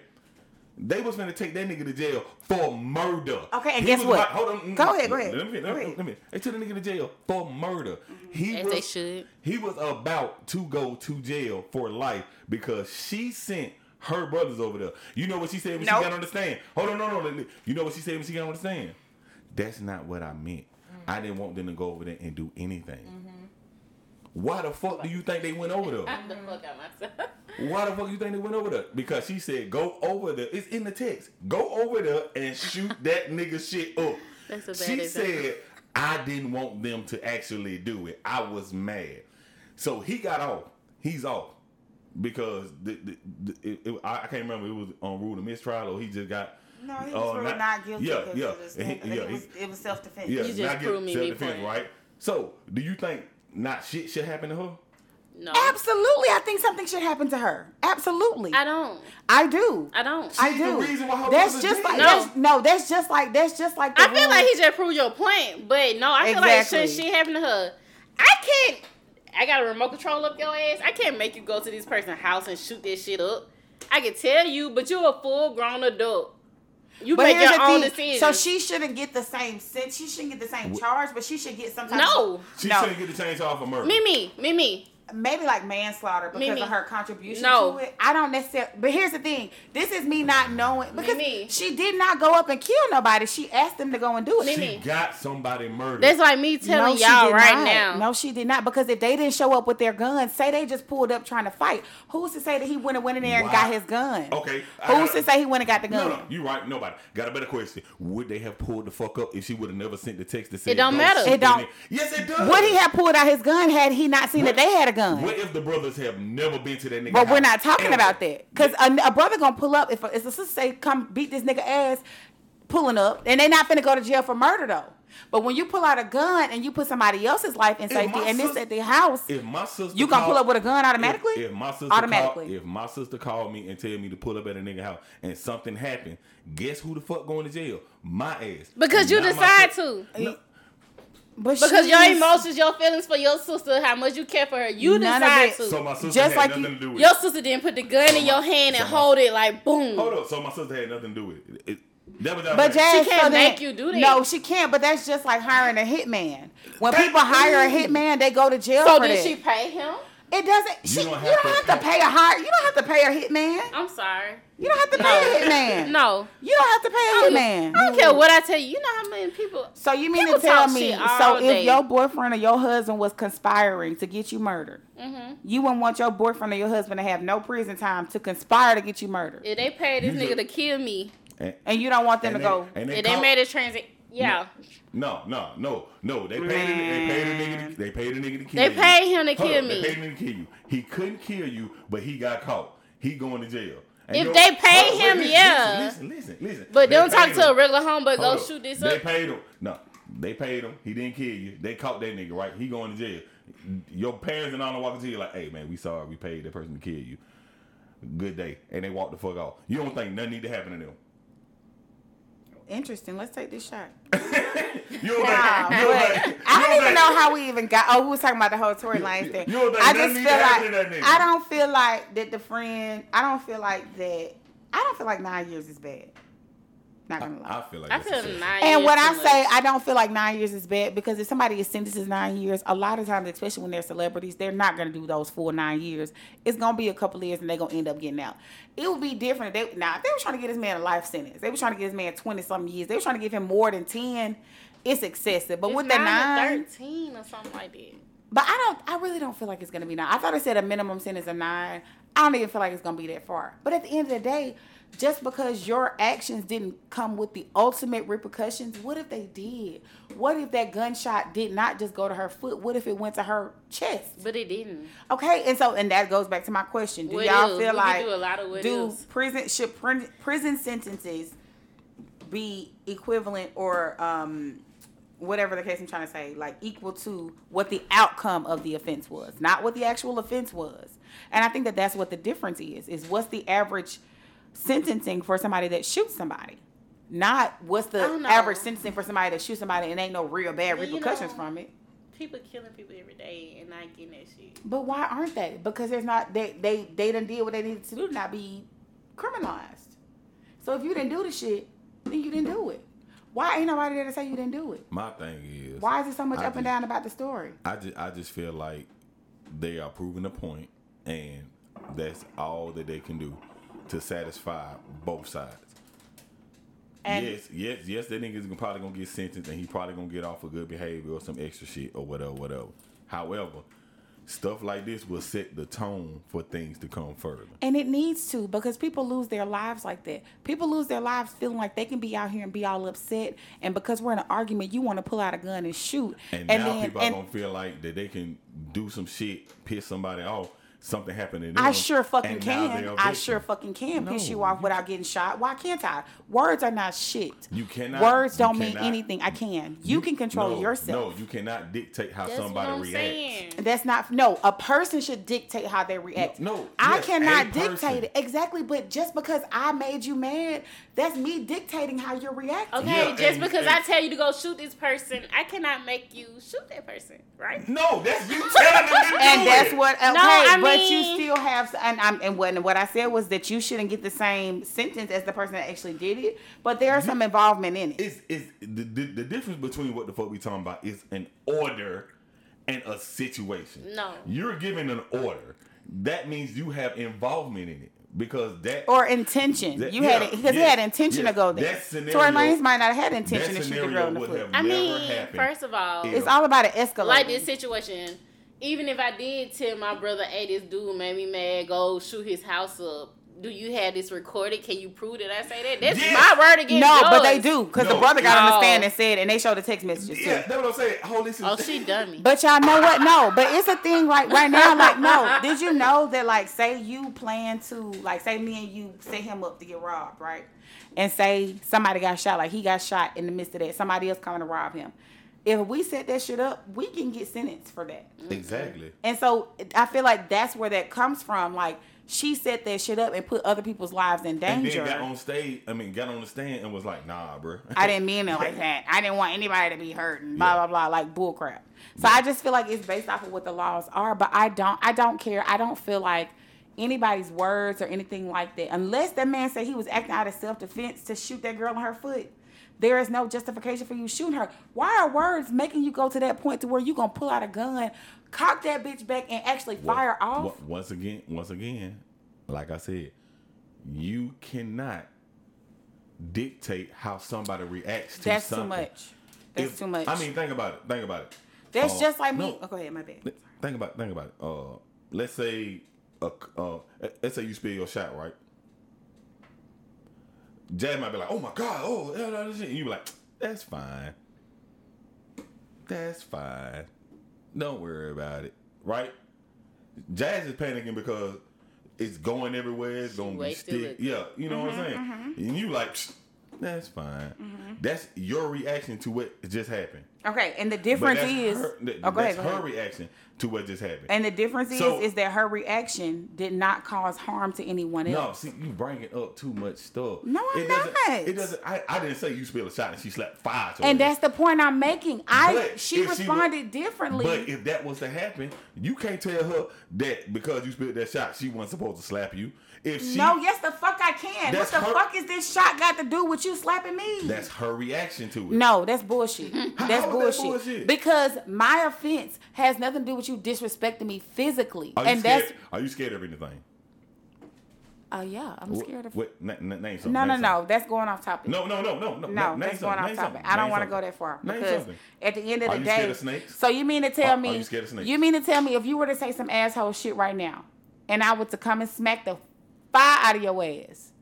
Speaker 1: They was gonna take that nigga to jail for murder.
Speaker 2: Okay, and
Speaker 1: He
Speaker 2: guess
Speaker 1: was
Speaker 2: what?
Speaker 1: about- hold on. mm,
Speaker 2: Go ahead, go ahead,
Speaker 1: Let me,
Speaker 2: go
Speaker 1: let me,
Speaker 2: ahead. Mm-hmm.
Speaker 1: let me- They took the nigga to jail for murder. He
Speaker 3: As
Speaker 1: was,
Speaker 3: [LAUGHS] they should.
Speaker 1: He was about to go to jail for life because she sent her brothers over there. You know what she said when
Speaker 2: Nope.
Speaker 1: she got on the stand? Hold on, no, no, no. You know what she said when she got on the stand? That's not what I meant.
Speaker 2: Mm-hmm.
Speaker 1: I didn't want them to go over there and do anything. Why the fuck do you think they went over there?
Speaker 3: I'm the fuck out myself.
Speaker 1: Why the fuck you think they went over there? Because she said, go over there. It's in the text. Go over there and shoot [LAUGHS] that nigga shit up.
Speaker 3: That's a bad
Speaker 1: she
Speaker 3: example.
Speaker 1: said, I didn't want them to actually do it. I was mad. So he got off. He's off. Because the, the, the, it, it- I I can't remember. It was on rule of mistrial or he just got.
Speaker 2: No, he was
Speaker 1: uh,
Speaker 2: really not, guilty.
Speaker 1: Yeah,
Speaker 2: 'cause
Speaker 1: yeah.
Speaker 2: It was,
Speaker 1: He- yeah,
Speaker 2: it
Speaker 1: he-
Speaker 2: was, it was self-defense.
Speaker 1: yeah,
Speaker 3: You just
Speaker 1: not
Speaker 3: proved me
Speaker 1: guilty,
Speaker 3: me
Speaker 1: self-defense,
Speaker 3: point.
Speaker 1: right? So, do you think not shit should happen to her?
Speaker 3: [LAUGHS] No.
Speaker 2: Absolutely, I think something should happen to her. Absolutely,
Speaker 3: I don't.
Speaker 2: I do.
Speaker 3: I don't.
Speaker 2: I
Speaker 1: She's
Speaker 2: do.
Speaker 1: the reason why her
Speaker 2: that's
Speaker 1: brother's
Speaker 2: just
Speaker 1: dead.
Speaker 2: like
Speaker 3: No.
Speaker 2: that's, no. That's just like that's just like. The
Speaker 3: I feel
Speaker 2: rule.
Speaker 3: like he just proved your point, but no, I feel like
Speaker 2: Exactly.
Speaker 3: should shit happen to her, I can't. I got a remote control up your ass. I can't make you go to this person's house and shoot this shit up. I can tell you, but you're a full grown adult. You
Speaker 2: But
Speaker 3: make
Speaker 2: here's
Speaker 3: your own
Speaker 2: the thing.
Speaker 3: decisions.
Speaker 2: So she shouldn't get the same sentence. She shouldn't get the same charge, but she should get some type
Speaker 3: no,
Speaker 2: of-
Speaker 1: She
Speaker 2: no.
Speaker 1: shouldn't get the change off of murder.
Speaker 3: Mimi, Mimi.
Speaker 2: maybe like manslaughter because
Speaker 3: Mimi.
Speaker 2: of her contribution
Speaker 3: No.
Speaker 2: to it. I don't necessarily. But here's the thing: this is me not knowing because
Speaker 3: Mimi.
Speaker 2: she did not go up and kill nobody. She asked them to go and do it.
Speaker 1: she
Speaker 3: Mimi.
Speaker 1: got somebody murdered.
Speaker 3: That's like me telling
Speaker 2: she
Speaker 3: y'all
Speaker 2: did
Speaker 3: right
Speaker 2: not.
Speaker 3: now.
Speaker 2: No, she did not. Because if they didn't show up with their guns, say they just pulled up trying to fight, who's to say that he went and went in there and
Speaker 1: Why-
Speaker 2: got his gun?
Speaker 1: Okay, I
Speaker 2: Who's
Speaker 1: gotta-
Speaker 2: to say he went and got the
Speaker 1: No,
Speaker 2: gun?
Speaker 1: no, you right. Nobody got a better question. Would they have pulled the fuck up if she would have never sent the text that said?
Speaker 3: don't
Speaker 1: "Go
Speaker 3: matter.
Speaker 1: shoot
Speaker 2: It don't-
Speaker 1: that nigga"? Yes, it does.
Speaker 2: Would he have pulled out his gun had he not seen that they had a gun?
Speaker 1: What if the brothers have never been to that nigga?
Speaker 2: But we're
Speaker 1: house?
Speaker 2: not talking
Speaker 1: Ever.
Speaker 2: about that because a, a brother gonna pull up if a, if a sister say come beat this nigga ass, pulling up, and they not finna go to jail for murder though. But when you pull out a gun and you put somebody else's life in safety,
Speaker 1: my
Speaker 2: and this
Speaker 1: sis-
Speaker 2: at the house,
Speaker 1: If my sister,
Speaker 2: you gonna
Speaker 1: call-
Speaker 2: pull up with a gun automatically?
Speaker 1: If, if my sister
Speaker 2: automatically,
Speaker 1: call, if my sister called me and tell me to pull up at a nigga house and something happened, guess who the fuck going to jail? My ass.
Speaker 3: Because you
Speaker 1: Not my
Speaker 3: decide
Speaker 1: sis-
Speaker 3: to.
Speaker 1: No,
Speaker 2: but
Speaker 3: Because
Speaker 2: she
Speaker 3: your
Speaker 2: is-
Speaker 3: emotions, your feelings for your sister, how much you care for her, you
Speaker 2: None of
Speaker 3: decide
Speaker 2: it.
Speaker 3: to.
Speaker 1: so my sister
Speaker 2: Just
Speaker 1: had
Speaker 2: like
Speaker 1: nothing
Speaker 2: you-
Speaker 1: to do with
Speaker 3: your
Speaker 1: it.
Speaker 3: sister didn't put the gun in your hand and
Speaker 1: so my-
Speaker 3: hold it like boom.
Speaker 1: Hold up. So my sister had nothing to do with it. it, it that was
Speaker 2: But Jazz,
Speaker 3: She can't
Speaker 2: so
Speaker 3: make
Speaker 2: that-
Speaker 3: you do that.
Speaker 2: No, she can't. But that's just like hiring a hitman. When
Speaker 1: That-
Speaker 2: people hire a hitman, they go to jail
Speaker 3: So
Speaker 2: for
Speaker 3: did
Speaker 2: that.
Speaker 3: she pay him?
Speaker 2: it doesn't. She, you don't have, to, pay a hire. You don't have to pay a hitman.
Speaker 3: I'm sorry.
Speaker 2: You don't have to pay a hitman.
Speaker 3: No.
Speaker 2: You don't have to pay a
Speaker 3: I
Speaker 2: hitman.
Speaker 3: don't care what I tell you. You know how many people.
Speaker 2: So you mean
Speaker 3: People
Speaker 2: to tell
Speaker 3: talk
Speaker 2: me?
Speaker 3: shit all
Speaker 2: So
Speaker 3: day.
Speaker 2: if your boyfriend or your husband was conspiring to get you murdered,
Speaker 3: Mhm.
Speaker 2: you wouldn't want your boyfriend or your husband to have no prison time to conspire to get you murdered,
Speaker 3: If they paid this
Speaker 1: You
Speaker 3: nigga
Speaker 1: look-
Speaker 3: to kill me,
Speaker 1: And,
Speaker 2: and you don't want them
Speaker 1: and
Speaker 2: to
Speaker 1: they,
Speaker 2: go.
Speaker 1: and
Speaker 3: if
Speaker 1: call-
Speaker 3: they made a transit, yeah,
Speaker 1: No, no, no, no. They paid. They paid a nigga. To, they paid a nigga to kill.
Speaker 3: They
Speaker 1: you.
Speaker 3: paid him to
Speaker 1: Hold
Speaker 3: kill
Speaker 1: up,
Speaker 3: me.
Speaker 1: They paid him to kill you. He couldn't kill you, but he got caught. He going to jail. And
Speaker 3: If
Speaker 1: you-
Speaker 3: they paid
Speaker 1: Hold up,
Speaker 3: him,
Speaker 1: listen,
Speaker 3: yeah.
Speaker 1: Listen, listen, listen.
Speaker 3: but
Speaker 1: They
Speaker 3: don't talk
Speaker 1: paid
Speaker 3: to a
Speaker 1: him.
Speaker 3: regular homeboy. Go
Speaker 1: Hold up.
Speaker 3: shoot this
Speaker 1: They
Speaker 3: up.
Speaker 1: paid him. No, they paid him. He didn't kill you. They caught that nigga, right? He going to jail. Your parents and all them walking to you like, hey man, we sorry, we paid that person to kill you. Good day, and they walked the fuck off. You don't think nothing need to happen to them.
Speaker 2: Interesting. Let's take this shot.
Speaker 1: [LAUGHS] You don't
Speaker 2: Nah,
Speaker 1: think? You don't
Speaker 2: but
Speaker 1: think?
Speaker 2: I
Speaker 1: you
Speaker 2: don't even
Speaker 1: think-
Speaker 2: know how we even got. Oh, we was talking about the whole Tory Lanez thing.
Speaker 1: you don't think
Speaker 2: I
Speaker 1: nothing
Speaker 2: just
Speaker 1: need
Speaker 2: feel
Speaker 1: to happen to
Speaker 2: like
Speaker 1: that nigga.
Speaker 2: I don't feel like that the friend. I don't feel like that. I don't feel like nine years is bad. Not gonna lie.
Speaker 1: I feel like
Speaker 3: I
Speaker 1: that's
Speaker 3: feel
Speaker 1: excessive.
Speaker 3: nine.
Speaker 2: And
Speaker 3: years
Speaker 2: when
Speaker 3: too
Speaker 2: I
Speaker 3: much.
Speaker 2: say I don't feel like nine years is bad, because if somebody is sentenced to nine years, a lot of times, especially when they're celebrities, they're not going to do those full nine years. It's going to be a couple of years, and they're going to end up getting out. It would be different. If they, now, if they were trying to get this man a life sentence, they were trying to get this man twenty something years. They were trying to give him more than ten. It's excessive. But
Speaker 3: It's
Speaker 2: with the
Speaker 3: nine to
Speaker 2: nine,
Speaker 3: thirteen or something like that.
Speaker 2: but I don't. I really don't feel like it's gonna be nine. I thought it said a minimum sentence of nine. I don't even feel like it's gonna be that far. But at the end of the day, just because your actions didn't come with the ultimate repercussions, what if they did? What if that gunshot did not just go to her foot? What if it went to her chest?
Speaker 3: But it didn't.
Speaker 2: Okay, and so and that goes back to my question: Do
Speaker 3: What
Speaker 2: y'all
Speaker 3: else?
Speaker 2: feel
Speaker 3: We
Speaker 2: like
Speaker 3: could do a lot of what
Speaker 2: do
Speaker 3: else.
Speaker 2: prison should prin- prison sentences be equivalent or um whatever the case I'm trying to say, like equal to what the outcome of the offense was, not what the actual offense was. And I think that that's what the difference is: is what's the average sentencing for somebody that shoots somebody, not what's
Speaker 3: I
Speaker 2: the
Speaker 3: don't know.
Speaker 2: average sentencing for somebody that shoots somebody and ain't no real bad
Speaker 3: Well, you
Speaker 2: repercussions
Speaker 3: know-
Speaker 2: from it.
Speaker 3: People killing people every day and not getting that shit.
Speaker 2: But why aren't they? Because there's not they they they done did what they needed to do to not be criminalized. So if you didn't do the shit, then you didn't do it. Why ain't nobody there to say you didn't do it?
Speaker 1: My thing is
Speaker 2: Why is it so much
Speaker 1: I
Speaker 2: up and
Speaker 1: think-
Speaker 2: down about the story?
Speaker 1: I just I just feel like they are proving a point, and that's all that they can do to satisfy both sides.
Speaker 2: And
Speaker 1: yes, yes, yes. That nigga's gonna- probably gonna get sentenced, and he probably gonna get off for good behavior or some extra shit or whatever, whatever. However, stuff like this will set the tone for things to come further.
Speaker 2: And it needs to because people lose their lives like that. People lose their lives feeling like they can be out here and be all upset. And because we're in an argument, you want to pull out a gun and shoot.
Speaker 1: And, now people are gonna feel like that they can do some shit, piss somebody off. Something happened to them.
Speaker 2: I sure fucking
Speaker 1: and now they
Speaker 2: can.
Speaker 1: are
Speaker 2: I
Speaker 1: victims.
Speaker 2: sure fucking can piss
Speaker 1: No,
Speaker 2: you off
Speaker 1: you
Speaker 2: without getting shot. Why can't I? Words are not shit.
Speaker 1: You cannot-
Speaker 2: Words
Speaker 1: you
Speaker 2: don't mean
Speaker 1: cannot-
Speaker 2: anything. I can. You, can control
Speaker 1: no,
Speaker 2: yourself.
Speaker 1: No, you cannot dictate how
Speaker 3: That's
Speaker 1: somebody
Speaker 3: what I'm
Speaker 1: reacts.
Speaker 3: saying.
Speaker 2: That's not no. A person should dictate how they react.
Speaker 1: No, no,
Speaker 2: I
Speaker 1: yes, a
Speaker 2: cannot
Speaker 1: person.
Speaker 2: dictate it exactly. But just because I made you mad, that's me dictating how you're reacting.
Speaker 3: Okay,
Speaker 1: Yeah,
Speaker 3: just
Speaker 1: and-
Speaker 3: because
Speaker 1: and-
Speaker 3: I tell you to go shoot this person, I cannot make you shoot that person, right?
Speaker 1: No, that's you telling
Speaker 2: [LAUGHS]
Speaker 1: them to do
Speaker 2: And that's
Speaker 1: it.
Speaker 2: what okay,
Speaker 3: I
Speaker 2: but
Speaker 3: mean-
Speaker 2: you still have and I'm and what and what I said was that you shouldn't get the same sentence as the person that actually did it, but there is some involvement in it.
Speaker 1: It's, it's the, the, the difference between what the fuck we talking about is an order and a situation.
Speaker 3: No.
Speaker 1: You're giving an order. That means you have involvement in it because that
Speaker 2: Or intention.
Speaker 1: That-
Speaker 2: you
Speaker 1: yeah,
Speaker 2: had because
Speaker 1: yeah,
Speaker 2: he had intention
Speaker 1: yeah.
Speaker 2: to go there.
Speaker 1: That
Speaker 2: Tory
Speaker 1: scenario-
Speaker 2: Lanez might not have had
Speaker 1: that
Speaker 2: intention to shoot the girl
Speaker 1: scenario
Speaker 2: in the
Speaker 1: would
Speaker 2: foot.
Speaker 1: have
Speaker 3: I
Speaker 1: never
Speaker 3: mean,
Speaker 1: happened.
Speaker 3: first of all,
Speaker 1: It-
Speaker 2: It's all about an escalator.
Speaker 3: like this situation, even if I did tell my brother, hey, this dude made me mad, go shoot his house up. Do you have this recorded? Can you prove that I say that? That's
Speaker 1: Yes.
Speaker 3: my word against
Speaker 2: No,
Speaker 3: yours.
Speaker 2: but they do because
Speaker 1: No.
Speaker 2: the brother got on
Speaker 3: No.
Speaker 2: the stand and said, and they showed the text messages too.
Speaker 1: yeah, that's what I'm saying. Holy shit.
Speaker 3: Oh, she dummy.
Speaker 2: But y'all know what? No, but it's a thing
Speaker 3: [LAUGHS]
Speaker 2: like right now, like no. Did you know that like say you plan to like say me and you set him up to get robbed, right? And say somebody got shot, like he got shot in the midst of that. Somebody else coming to rob him. If we set that shit up, we can get sentenced for that.
Speaker 1: exactly.
Speaker 2: And so I feel like that's where that comes from. Like she set that shit up and put other people's lives in
Speaker 1: And
Speaker 2: danger.
Speaker 1: then got on stage. I mean, got on the stand and was like, "Nah, bro." [LAUGHS]
Speaker 2: I didn't mean it like that. I didn't want anybody to be hurt and blah
Speaker 1: Yeah.
Speaker 2: blah blah, like bull crap. So I just feel like it's based off of what the laws are, but I don't I don't care. I don't feel like anybody's words or anything like that. Unless that man said he was acting out of self defense to shoot that girl in her foot. There is no justification for you shooting her. Why are words making you go to that point to where you gonna pull out a gun, cock that bitch back, and actually fire
Speaker 1: Well,
Speaker 2: off?
Speaker 1: well, Once again, once again, like I said, you cannot dictate how somebody reacts to
Speaker 2: That's too
Speaker 1: something.
Speaker 2: much. That's
Speaker 1: If-
Speaker 2: too much.
Speaker 1: I mean, think about it. Think about it.
Speaker 2: that's
Speaker 1: Uh,
Speaker 2: just like me.
Speaker 1: no.
Speaker 2: Oh, go ahead, my bad.
Speaker 1: Th- Think about. Think about it. Uh, let's say, a, c- uh, let- let's say you spill your shot, right? Jay might be like, "Oh my god, oh," yeah, yeah, yeah," and you be like, "That's fine. That's fine. Don't worry about it." Right? Jazz is panicking because it's going everywhere. It's gonna be
Speaker 3: wasted
Speaker 1: stick.
Speaker 3: liquor.
Speaker 1: Yeah, you know what I'm saying. And you like, "Psh, "That's fine." That's your reaction to what just happened.
Speaker 2: Okay, and the
Speaker 1: But
Speaker 2: difference
Speaker 1: that's
Speaker 2: is
Speaker 1: her, th-
Speaker 2: oh, go
Speaker 1: that's
Speaker 2: ahead, go ahead.
Speaker 1: her reaction to what just happened.
Speaker 2: And the difference
Speaker 1: So-
Speaker 2: is is that her reaction did not cause harm to anyone
Speaker 1: no,
Speaker 2: else.
Speaker 1: see, you bringing up too much stuff.
Speaker 2: No, I'm
Speaker 1: it doesn't,
Speaker 2: not.
Speaker 1: It doesn't. I, I didn't say you spilled a shot and she slapped five.
Speaker 2: And that's the point I'm making. I
Speaker 1: But
Speaker 2: she
Speaker 1: if she
Speaker 2: responded
Speaker 1: would-
Speaker 2: differently.
Speaker 1: But if that was to happen, you can't tell her that because you spilled that shot, she wasn't supposed to slap you. If she,
Speaker 2: no, yes the fuck I can. What
Speaker 1: That's
Speaker 2: the
Speaker 1: her-
Speaker 2: fuck is this shot got to do with you slapping me?
Speaker 1: that's her reaction to it.
Speaker 2: no, that's bullshit. That's
Speaker 1: [LAUGHS] how is that
Speaker 2: bullshit.
Speaker 1: bullshit?
Speaker 2: Because my offense has nothing to do with you disrespecting me physically.
Speaker 1: are you
Speaker 2: And
Speaker 1: scared?
Speaker 2: that's
Speaker 1: Are you scared of anything?
Speaker 2: uh yeah, I'm scared of
Speaker 1: What? na- na- name something.
Speaker 2: No, no,
Speaker 1: name
Speaker 2: no. That's going off topic.
Speaker 1: something. No, no, no, no, no.
Speaker 2: No,
Speaker 1: name
Speaker 2: that's
Speaker 1: something,
Speaker 2: going off
Speaker 1: name
Speaker 2: topic.
Speaker 1: something,
Speaker 2: I don't
Speaker 1: name
Speaker 2: want to go
Speaker 1: something.
Speaker 2: that far
Speaker 1: Name
Speaker 2: because
Speaker 1: something.
Speaker 2: at the end of
Speaker 1: Are
Speaker 2: the
Speaker 1: you
Speaker 2: day,
Speaker 1: scared of snakes?
Speaker 2: so you mean to
Speaker 1: Are-
Speaker 2: tell
Speaker 1: are
Speaker 2: me?
Speaker 1: you scared of snakes?
Speaker 2: you mean to tell me if you were to say some asshole shit right now, and I were to come and smack the fire out of your ass,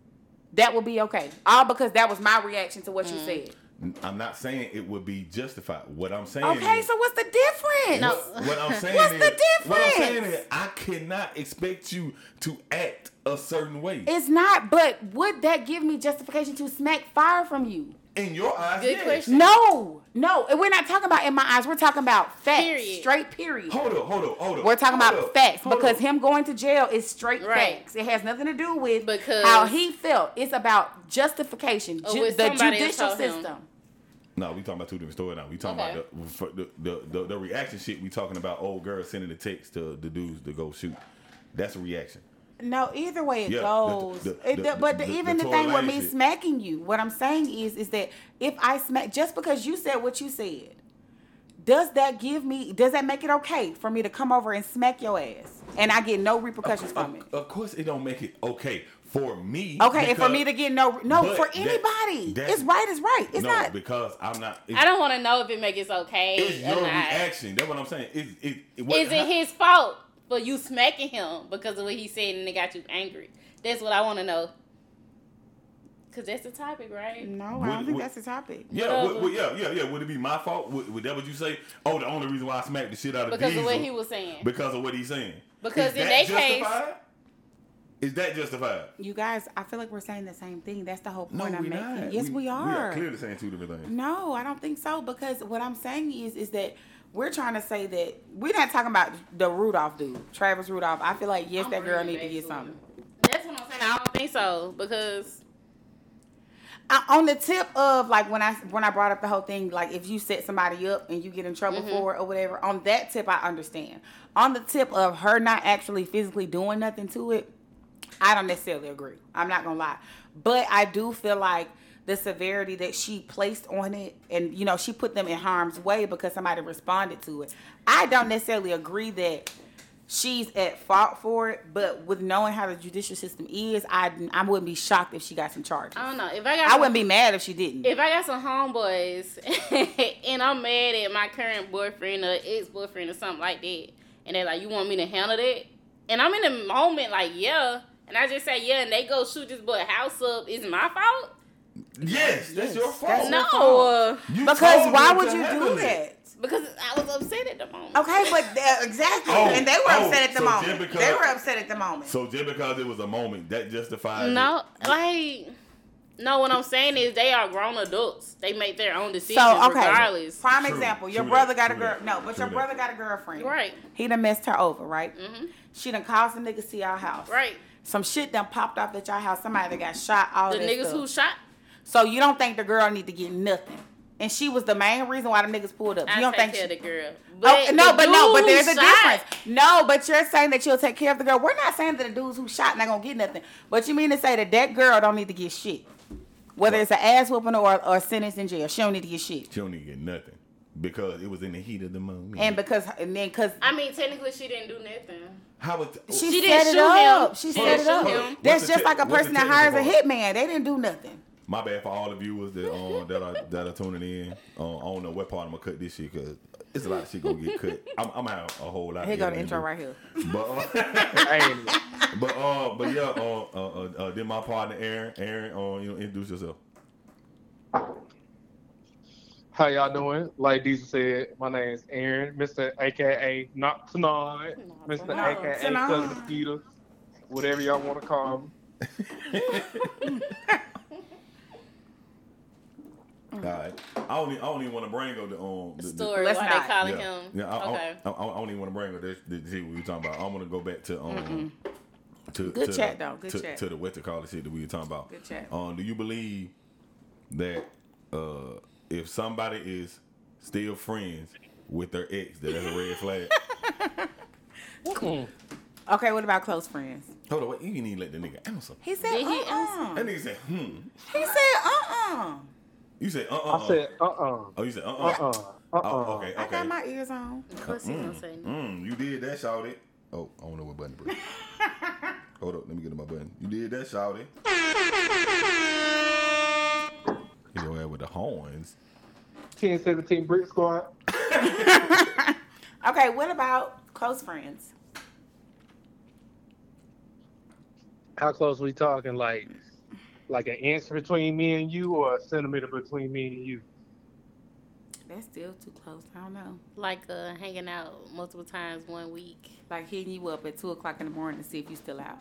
Speaker 2: that would be okay? All because that was my reaction to what
Speaker 3: Mm.
Speaker 2: you said.
Speaker 1: I'm not saying it would be justified. What I'm saying.
Speaker 2: Okay,
Speaker 1: is,
Speaker 2: so what's the difference?
Speaker 3: No.
Speaker 1: What
Speaker 2: [LAUGHS]
Speaker 1: I'm saying
Speaker 2: What's
Speaker 1: is,
Speaker 2: the
Speaker 1: What I'm saying
Speaker 2: difference?
Speaker 1: is, I cannot expect you to act a certain way.
Speaker 2: It's not, but would that give me justification to smack fire from you?
Speaker 4: In your eyes,
Speaker 3: Good
Speaker 4: yes.
Speaker 3: question.
Speaker 2: No, no. And we're not talking about in my eyes. We're talking about facts.
Speaker 3: Period.
Speaker 2: Straight period.
Speaker 4: Hold up, hold up, hold up.
Speaker 2: We're talking
Speaker 4: Hold
Speaker 2: about
Speaker 4: up,
Speaker 2: facts
Speaker 4: hold
Speaker 2: because
Speaker 4: up.
Speaker 2: him going to jail is straight
Speaker 3: Right.
Speaker 2: facts. It has nothing to do with
Speaker 3: Because-
Speaker 2: how he felt. It's about justification,
Speaker 3: Or
Speaker 2: ju-
Speaker 3: what
Speaker 2: the
Speaker 3: somebody else
Speaker 2: judicial
Speaker 3: told him.
Speaker 2: system.
Speaker 1: No, we talking about two different stories now. We talking
Speaker 3: Okay.
Speaker 1: about the, for the, the, the the reaction shit. We talking about old girl sending the text to the dudes to go shoot. That's a reaction.
Speaker 2: No, either way it
Speaker 1: Yeah, the-
Speaker 2: goes.
Speaker 1: the-
Speaker 2: It-
Speaker 1: the-
Speaker 2: but
Speaker 1: the-
Speaker 2: even
Speaker 1: the
Speaker 2: the, thing with
Speaker 1: Tory Lanez
Speaker 2: me
Speaker 1: shit.
Speaker 2: smacking you, what I'm saying is, is that if I smack, just because you said what you said, does that give me? Does that make it okay for me to come over and smack your ass, and I get no repercussions from it?
Speaker 1: Of, of course, it don't make it okay for me.
Speaker 2: Okay, and for
Speaker 1: Uh, because-
Speaker 2: me to get no, no,
Speaker 1: but
Speaker 2: for
Speaker 1: that-
Speaker 2: anybody,
Speaker 1: that-
Speaker 2: it's right is right. It's
Speaker 1: no,
Speaker 2: not.
Speaker 1: because I'm not. It's,
Speaker 3: I don't want to know if it makes it okay.
Speaker 1: it's
Speaker 3: or
Speaker 1: your
Speaker 3: not.
Speaker 1: reaction. That's what I'm saying. It's, it, it, what,
Speaker 3: Is it
Speaker 1: how-
Speaker 3: his fault for you smacking him because of what he said and it got you angry? That's what I want to know. Cause that's the topic, right?
Speaker 2: No,
Speaker 1: Would-
Speaker 2: I don't think
Speaker 1: would-
Speaker 2: that's the topic.
Speaker 1: Yeah, would, would- yeah, yeah, yeah. Would it be my fault? Would, would that what you say? Oh, the only reason why I smacked the shit out of
Speaker 3: Because of what
Speaker 1: Diesel-
Speaker 3: he was saying.
Speaker 1: because of what he's saying.
Speaker 3: Because
Speaker 1: Is
Speaker 3: in
Speaker 1: that
Speaker 3: their case-
Speaker 1: justified? is that justified?
Speaker 2: You guys, I feel like we're saying the same thing. That's the whole
Speaker 1: No,
Speaker 2: point I'm
Speaker 1: we
Speaker 2: making.
Speaker 1: not.
Speaker 2: Yes, we,
Speaker 1: We are clearly saying two different things.
Speaker 2: No, I don't think so because what I'm saying is is that we're trying to say that we're not talking about the Rudolph dude, Travis Rudolph. I feel like yes,
Speaker 3: I'm
Speaker 2: that girl
Speaker 3: bringing
Speaker 2: need to
Speaker 3: back
Speaker 2: get
Speaker 3: food.
Speaker 2: something.
Speaker 3: That's what I'm saying. I don't think so because
Speaker 2: I, on the tip of like when I when I brought up the whole thing, like if you set somebody up and you get in trouble for it or whatever, on that tip I understand. On the tip of her not actually physically doing nothing to it, I don't necessarily agree. I'm not gonna lie, but I do feel like the severity that she placed on it, and you know she put them in harm's way because somebody responded to it. I don't necessarily agree that she's at fault for it, but with knowing how the judicial system is, I I wouldn't be shocked if she got some charges.
Speaker 3: I don't know if I got
Speaker 2: I wouldn't be mad if she didn't.
Speaker 3: if I got some homeboys [LAUGHS] and I'm mad at my current boyfriend or ex boyfriend or something like that, and they're like, "You want me to handle that?" And I'm in the moment, like, "Yeah," and I just say, "Yeah," and they go shoot this boy house up. Is it my fault?
Speaker 1: Yes, that's
Speaker 2: Yes,
Speaker 1: your
Speaker 2: that's
Speaker 1: fault.
Speaker 2: your
Speaker 3: No,
Speaker 2: fault.
Speaker 1: You
Speaker 2: because
Speaker 1: told
Speaker 2: why
Speaker 1: them
Speaker 2: would
Speaker 1: to
Speaker 2: you
Speaker 1: handle
Speaker 2: do that?
Speaker 3: because I was upset at the moment.
Speaker 2: Okay, but th- exactly,
Speaker 1: Oh,
Speaker 2: and they were
Speaker 1: oh,
Speaker 2: upset at the
Speaker 1: so
Speaker 2: moment.
Speaker 1: just because-
Speaker 2: they were upset at the moment.
Speaker 1: So just because it was a moment, that justifies it?
Speaker 3: No, like, no. What I'm saying is they are grown adults. They make their own decisions
Speaker 2: So okay,
Speaker 3: regardless.
Speaker 2: prime
Speaker 1: True,
Speaker 2: example: your
Speaker 1: true
Speaker 2: brother
Speaker 1: that,
Speaker 2: got a
Speaker 1: true
Speaker 2: girl.
Speaker 1: that,
Speaker 2: No, but
Speaker 1: true
Speaker 2: your
Speaker 1: that.
Speaker 2: brother got a girlfriend.
Speaker 3: Right. Mm-hmm.
Speaker 2: He done messed her over, right? She done called some niggas to y'all house.
Speaker 3: Right.
Speaker 2: Some shit done popped off at y'all house. Somebody that got shot. All
Speaker 3: The
Speaker 2: that
Speaker 3: niggas
Speaker 2: stuff.
Speaker 3: who shot.
Speaker 2: So you don't think the girl need to get nothing? And she was the main reason why the niggas pulled up.
Speaker 3: I
Speaker 2: you don't
Speaker 3: take
Speaker 2: think
Speaker 3: care
Speaker 2: she,
Speaker 3: of the girl.
Speaker 2: Oh, no,
Speaker 3: the
Speaker 2: but no, but
Speaker 3: dude
Speaker 2: there's a
Speaker 3: who shot-
Speaker 2: difference. No, but you're saying that you'll take care of the girl. We're not saying that the dudes who shot not gonna get nothing. But you mean to say that that girl don't need to get shit, whether it's an ass whooping or or a sentence in jail. She don't need to get shit.
Speaker 1: She don't even get nothing because it was in the heat of the moment.
Speaker 2: And because and then because
Speaker 3: I mean, technically, she didn't do nothing.
Speaker 1: how oh, would
Speaker 2: she,
Speaker 3: She
Speaker 2: set
Speaker 3: didn't
Speaker 2: it
Speaker 3: shoot
Speaker 2: up,
Speaker 3: him.
Speaker 2: she,
Speaker 3: She
Speaker 2: set
Speaker 3: didn't
Speaker 2: it up.
Speaker 3: shoot him.
Speaker 1: What's
Speaker 2: That's
Speaker 1: the
Speaker 2: just
Speaker 1: tech-
Speaker 2: like a
Speaker 1: what's the
Speaker 2: person that hires a
Speaker 1: technical
Speaker 2: hitman. They didn't do nothing.
Speaker 1: My bad for all the viewers that um that are that are tuning in. Uh, I don't know what part I'm gonna cut this shit because it's a lot of shit gonna get cut. I'm, I'm gonna have a whole lot.
Speaker 2: Here
Speaker 1: of
Speaker 2: go the
Speaker 1: yelling
Speaker 2: intro
Speaker 1: to
Speaker 2: right here.
Speaker 1: do. But uh,
Speaker 4: Hey,
Speaker 1: but uh but yeah uh, uh, uh, uh then my partner Aaron Aaron uh you know introduce yourself.
Speaker 4: how y'all doing? Like Diesel said, my name is Aaron, Mr. AKA Not Tonight, Mr.
Speaker 2: Not
Speaker 4: AKA
Speaker 2: Tonight.
Speaker 4: Cousin Mosquito, whatever y'all want to call me.
Speaker 1: All
Speaker 2: Mm-hmm.
Speaker 1: right. I don't even, I don't even want to bring up the um the, the-
Speaker 3: Story.
Speaker 2: Let's
Speaker 3: why
Speaker 2: not.
Speaker 3: they calling
Speaker 1: yeah,
Speaker 3: him?
Speaker 1: yeah. I, I-
Speaker 3: okay.
Speaker 1: I, I, don't even want to bring up this, this shit we were talking about. I want to go back to um to
Speaker 2: Good
Speaker 1: to,
Speaker 2: chat, though. Good
Speaker 1: to,
Speaker 2: chat.
Speaker 1: to the what to call it shit that we were talking about.
Speaker 2: Good chat.
Speaker 1: Um, do you believe that uh if somebody is still friends with their ex, that is a red
Speaker 2: [LAUGHS]
Speaker 1: flag?
Speaker 2: Okay, what about close friends?
Speaker 1: Hold on, wait, you need to let the nigga answer.
Speaker 2: He said,
Speaker 3: Did he
Speaker 2: uh-uh.
Speaker 1: That nigga said, hmm.
Speaker 2: He said, uh-uh.
Speaker 1: You said, uh, uh
Speaker 4: I said, uh uh,
Speaker 1: oh, you said, uh,
Speaker 4: uh uh,
Speaker 1: uh,
Speaker 4: uh
Speaker 1: oh,
Speaker 4: uh.
Speaker 1: okay,
Speaker 2: I got
Speaker 1: okay.
Speaker 2: my ears on.
Speaker 3: Of course he gonna say no.
Speaker 1: Mm, you did that, shout it. Oh, I don't know what button to
Speaker 4: [LAUGHS]
Speaker 1: press. Hold up, let me get to my button. You did that, shout it. Hit your ass with the horns.
Speaker 4: 10 17 Brick Squad.
Speaker 2: Okay, what about close friends?
Speaker 4: How close we talking? Like, like an inch between me and you, or a centimeter between me and you?
Speaker 2: That's still too close. I don't know.
Speaker 3: Like uh, hanging out multiple times one week.
Speaker 2: Like hitting you up at two o'clock in the morning to see if you still out.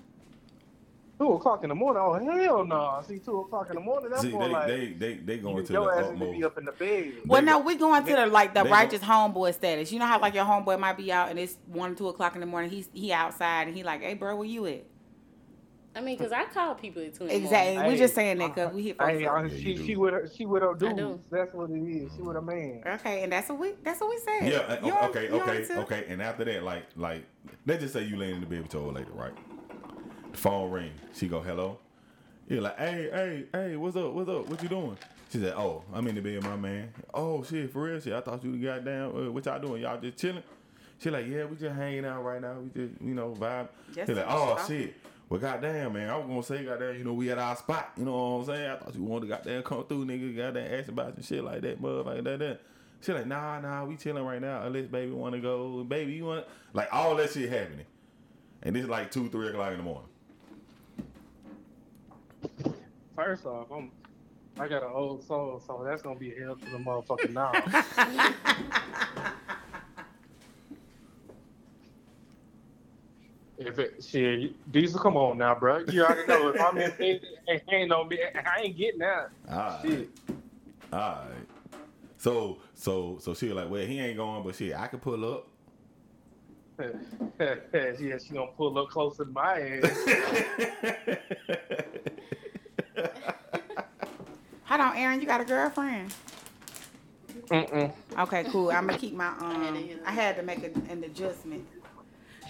Speaker 4: two o'clock in the morning. Oh hell no! See two o'clock in the morning. That's
Speaker 1: See,
Speaker 4: more
Speaker 1: they,
Speaker 4: like
Speaker 1: they they they going
Speaker 4: you,
Speaker 1: to the
Speaker 4: your ass need to be
Speaker 1: utmost.
Speaker 4: up in the bed.
Speaker 2: Well,
Speaker 1: They
Speaker 2: no,
Speaker 1: go-
Speaker 2: we're going to the like the
Speaker 1: they go-
Speaker 2: righteous homeboy status. You know how like your homeboy might be out and it's one or two o'clock in the morning. He's he outside and he like, hey, bro, where you at?
Speaker 3: I mean, because I call people at 2 in the morning.
Speaker 2: Exactly.
Speaker 4: Hey,
Speaker 2: we're just saying that because
Speaker 4: uh,
Speaker 2: we hit folks
Speaker 4: Hey,
Speaker 2: up.
Speaker 4: uh,
Speaker 1: Yeah, you
Speaker 4: she
Speaker 1: do.
Speaker 4: she with her she with her
Speaker 3: I do.
Speaker 4: dudes. That's what it is. She with a man.
Speaker 2: Okay, and that's what we that's what we said.
Speaker 1: Yeah. uh,
Speaker 2: You on-
Speaker 1: okay.
Speaker 2: you on
Speaker 1: Okay.
Speaker 2: it too?
Speaker 1: Okay. And after that, like like let's just say you laying in the bed with your old lady, right? The phone ring. She go, hello. You're like, hey, hey, hey, what's up? What's up? What you doing? She said, oh, I'm in the bed, my man. Oh shit, for real shit. I thought you goddamn. Uh, what y'all doing? Y'all just chilling? She like, yeah, we just hanging out right now. We just you know vibe.
Speaker 2: That's
Speaker 1: She like,
Speaker 2: what
Speaker 1: oh
Speaker 2: she's talking
Speaker 1: shit. Well, goddamn, man, I was gonna say, goddamn, you know, we at our spot. You know what I'm saying? I thought you wanted to goddamn come through, nigga, goddamn ask about some shit like that, motherfucker, that, that. She like, nah, nah, we chilling right now. Unless baby wanna go, baby, you want like all that shit happening, and it's like two, three o'clock in the morning.
Speaker 4: First off, I'm I got an old soul, so that's gonna be hell to the
Speaker 2: [LAUGHS]
Speaker 4: motherfucking now. If it shit, Diesel, come on now, bro. You already know if I'm in bed, it ain't no be- I ain't getting out.
Speaker 1: All right,
Speaker 4: Shit.
Speaker 1: all right. So, so, so she like, well, he ain't going, but shit, I could pull up.
Speaker 4: [LAUGHS] yeah, she gonna pull up closer to my ass.
Speaker 2: Hold on, Aaron, you got a girlfriend?
Speaker 4: Mm-mm.
Speaker 2: Okay, cool. I'm gonna keep my
Speaker 3: I had to
Speaker 2: um.
Speaker 3: get it.
Speaker 2: [LAUGHS] I had to make a, an adjustment.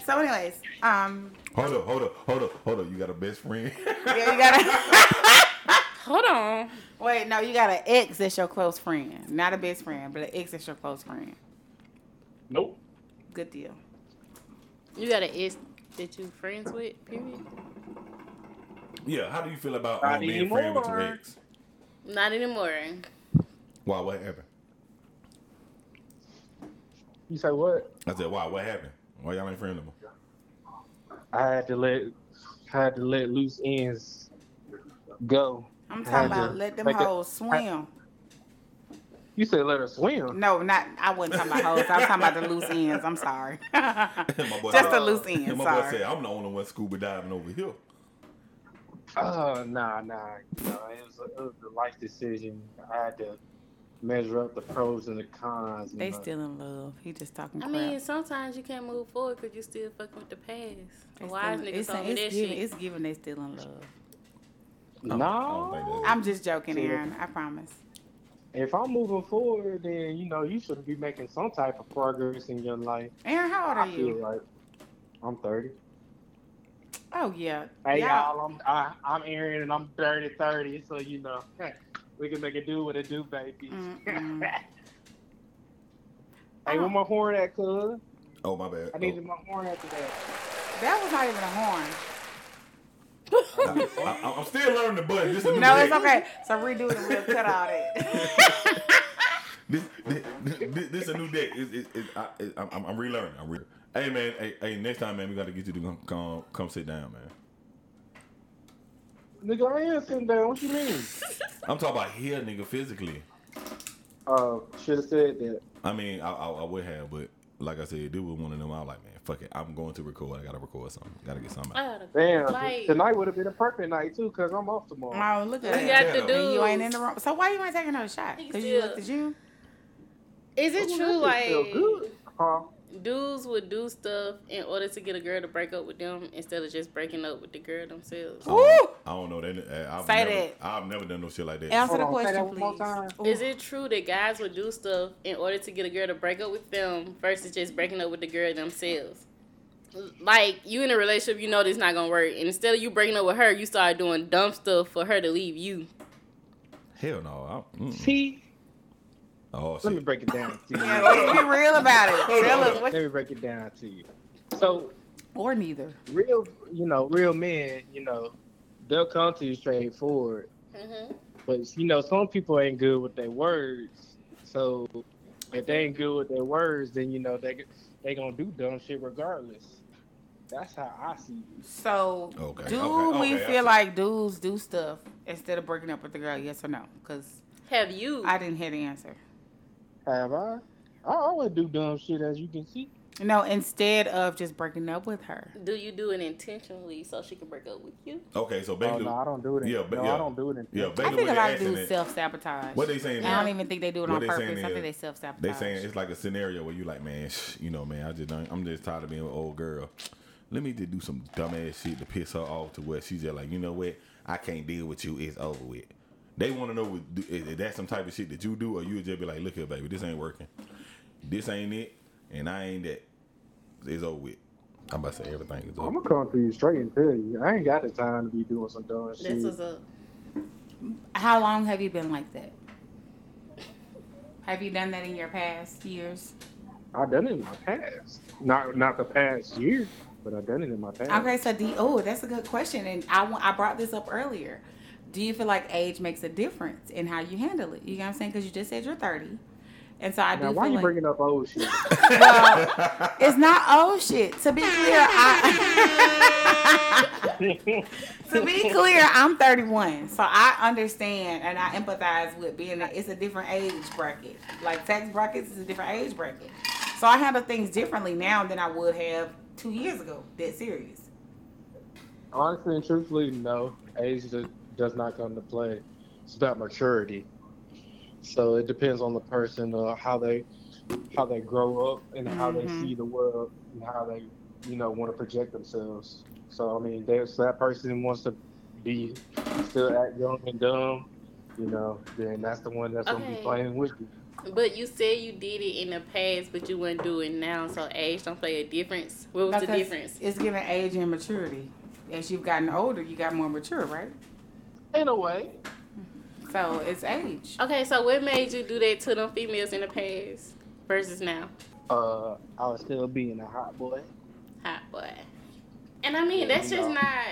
Speaker 2: So, anyways, um,
Speaker 1: hold up, hold up, hold up, hold up. You got a best friend.
Speaker 2: yeah, you gotta [LAUGHS]
Speaker 3: Hold on.
Speaker 2: wait. No, you got an ex that's your close friend, not a best friend, but an ex that's your close friend.
Speaker 4: Nope.
Speaker 2: Good deal.
Speaker 3: You got an itch that you friends with, period?
Speaker 1: yeah. How do you feel about
Speaker 4: Not
Speaker 1: um, being friend with your
Speaker 4: anymore.
Speaker 1: ex?
Speaker 3: Not anymore.
Speaker 1: Why? What happened?
Speaker 4: You say what?
Speaker 1: I said, why? What happened? Why y'all ain't friend no more?
Speaker 4: I had to let I had to let loose ends go.
Speaker 2: I'm
Speaker 4: I had
Speaker 2: talking
Speaker 4: to
Speaker 2: about let them
Speaker 4: make a-
Speaker 2: hoes swim.
Speaker 4: You said let her swim.
Speaker 2: No, not I wasn't talking about hoes. I was talking about the loose ends. I'm sorry.
Speaker 1: [LAUGHS] My
Speaker 2: [LAUGHS]
Speaker 1: boy
Speaker 2: Just
Speaker 1: said-
Speaker 2: the loose
Speaker 1: And
Speaker 2: ends.
Speaker 1: my boy
Speaker 2: Sorry.
Speaker 1: said, I'm the only one scuba diving over here.
Speaker 4: Oh, nah, nah. You know, it was a, it was a life decision. I had to measure up the pros and the cons. you
Speaker 2: They
Speaker 4: know.
Speaker 2: still in love. He just talking
Speaker 3: I
Speaker 2: crap.
Speaker 3: mean, sometimes you can't move forward because you still fucking with the past.
Speaker 2: It's
Speaker 3: Wise
Speaker 2: still-
Speaker 3: niggas
Speaker 2: it's,
Speaker 3: told me
Speaker 2: it's
Speaker 3: that [LAUGHS]
Speaker 2: giving,
Speaker 3: shit.
Speaker 2: It's giving they still in love.
Speaker 1: I don't- I don't think
Speaker 4: No.
Speaker 1: that's-
Speaker 2: I'm just joking,
Speaker 4: Yeah.
Speaker 2: Aaron. I promise.
Speaker 4: If I'm moving forward, then you know you should be making some type of progress in your life.
Speaker 2: Aaron, how old are
Speaker 4: I feel
Speaker 2: you?
Speaker 4: like I'm 30.
Speaker 2: Oh yeah.
Speaker 4: Hey
Speaker 2: Y'all-
Speaker 4: y'all, I'm I, I'm Aaron and I'm dirty 30, so you know we can make a do what it do, baby.
Speaker 2: Mm-mm.
Speaker 4: [LAUGHS]
Speaker 2: Oh.
Speaker 4: hey, where my horn at, cuz?
Speaker 1: Oh, my bad.
Speaker 4: I needed my horn after that.
Speaker 2: That was not even a horn.
Speaker 1: Oh, I, I, I'm still learning the button. This is a new
Speaker 2: [LAUGHS] No, it's
Speaker 1: day.
Speaker 2: okay. So redo it and we'll cut all
Speaker 1: [LAUGHS]
Speaker 2: that.
Speaker 1: This, this, this, this a new deck. It's, it's, it's, I, it's, I'm, I'm- I'm relearning. I'm re- hey, man. Hey, hey, next time, man, we got to get you to come, come, come sit down, man.
Speaker 4: Nigga, I am sitting down. What you mean?
Speaker 1: I'm talking about here, nigga, physically.
Speaker 4: Oh, should have said that.
Speaker 1: I mean, I, I, I would have, but like I said, dude was one of them. I was like, man, fuck it. I'm going to record. I got to record something. Got to get something
Speaker 3: I
Speaker 1: out.
Speaker 3: gotta
Speaker 4: Damn,
Speaker 3: Like-
Speaker 4: tonight would have been a perfect night too, cause I'm off tomorrow.
Speaker 2: Oh, look at
Speaker 3: We
Speaker 2: that.
Speaker 3: got the
Speaker 2: And
Speaker 3: dude.
Speaker 2: you ain't in the room. So why you ain't taking another shot?
Speaker 3: He
Speaker 2: Because you
Speaker 3: still-
Speaker 2: looked at you.
Speaker 3: Is it
Speaker 4: Ooh,
Speaker 3: true,
Speaker 4: that shit feel
Speaker 3: like,
Speaker 4: good. Huh?
Speaker 3: dudes would do stuff in order to get a girl to break up with them instead of just breaking up with the girl themselves?
Speaker 1: I don't,
Speaker 2: Woo!
Speaker 1: I don't know. That, I've
Speaker 2: Say
Speaker 1: never,
Speaker 2: that.
Speaker 1: I've never done no shit like that.
Speaker 2: Answer
Speaker 4: Hold
Speaker 2: the
Speaker 4: on, say that
Speaker 2: question,
Speaker 4: one more time.
Speaker 2: please.
Speaker 3: Is it true that guys would do stuff in order to get a girl to break up with them versus just breaking up with the girl themselves? Like you in a relationship, you know this not gonna work. And instead of you breaking up with her, you start doing dumb stuff for her to leave you.
Speaker 1: Hell no. I, mm.
Speaker 4: See,
Speaker 1: Oh,
Speaker 4: let me
Speaker 1: shit.
Speaker 4: break it down to you.
Speaker 2: Yeah, let's be real about it. Tell us
Speaker 4: Let
Speaker 2: what
Speaker 4: me break it down to you. So
Speaker 2: or neither.
Speaker 4: real, you know, real men, you know, they'll come to you straightforward.
Speaker 3: Mm-hmm.
Speaker 4: But you know, some people ain't good with their words. So if they ain't good with their words, then you know they they gonna do dumb shit regardless. That's how I see it.
Speaker 2: So
Speaker 1: Okay,
Speaker 2: do
Speaker 1: okay,
Speaker 2: we
Speaker 1: okay, I see.
Speaker 2: feel like dudes do stuff instead of breaking up with the girl? Yes or no? Because
Speaker 3: Have you?
Speaker 2: I didn't hear the answer.
Speaker 4: Have I? I always do dumb shit, as you can see.
Speaker 2: No, instead of just breaking up with her.
Speaker 3: Do you do it intentionally so she can break up with you?
Speaker 1: Okay, so
Speaker 4: Oh
Speaker 1: basically,
Speaker 4: no, I don't do it.
Speaker 1: Yeah,
Speaker 4: Yeah,
Speaker 1: but
Speaker 4: no,
Speaker 1: yeah.
Speaker 4: I don't do it. In
Speaker 1: yeah,
Speaker 4: yeah,
Speaker 1: basically
Speaker 2: I think a
Speaker 1: what
Speaker 2: lot
Speaker 1: they
Speaker 2: of dudes
Speaker 1: asking it-
Speaker 2: self sabotage.
Speaker 1: What they saying?
Speaker 2: I
Speaker 1: is-
Speaker 2: don't even think they do it
Speaker 1: What
Speaker 2: on
Speaker 1: they saying
Speaker 2: purpose. I
Speaker 1: is-
Speaker 2: think they self sabotage.
Speaker 1: They saying it's like a scenario where you like, man, sh- you know, man, I just don't, I'm just tired of being an old girl. Let me just do some dumbass shit to piss her off to where she's just like, you know what, I can't deal with you. It's over with. They want to know what, do- if if that's some type of shit that you do, or you would just be like, look here, baby, this ain't working. This ain't it, and I ain't that. It's over with. I'm about to say everything is
Speaker 4: I'm
Speaker 1: over.
Speaker 4: gonna come to you straight and tell you, I ain't got the time to be doing some dumb shit.
Speaker 3: This was a
Speaker 2: How long have you been like that? Have you done that in your past years?
Speaker 4: I done it in my past, not not the past year, but I done it in my past.
Speaker 2: Okay, so do you- oh, that's a good question, and I want I brought this up earlier. Do you feel like age makes a difference in how you handle it? You know what I'm saying? Because you just said you're 30, and so I
Speaker 4: Now,
Speaker 2: do.
Speaker 4: why
Speaker 2: feel
Speaker 4: you
Speaker 2: like,
Speaker 4: bringing up old shit?
Speaker 2: Well, it's not old shit. To be clear, I. [LAUGHS]
Speaker 4: [LAUGHS]
Speaker 2: to be clear, I'm 31, so I understand and I empathize with being. A, it's a different age bracket. Like tax brackets is a different age bracket, so I handle things differently now than I would have two years ago. That serious.
Speaker 4: Honestly and truthfully, no. Age do- does not come to play. It's about maturity. So it depends on the person, uh, how they how they grow up and how they
Speaker 2: Mhm.
Speaker 4: see the world and how they you know want to project themselves. So I mean, there's that person wants to be still act young and dumb, you know, then that's the one that's gonna
Speaker 3: Okay.
Speaker 4: be playing with you.
Speaker 3: But you said you did it in the past, but you wouldn't do it now. So age don't play a difference. What was the
Speaker 2: Because
Speaker 3: difference?
Speaker 2: It's given age and maturity. As you've gotten older, you got more mature, right?
Speaker 4: In a way,
Speaker 2: So it's age.
Speaker 3: Okay, so what made you do that to them females in the past versus now?
Speaker 4: uh, I was still being a hot boy.
Speaker 3: Hot boy. And I mean, that's just
Speaker 4: No.
Speaker 3: not.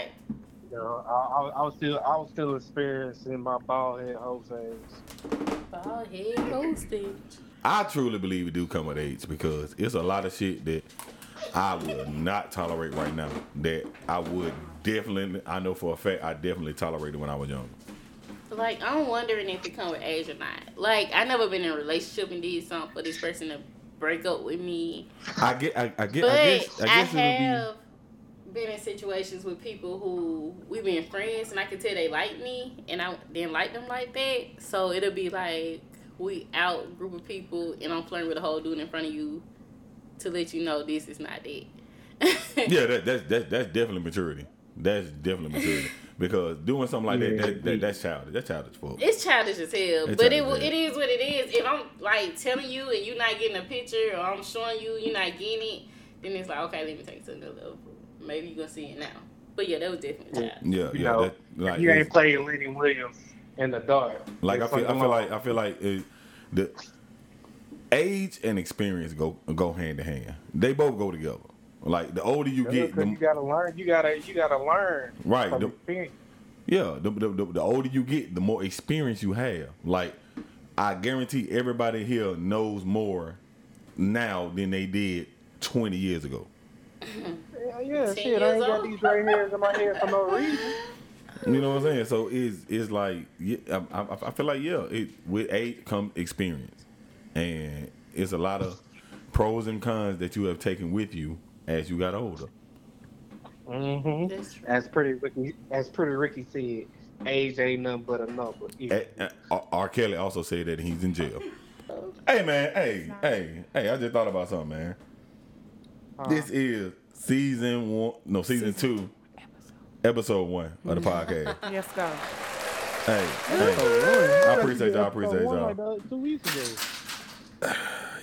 Speaker 4: You know, I, I, I was still I was still experiencing my bald head whole phase.
Speaker 3: Bald head hosting.
Speaker 1: I truly believe it do come with age because it's a lot of shit that I will not tolerate right now. That I would definitely, I know for a fact, I definitely tolerated when I was younger.
Speaker 3: Like, I'm wondering if it come with age or not. Like, I never been in a relationship and did something for this person to break up with me.
Speaker 1: I get, I, I get,
Speaker 3: But
Speaker 1: I guess, I
Speaker 3: I,
Speaker 1: guess it would
Speaker 3: have been in situations with people who we've been friends, and I could tell they like me, and I didn't like them like that. So it'll be like we out group of people, and I'm flirting with a whole dude in front of you to let you know this is not it. [LAUGHS]
Speaker 1: be, yeah, that, that's that's that's definitely maturity. That's definitely maturity because doing something like that, that, that that's childish. That's childish fuck.
Speaker 3: It's childish as hell,
Speaker 1: It's
Speaker 3: but
Speaker 1: childish
Speaker 3: it will-
Speaker 1: as hell.
Speaker 3: it is what it is. If I'm like telling you and you're not getting a picture, or I'm showing you you're not getting it, then it's like okay, let me take it to another level. Maybe you're gonna see it now. But yeah, that was definitely childish.
Speaker 1: Yeah,
Speaker 4: You
Speaker 1: Oh, yeah,
Speaker 4: know,
Speaker 1: that, like
Speaker 4: you
Speaker 1: it's-
Speaker 4: ain't playing Lenny Williams in the dark.
Speaker 1: Like I
Speaker 4: There's
Speaker 1: feel, I
Speaker 4: something
Speaker 1: feel
Speaker 4: wrong.
Speaker 1: like I feel like it, the age and experience go go hand to hand. They both go together. Like the older you
Speaker 4: Yeah,
Speaker 1: get,
Speaker 4: 'cause you
Speaker 1: the,
Speaker 4: gotta learn. You gotta you gotta learn.
Speaker 1: Right,
Speaker 4: from
Speaker 1: the-
Speaker 4: experience.
Speaker 1: yeah, the, the, the, the older you get, the more experience you have. Like I guarantee everybody here knows more now than they did twenty years ago.
Speaker 4: Yeah, yeah
Speaker 3: Ten
Speaker 4: shit. I
Speaker 3: years
Speaker 4: ain't got
Speaker 3: old?
Speaker 4: these gray hairs in my head for no reason.
Speaker 1: You know what I'm saying? So it's it's like yeah, I, I, I feel like yeah, it with age come experience, and it's a lot of pros and cons that you have taken with you as you got older.
Speaker 4: Mm-hmm.
Speaker 3: That's true.
Speaker 4: As pretty Ricky, as pretty Ricky said, age ain't nothing but a number.
Speaker 1: A- a- R. R. Kelly also said that he's in jail. hey man, hey, hey, hey! I just thought about something, man.
Speaker 4: Uh-huh.
Speaker 1: This is season one, no, season, two, episode one of the [LAUGHS] podcast.
Speaker 2: Yes, go.
Speaker 1: hey, hey, I appreciate y'all. I appreciate y'all.
Speaker 4: uh, Two weeks ago.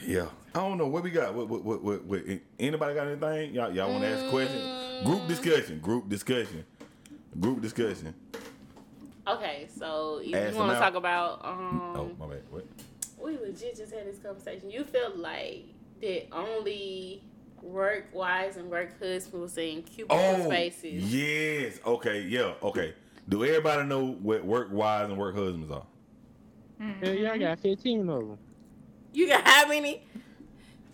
Speaker 1: Yeah. I don't know what we got. What, what, what, what, what anybody got anything? Y'all, y'all want to
Speaker 3: Mm.
Speaker 1: ask questions? Group discussion. Group discussion. Group discussion.
Speaker 3: Okay, so if
Speaker 1: Ask
Speaker 3: you
Speaker 1: them
Speaker 3: want to
Speaker 1: out.
Speaker 3: talk about um,
Speaker 1: oh, my bad. What?
Speaker 3: we legit just had this conversation. You feel like that only work wives and work husbands in cubicle
Speaker 1: Oh,
Speaker 3: spaces.
Speaker 1: yes. Okay. Yeah. Okay. Do everybody know what work wives and work husbands are?
Speaker 4: Yeah, yeah, I got 15 of them.
Speaker 3: You got how many?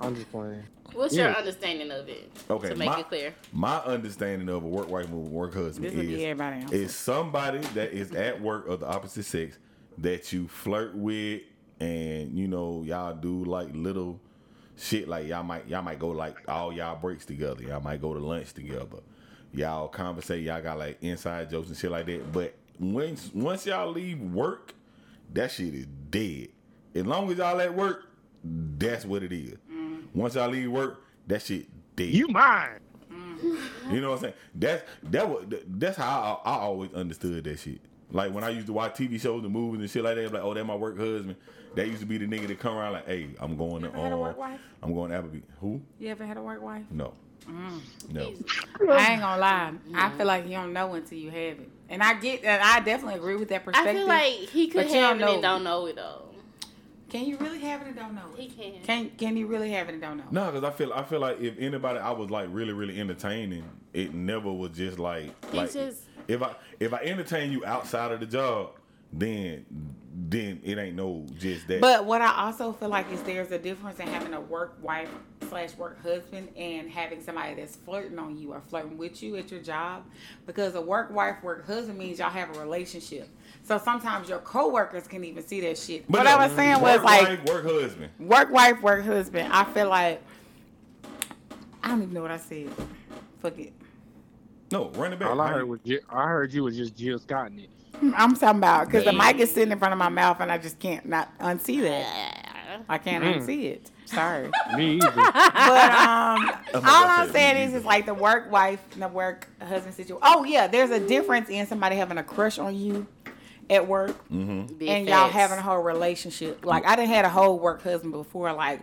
Speaker 4: I'm just playing.
Speaker 3: What's your
Speaker 4: Yeah.
Speaker 3: understanding of it?
Speaker 1: Okay,
Speaker 3: to make
Speaker 1: my-
Speaker 3: it clear.
Speaker 1: My understanding of a work wife and work husband
Speaker 2: This would be
Speaker 1: is
Speaker 2: everybody else.
Speaker 1: is somebody that is at work of the opposite sex that you flirt with, and you know y'all do like little shit like y'all might y'all might go like all y'all breaks together. Y'all might go to lunch together. Y'all conversate. Y'all got like inside jokes and shit like that. But once once y'all leave work, that shit is dead. As long as y'all at work, that's what it is. Once y'all leave work, that shit dead.
Speaker 4: You mine.
Speaker 1: You know what I'm saying? That's that was that's how I, I always understood that shit. Like when I used to watch TV shows and movies and shit like that, like oh that my work husband. That used to be the nigga that come around like, hey, I'm going to
Speaker 2: Ever had a work
Speaker 1: um,
Speaker 2: wife?
Speaker 1: I'm going to Applebee. Who?
Speaker 2: You ever had a work wife?
Speaker 1: No,
Speaker 2: Mm.
Speaker 1: no.
Speaker 2: I ain't gonna lie. I feel like you don't know until you have it, and I get that. I definitely agree with that
Speaker 3: I
Speaker 2: perspective.
Speaker 3: feel like he could
Speaker 2: but you
Speaker 3: have it
Speaker 2: don't
Speaker 3: and
Speaker 2: know.
Speaker 3: don't know it though.
Speaker 2: can you really have it and don't know
Speaker 3: He
Speaker 2: it?
Speaker 3: can.
Speaker 2: Can Can you really have it and don't know? it?
Speaker 1: No, because I feel I feel like if anybody I was like really really entertaining, it never was just like
Speaker 3: He's
Speaker 1: like
Speaker 3: just-
Speaker 1: if I if I entertain you outside of the job, then then it ain't no just that.
Speaker 2: But what I also feel like is there's a difference in having a work wife slash work husband and having somebody that's flirting on you or flirting with you at your job. Because a work wife, work husband means y'all have a relationship. So sometimes your coworkers can even see that shit. what
Speaker 1: no,
Speaker 2: I was saying was
Speaker 1: work
Speaker 2: like
Speaker 1: wife, work husband.
Speaker 2: work wife, work husband. I feel like I don't even know what I said. Fuck it. [LAUGHS]
Speaker 1: No, run it back.
Speaker 4: All I
Speaker 1: How
Speaker 4: heard
Speaker 1: you-
Speaker 4: was Jill, I heard you was just Jill Scott in it.
Speaker 2: I'm talking about because the
Speaker 3: Damn.
Speaker 2: mic is sitting in front of my mouth and I just can't not unsee that. I can't
Speaker 1: Mm.
Speaker 2: unsee it. Sorry.
Speaker 4: Me either.
Speaker 1: [LAUGHS]
Speaker 2: but um, all
Speaker 1: Oh my God,
Speaker 2: I'm
Speaker 1: said
Speaker 2: saying
Speaker 1: me
Speaker 2: is,
Speaker 1: either.
Speaker 2: is like the work wife and the work husband situation. Oh yeah, there's a difference in somebody having a crush on you at work
Speaker 1: Mm-hmm.
Speaker 3: Big
Speaker 2: and y'all
Speaker 3: facts.
Speaker 2: having a whole relationship. Like I didn't had a whole work husband before. Like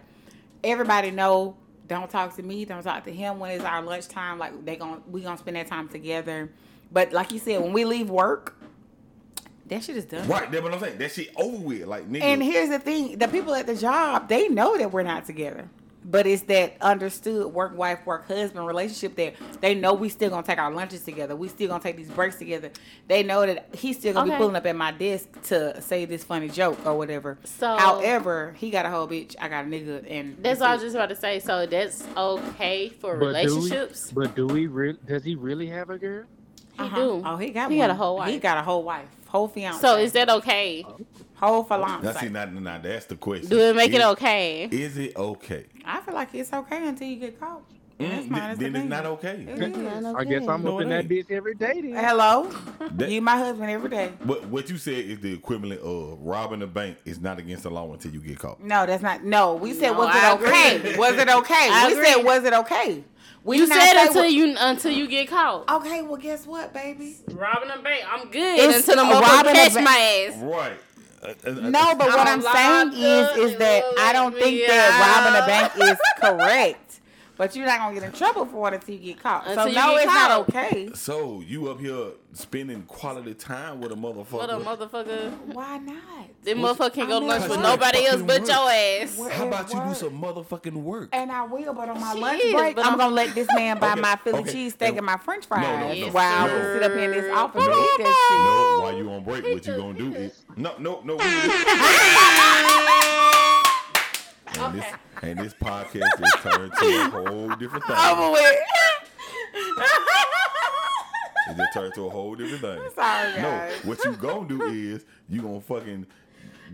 Speaker 2: everybody know, don't talk to me, don't talk to him when it's our lunchtime. Like they gon' we gonna spend that time together. But like you said, when we leave work, that shit is done.
Speaker 1: Right, that's what I'm saying. That shit over with. Like nigga,
Speaker 2: And here's the thing: the people at the job, they know that we're not together. But it's that understood work wife, work husband relationship that they know we still gonna take our lunches together. We still gonna take these breaks together. They know that he's still gonna
Speaker 3: Okay.
Speaker 2: be pulling up at my desk to say this funny joke or whatever.
Speaker 3: So-
Speaker 2: however, he got a whole bitch, I got a nigga, and
Speaker 3: That's all I was
Speaker 2: it.
Speaker 3: just about to say. So that's okay for relationships.
Speaker 4: Do we, but do we? Re- does he really have a girl?
Speaker 3: He
Speaker 2: Uh-huh.
Speaker 3: do.
Speaker 2: Oh, he got
Speaker 3: He
Speaker 2: one.
Speaker 3: got a whole
Speaker 2: He
Speaker 3: wife.
Speaker 2: got a whole wife, whole fiance.
Speaker 3: so is that okay?
Speaker 1: Oh.
Speaker 2: whole fiance?
Speaker 1: Now, see, now, now, that's the question.
Speaker 3: Do it make it
Speaker 1: Is-
Speaker 3: okay?
Speaker 1: Is it okay?
Speaker 2: I feel like it's okay until you get caught.
Speaker 1: Mm,
Speaker 2: That's my
Speaker 1: th-
Speaker 2: honest
Speaker 1: then it's
Speaker 2: opinion.
Speaker 1: not okay.
Speaker 2: It is.
Speaker 4: I guess I'm
Speaker 1: No,
Speaker 4: up
Speaker 1: it
Speaker 4: in that bitch every day. Then.
Speaker 2: Hello,
Speaker 1: That-
Speaker 2: you my husband every day.
Speaker 1: What what you said is the equivalent of robbing a bank is not against the law until you get caught.
Speaker 2: No, that's not. No, we said
Speaker 3: No,
Speaker 2: was
Speaker 3: I
Speaker 2: it
Speaker 3: agree.
Speaker 2: okay? Was it okay?
Speaker 3: I
Speaker 2: we
Speaker 3: agree.
Speaker 2: said was it okay? We
Speaker 3: You
Speaker 2: did not
Speaker 3: said
Speaker 2: say
Speaker 3: until
Speaker 2: wa-
Speaker 3: you until you get caught.
Speaker 2: Okay, well, guess what, baby?
Speaker 3: Robbing a bank, I'm good
Speaker 2: It's
Speaker 3: until the
Speaker 2: a
Speaker 3: motherfucker
Speaker 2: robbing a
Speaker 3: catch
Speaker 2: bank.
Speaker 3: my ass.
Speaker 1: Right. Uh, uh, uh,
Speaker 2: No, but what
Speaker 3: I'm
Speaker 2: I'm saying
Speaker 3: liable
Speaker 2: is, is
Speaker 3: to
Speaker 2: that I don't
Speaker 3: let
Speaker 2: think
Speaker 3: me
Speaker 2: that
Speaker 3: out. [LAUGHS]
Speaker 2: robbing a bank is correct. But you're not gonna get in trouble for it until you get caught.
Speaker 3: Until
Speaker 2: so
Speaker 3: you
Speaker 2: no,
Speaker 3: get
Speaker 2: it's
Speaker 3: caught.
Speaker 2: not okay.
Speaker 1: So you up here spending quality time with a motherfucker.
Speaker 3: What a motherfucker!
Speaker 2: Why not?
Speaker 3: That motherfucker can go to
Speaker 2: I'm
Speaker 3: lunch
Speaker 2: not
Speaker 3: with
Speaker 2: fucking
Speaker 3: nobody else but
Speaker 1: work.
Speaker 3: your ass.
Speaker 2: What?
Speaker 1: How about
Speaker 2: It
Speaker 1: you do
Speaker 2: works.
Speaker 1: some motherfucking work?
Speaker 2: And I will, but on my
Speaker 3: She
Speaker 2: lunch
Speaker 3: is,
Speaker 2: break,
Speaker 3: but
Speaker 2: I'm,
Speaker 3: I'm-
Speaker 2: gonna let this man buy
Speaker 1: Okay,
Speaker 2: my Philly
Speaker 1: okay,
Speaker 2: cheese steak
Speaker 1: and-
Speaker 2: and my French
Speaker 1: no,
Speaker 2: fries
Speaker 1: no,
Speaker 2: while
Speaker 1: no.
Speaker 2: we sit up here in this office
Speaker 1: No.
Speaker 2: and eat that
Speaker 1: No, while you on break, what you gonna do is no, no,
Speaker 2: [LAUGHS]
Speaker 1: no. and, this, and this podcast is turned to a whole different thing.
Speaker 2: shit. Over with.
Speaker 1: It just turned to a whole different thing.
Speaker 2: [LAUGHS] Sorry,
Speaker 1: No,
Speaker 2: guys.
Speaker 1: what you gonna do is you gonna fucking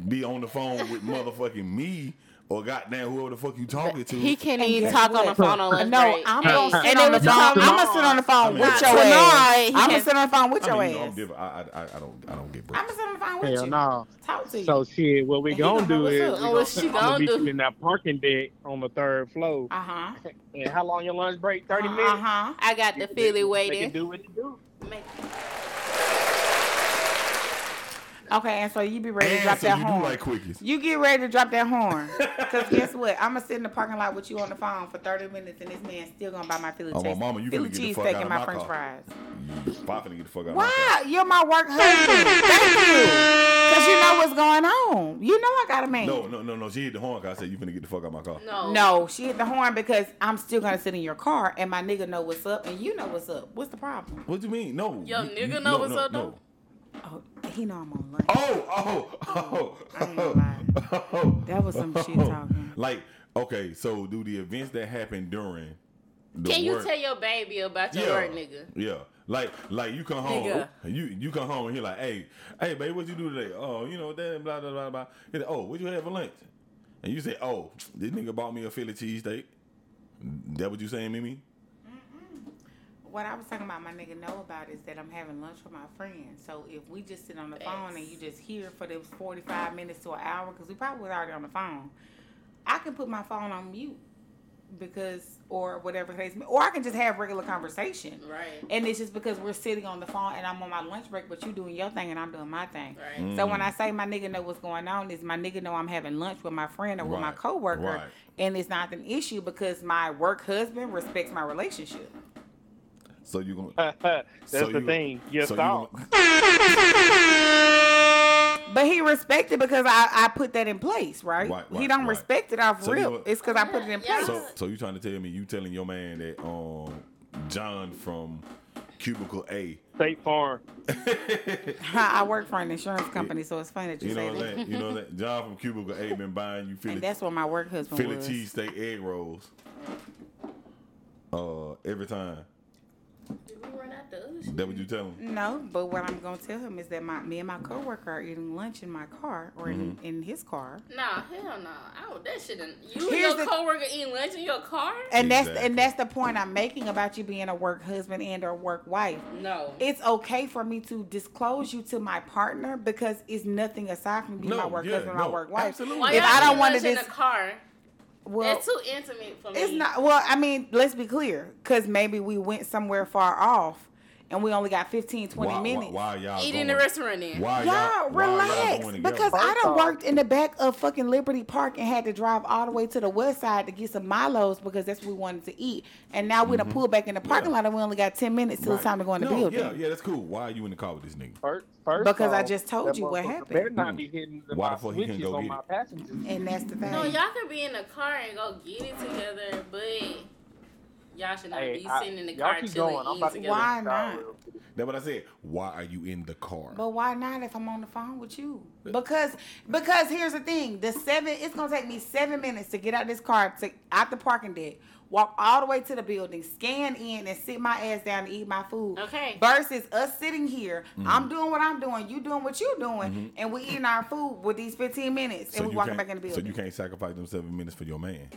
Speaker 1: be on the phone with motherfucking me or goddamn whoever the fuck you talking to.
Speaker 3: He can't
Speaker 2: And
Speaker 3: even
Speaker 2: guess
Speaker 3: talk on the
Speaker 2: what?
Speaker 3: phone on lunch
Speaker 2: Uh, no,
Speaker 3: break.
Speaker 2: I'm
Speaker 3: Hey,
Speaker 2: gonna
Speaker 3: and
Speaker 2: sit on
Speaker 3: they was
Speaker 2: the phone. I'm
Speaker 3: talking
Speaker 2: gonna sit on the phone
Speaker 1: Tomorrow.
Speaker 2: with your
Speaker 3: Tomorrow,
Speaker 2: ass.
Speaker 3: he
Speaker 2: I'm gonna
Speaker 3: can-
Speaker 2: sit on the phone with
Speaker 1: I
Speaker 2: your
Speaker 1: mean, you know, I'm
Speaker 2: ass.
Speaker 1: different. I, I, I, I don't, I don't get
Speaker 2: I'm
Speaker 1: breaks.
Speaker 2: gonna sit on the phone with
Speaker 4: Hell
Speaker 2: you.
Speaker 4: no.
Speaker 2: Talk to you.
Speaker 4: So shit, what we
Speaker 2: And he
Speaker 4: gonna
Speaker 2: don't know
Speaker 4: do
Speaker 2: what's
Speaker 4: is
Speaker 2: up.
Speaker 4: we
Speaker 3: Oh, what she
Speaker 4: I'm gonna
Speaker 3: gonna
Speaker 4: meet
Speaker 3: do?
Speaker 4: you in that parking deck on the third floor.
Speaker 2: uh huh.
Speaker 4: And how long your lunch break? Thirty minutes.
Speaker 2: Uh huh.
Speaker 3: I got the
Speaker 4: They-
Speaker 3: Philly
Speaker 4: They can
Speaker 3: waiting.
Speaker 4: do what they do. [LAUGHS]
Speaker 2: Okay, and so you be ready to drop
Speaker 1: And so
Speaker 2: that
Speaker 1: you
Speaker 2: horn.
Speaker 1: do like quickies.
Speaker 2: You get ready to drop
Speaker 1: [LAUGHS]
Speaker 2: that horn. Cause guess what? I'ma sit in the parking lot with you on the phone for 30 minutes, and this man still gonna buy my Philly,
Speaker 1: Oh, my
Speaker 2: cheese-
Speaker 1: mama, you
Speaker 2: Philly
Speaker 1: finna get the
Speaker 2: cheese
Speaker 1: fuck
Speaker 2: steak
Speaker 1: out of
Speaker 2: and my
Speaker 1: my
Speaker 2: French
Speaker 1: car.
Speaker 2: fries.
Speaker 1: Popping to get the fuck out.
Speaker 2: Why? You're my work husband. Thank
Speaker 1: [LAUGHS]
Speaker 2: you. Cause you know what's going on. You know I got a man.
Speaker 1: Of my car. No, no, no, no. She hit the horn. 'cause I said you finna get the fuck out of my car.
Speaker 3: No,
Speaker 2: No, she hit the horn because I'm still gonna sit in your car and my nigga know what's up and you know what's up. What's the problem?
Speaker 1: What do you mean? No.
Speaker 3: Yo,
Speaker 1: You-
Speaker 3: nigga
Speaker 1: you-
Speaker 3: know what's
Speaker 1: no,
Speaker 3: up,
Speaker 1: no.
Speaker 3: though.
Speaker 2: Oh, he know I'm on lunch.
Speaker 1: Oh, oh, oh,
Speaker 2: I ain't gonna lie.
Speaker 1: [LAUGHS] oh.
Speaker 2: That was some shit talking.
Speaker 1: Like, okay, so do the events that happen during the
Speaker 3: Can you
Speaker 1: work-
Speaker 3: tell your baby about your work, nigga?
Speaker 1: Yeah. Like like you come home,
Speaker 3: Nigga.
Speaker 1: you you come home and you're like, hey, hey, babe, what you do today? Oh, you know, that blah blah blah blah. He's like, oh, what you have for lunch? and you say, "Oh, this nigga bought me a Philly cheesesteak." That what you saying, Mimi?
Speaker 2: What I was talking about, my nigga know about is that I'm having lunch with my friend. So if we just sit on the phone and you just hear for those 45 minutes to an hour, because we probably was already on the phone, I can put my phone on mute because or whatever the case may- or I can just have regular conversation.
Speaker 3: Right.
Speaker 2: And it's just because we're sitting on the phone and I'm on my lunch break, but you doing your thing and I'm doing my thing.
Speaker 3: Right.
Speaker 4: Mm.
Speaker 2: So
Speaker 1: Mm.
Speaker 2: when I say my nigga know what's going on, is my nigga know I'm having lunch with my friend or with my
Speaker 1: Right.
Speaker 2: coworker,
Speaker 1: Right.
Speaker 2: and it's not an issue because my work husband respects
Speaker 3: [LAUGHS]
Speaker 2: my relationship.
Speaker 1: So you gonna?
Speaker 4: That's
Speaker 1: so
Speaker 4: the
Speaker 1: you-
Speaker 4: thing. Your
Speaker 1: so you
Speaker 4: thought.
Speaker 1: gonna-
Speaker 2: But he respected because I, I put that in place, right?
Speaker 1: Right,
Speaker 2: he
Speaker 1: right,
Speaker 2: don't
Speaker 1: right.
Speaker 2: respect it off
Speaker 1: So
Speaker 2: real.
Speaker 1: you-
Speaker 2: it's because I put it in
Speaker 3: Yeah,
Speaker 1: [LAUGHS]
Speaker 2: place.
Speaker 1: so so you trying to tell me you telling your man that um John from Cubicle A, [LAUGHS]
Speaker 4: State Farm.
Speaker 2: I work for an insurance company, so it's funny that you,
Speaker 1: you know
Speaker 2: say
Speaker 1: what I'm
Speaker 2: that.
Speaker 1: saying? You know
Speaker 2: [LAUGHS]
Speaker 1: that John from Cubicle A been buying you Philly
Speaker 2: And that's what my work husband
Speaker 1: Philly
Speaker 2: was.
Speaker 1: cheesesteak egg rolls. Uh, every time.
Speaker 3: Did we run out the other
Speaker 1: That what you tell him?
Speaker 2: No, but what I'm gonna tell him is that my me and my coworker are eating lunch in my car or in,
Speaker 1: Mm-hmm.
Speaker 2: in his car.
Speaker 3: Nah, hell no. I would that shit. in- You
Speaker 2: Here's
Speaker 3: and
Speaker 2: the-
Speaker 3: your coworker eating lunch in your car?
Speaker 2: And that's
Speaker 1: Exactly.
Speaker 2: and that's the point I'm making about you being a work husband and or work wife.
Speaker 3: No.
Speaker 2: It's okay for me to disclose you to my partner because it's nothing aside from being
Speaker 1: No,
Speaker 2: my work
Speaker 1: yeah,
Speaker 2: husband,
Speaker 1: no,
Speaker 2: my work wife.
Speaker 1: absolutely.
Speaker 3: Why
Speaker 2: If
Speaker 3: y'all
Speaker 2: I don't
Speaker 3: eating
Speaker 2: wanna
Speaker 3: lunch in
Speaker 2: dis-
Speaker 3: the car,
Speaker 2: Well,
Speaker 3: that's too intimate for me.
Speaker 2: It's not. Well, I mean, let's be clear, because maybe we went somewhere far off, and we only got 15, 20
Speaker 1: Why, why,
Speaker 2: minutes.
Speaker 1: why are y'all
Speaker 3: Eat in
Speaker 1: going-
Speaker 3: the restaurant then.
Speaker 1: Why
Speaker 2: Y'all
Speaker 1: y'all, why y'all
Speaker 2: relax,
Speaker 1: going together?
Speaker 2: because I
Speaker 4: First
Speaker 2: done
Speaker 4: off-
Speaker 2: worked in the back of fucking Liberty Park and had to drive all the way to the west side to get some Milos because that's what we wanted to eat, and now we done pulled back in the parking lot and we only got ten minutes till it's
Speaker 1: Mm-hmm. Right.
Speaker 2: time to go in the
Speaker 1: No,
Speaker 2: building.
Speaker 1: Yeah, yeah, that's cool. Why are you in the car with this nigga?
Speaker 4: First, first
Speaker 2: Because I
Speaker 4: off,
Speaker 2: just told
Speaker 4: that
Speaker 2: you what
Speaker 4: motherfucker
Speaker 2: happened.
Speaker 4: Better not be hitting the
Speaker 1: Why
Speaker 4: my
Speaker 1: the fuck he couldn't
Speaker 4: switches
Speaker 1: go
Speaker 4: on
Speaker 1: get
Speaker 4: my
Speaker 1: it?
Speaker 4: passengers.
Speaker 2: And that's the thing.
Speaker 3: No, y'all could be in the car and go get it together, but y'all should not
Speaker 4: Hey,
Speaker 3: be
Speaker 4: I-
Speaker 3: sitting in the
Speaker 4: y'all
Speaker 3: car
Speaker 4: keep
Speaker 3: chilling
Speaker 4: going. I'm
Speaker 3: eating
Speaker 4: about to
Speaker 3: together.
Speaker 2: Why
Speaker 4: get in the car
Speaker 2: not?
Speaker 4: real quick.
Speaker 1: That's what I said. Why are you in the car?
Speaker 2: But why not if I'm on the phone with you? Because because here's the thing, the seven it's gonna take me seven minutes to get out this car to out the parking deck, walk all the way to the building, scan in and sit my ass down and eat my food.
Speaker 3: Okay.
Speaker 2: Versus us sitting here,
Speaker 1: Mm-hmm.
Speaker 2: I'm doing what I'm doing, you doing what you doing, and we eating our food with these fifteen minutes and we
Speaker 1: you
Speaker 2: walking
Speaker 1: can't-
Speaker 2: back in the
Speaker 1: Mm-hmm. So
Speaker 2: building.
Speaker 1: you can't sacrifice them seven minutes for your man.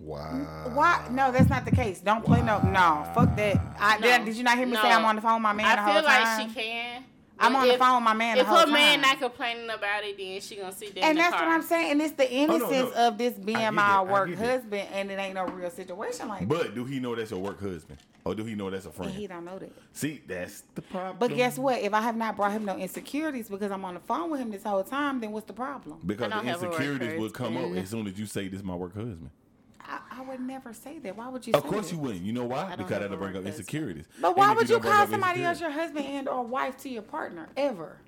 Speaker 1: Wow.
Speaker 2: why? No, that's not the case. Don't play no. No, fuck that. I,
Speaker 3: No.
Speaker 2: did, did you not hear me say
Speaker 3: No.
Speaker 2: I'm on the phone with my man the
Speaker 3: I
Speaker 2: whole
Speaker 3: feel
Speaker 2: time?
Speaker 3: like she can.
Speaker 2: I'm
Speaker 3: but
Speaker 2: on the
Speaker 3: if-
Speaker 2: phone with my man the
Speaker 3: If
Speaker 2: whole
Speaker 3: her man
Speaker 2: time.
Speaker 3: not complaining about it, then she gonna sit there in
Speaker 2: and
Speaker 3: the
Speaker 2: that's
Speaker 3: car.
Speaker 2: what I'm saying. And it's the
Speaker 1: no,
Speaker 2: innocence
Speaker 1: no.
Speaker 2: of this
Speaker 1: I
Speaker 2: being
Speaker 1: get
Speaker 2: my
Speaker 1: that. I
Speaker 2: work
Speaker 1: get that.
Speaker 2: husband, and it ain't no real situation like that.
Speaker 1: But do he know that's your work husband, or do he know that's a
Speaker 2: And
Speaker 1: friend?
Speaker 2: he don't know that.
Speaker 1: See, that's the problem.
Speaker 2: But
Speaker 3: Mm-hmm.
Speaker 2: guess what? If I have not brought him no insecurities because I'm on the phone with him this whole time, then what's the problem?
Speaker 1: Because
Speaker 3: I
Speaker 1: the
Speaker 3: don't have a work
Speaker 1: insecurities will come up
Speaker 3: husband.
Speaker 1: as soon as you say this is my work husband.
Speaker 2: I, I would never say that. Why would you?
Speaker 1: Of
Speaker 2: say
Speaker 1: course
Speaker 2: that?
Speaker 1: you wouldn't. You know why?
Speaker 3: don't
Speaker 1: Because
Speaker 3: have a
Speaker 1: that'll bring
Speaker 3: work
Speaker 1: up
Speaker 3: husband.
Speaker 1: insecurities.
Speaker 2: But
Speaker 1: And
Speaker 2: why
Speaker 1: if
Speaker 2: would you
Speaker 1: don't bring
Speaker 2: call
Speaker 1: up
Speaker 2: somebody else your
Speaker 1: insecurities-
Speaker 2: husband and or wife to your partner ever?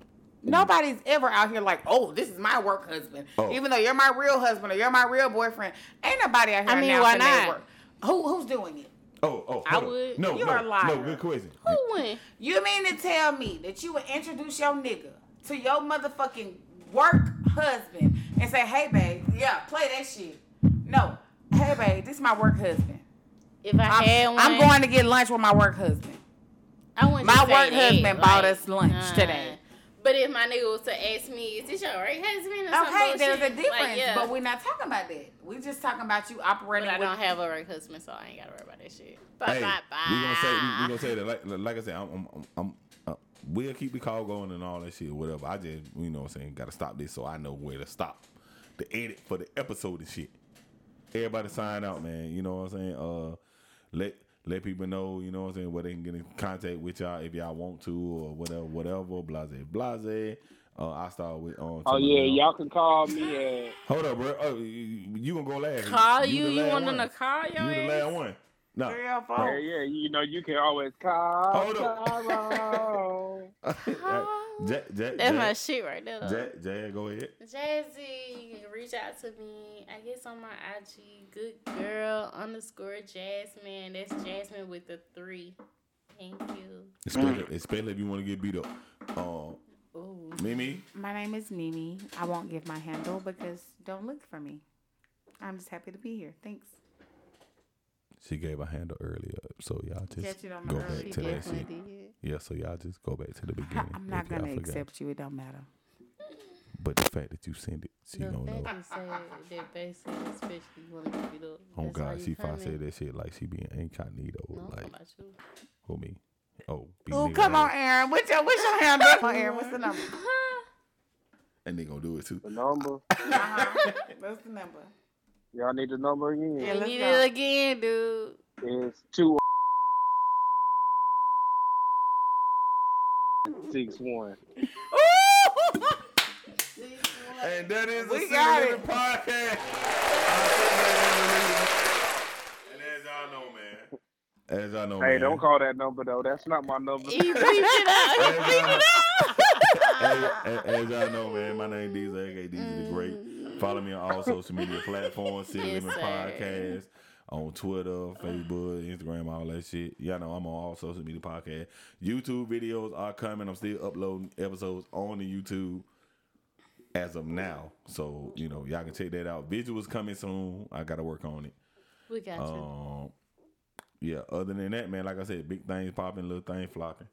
Speaker 1: Mm-hmm.
Speaker 2: Nobody's ever out here like, oh, this is my work husband,
Speaker 1: Oh.
Speaker 2: even though you're my real husband or you're my real boyfriend. Ain't nobody out here.
Speaker 3: I mean,
Speaker 2: announcing
Speaker 3: why
Speaker 2: their
Speaker 3: not?
Speaker 2: work. Who who's doing it?
Speaker 1: Oh, oh,
Speaker 3: I
Speaker 1: hold on.
Speaker 3: would.
Speaker 1: No,
Speaker 2: You
Speaker 1: no,
Speaker 2: are a liar.
Speaker 1: no. Good question.
Speaker 3: Who win?
Speaker 2: You mean to tell me that you would introduce your nigga to your motherfucking work husband and say, hey, babe, yeah, play that shit? No. Hey, babe, this is my work husband.
Speaker 3: If I
Speaker 2: I'm,
Speaker 3: had one,
Speaker 2: I'm going to get lunch with my work husband.
Speaker 3: I wouldn't
Speaker 2: my
Speaker 3: just say
Speaker 2: work
Speaker 3: that,
Speaker 2: husband bought
Speaker 3: like,
Speaker 2: us lunch
Speaker 3: nah.
Speaker 2: today.
Speaker 3: But if my nigga was to ask me, is this your right husband? Or some
Speaker 2: Okay, there's a
Speaker 3: bullshit?
Speaker 2: difference,
Speaker 3: Like, yeah.
Speaker 2: but we're not talking about that. We're just talking about you operating
Speaker 3: But I
Speaker 2: with.
Speaker 3: don't have a right husband, so I ain't gotta worry about that shit. Bye
Speaker 1: Hey,
Speaker 3: bye bye.
Speaker 1: we gonna say we, we gonna say that. Like, like I said, I'm, I'm, I'm, I'm uh, we'll keep the call going and all that shit, whatever. I just, you know, what I'm saying, gotta stop this so I know where to stop the edit for the episode and shit. Everybody sign out, man. You know what I'm saying? Uh, let let people know, you know what I'm saying, where they can get in contact with y'all if y'all want to or whatever, whatever. Blase, blase. Uh, I start with um.
Speaker 4: Oh yeah,
Speaker 1: Timberland.
Speaker 4: y'all can call [LAUGHS] me at
Speaker 1: Hold up, bro. Oh, you, you gonna go last?
Speaker 3: [LAUGHS] Call
Speaker 1: You
Speaker 3: you?
Speaker 1: the
Speaker 3: You,
Speaker 1: last one.
Speaker 3: wanting to call your
Speaker 1: You the
Speaker 3: ass?
Speaker 1: last one. No.
Speaker 2: Three or
Speaker 4: yeah,
Speaker 2: four.
Speaker 4: yeah. You know you can always call.
Speaker 1: Hold up.
Speaker 4: Tyrone.
Speaker 1: Jack, Jack,
Speaker 3: That's my
Speaker 1: Jack,
Speaker 3: shit right there. though.
Speaker 1: Jack, Jack, go ahead.
Speaker 3: Jazzy, you can reach out to me. I guess on my IG, good girl underscore Jasmine. That's Jasmine with the three. Thank you.
Speaker 1: Especially, especially if you want to get beat up. Um,
Speaker 3: Ooh.
Speaker 1: Mimi,
Speaker 2: My name is Mimi. I won't give my handle because don't look for me. I'm just happy to be here. Thanks.
Speaker 1: she gave a handle earlier, so y'all just
Speaker 2: Catch it on my
Speaker 1: go
Speaker 2: early
Speaker 1: back to that
Speaker 2: definitely
Speaker 1: shit. Yeah, so y'all just go back to the beginning.
Speaker 2: I'm not
Speaker 1: if y'all
Speaker 2: gonna
Speaker 1: forgot.
Speaker 2: accept you. It don't matter.
Speaker 1: But the fact that you send it, she
Speaker 3: the
Speaker 1: don't know.
Speaker 3: fact you say that basically this bitch be willing to give it up.
Speaker 1: Oh
Speaker 3: that's all
Speaker 1: God,
Speaker 3: you
Speaker 1: she finally
Speaker 3: coming.
Speaker 1: said that shit like she being incognito,
Speaker 3: No, I'm talking
Speaker 1: like
Speaker 3: about you.
Speaker 1: who me? Oh, be
Speaker 2: Oh,
Speaker 1: nigga
Speaker 2: come
Speaker 1: ass.
Speaker 2: on, Aaron. What's your what's your handle? Come on, Aaron.
Speaker 3: [LAUGHS]
Speaker 2: What's the number?
Speaker 1: And they gonna do it too.
Speaker 4: [LAUGHS] The number.
Speaker 2: Uh-huh. What's the number? [LAUGHS]
Speaker 4: Y'all need the number
Speaker 2: Yeah,
Speaker 4: again.
Speaker 3: we
Speaker 2: let's
Speaker 3: need
Speaker 2: go.
Speaker 3: it again, dude.
Speaker 4: It's two six one.
Speaker 1: And that is
Speaker 2: We
Speaker 1: a
Speaker 2: got
Speaker 1: Single
Speaker 2: it.
Speaker 1: Living podcast. And as y'all know, man. As y'all know,
Speaker 4: Hey,
Speaker 1: man.
Speaker 4: don't call that number though. That's not my number.
Speaker 3: He bleeped it out.
Speaker 1: As y'all- as- as y'all know, man, my name is DJ, aka DJ the Great. Follow me on all social media platforms, Single
Speaker 3: Mm. Yes,
Speaker 1: Living
Speaker 3: sir.
Speaker 1: Podcast, on Twitter, Facebook, Instagram, all that shit. Y'all know I'm on all social media podcast. YouTube videos are coming. I'm still uploading episodes on the YouTube. as of now. So, you know, y'all can check that out. Visuals coming soon. I gotta work on it.
Speaker 3: We got you.
Speaker 1: Um Yeah, other than that, man, like I said, big things popping, little things flocking.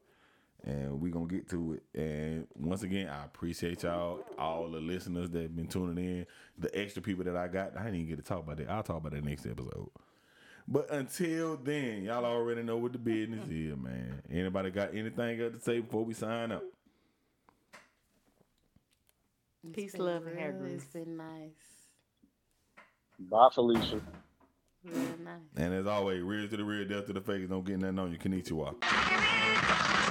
Speaker 1: And we gonna get to it. And once again, I appreciate y'all, all the listeners that have been tuning in, the extra people that I got. I didn't even get to talk about that. I'll talk about that next episode. But until then, y'all already know what the business is, man. Anybody got anything else to say before we sign up?
Speaker 3: It's
Speaker 2: Peace,
Speaker 3: been
Speaker 2: love, and hair
Speaker 3: real,
Speaker 2: grease.
Speaker 3: It's been nice.
Speaker 4: Bye, Felicia.
Speaker 3: Real nice.
Speaker 1: And as always, real to the real, death to the fakers. Don't get nothing on you. Konnichiwa.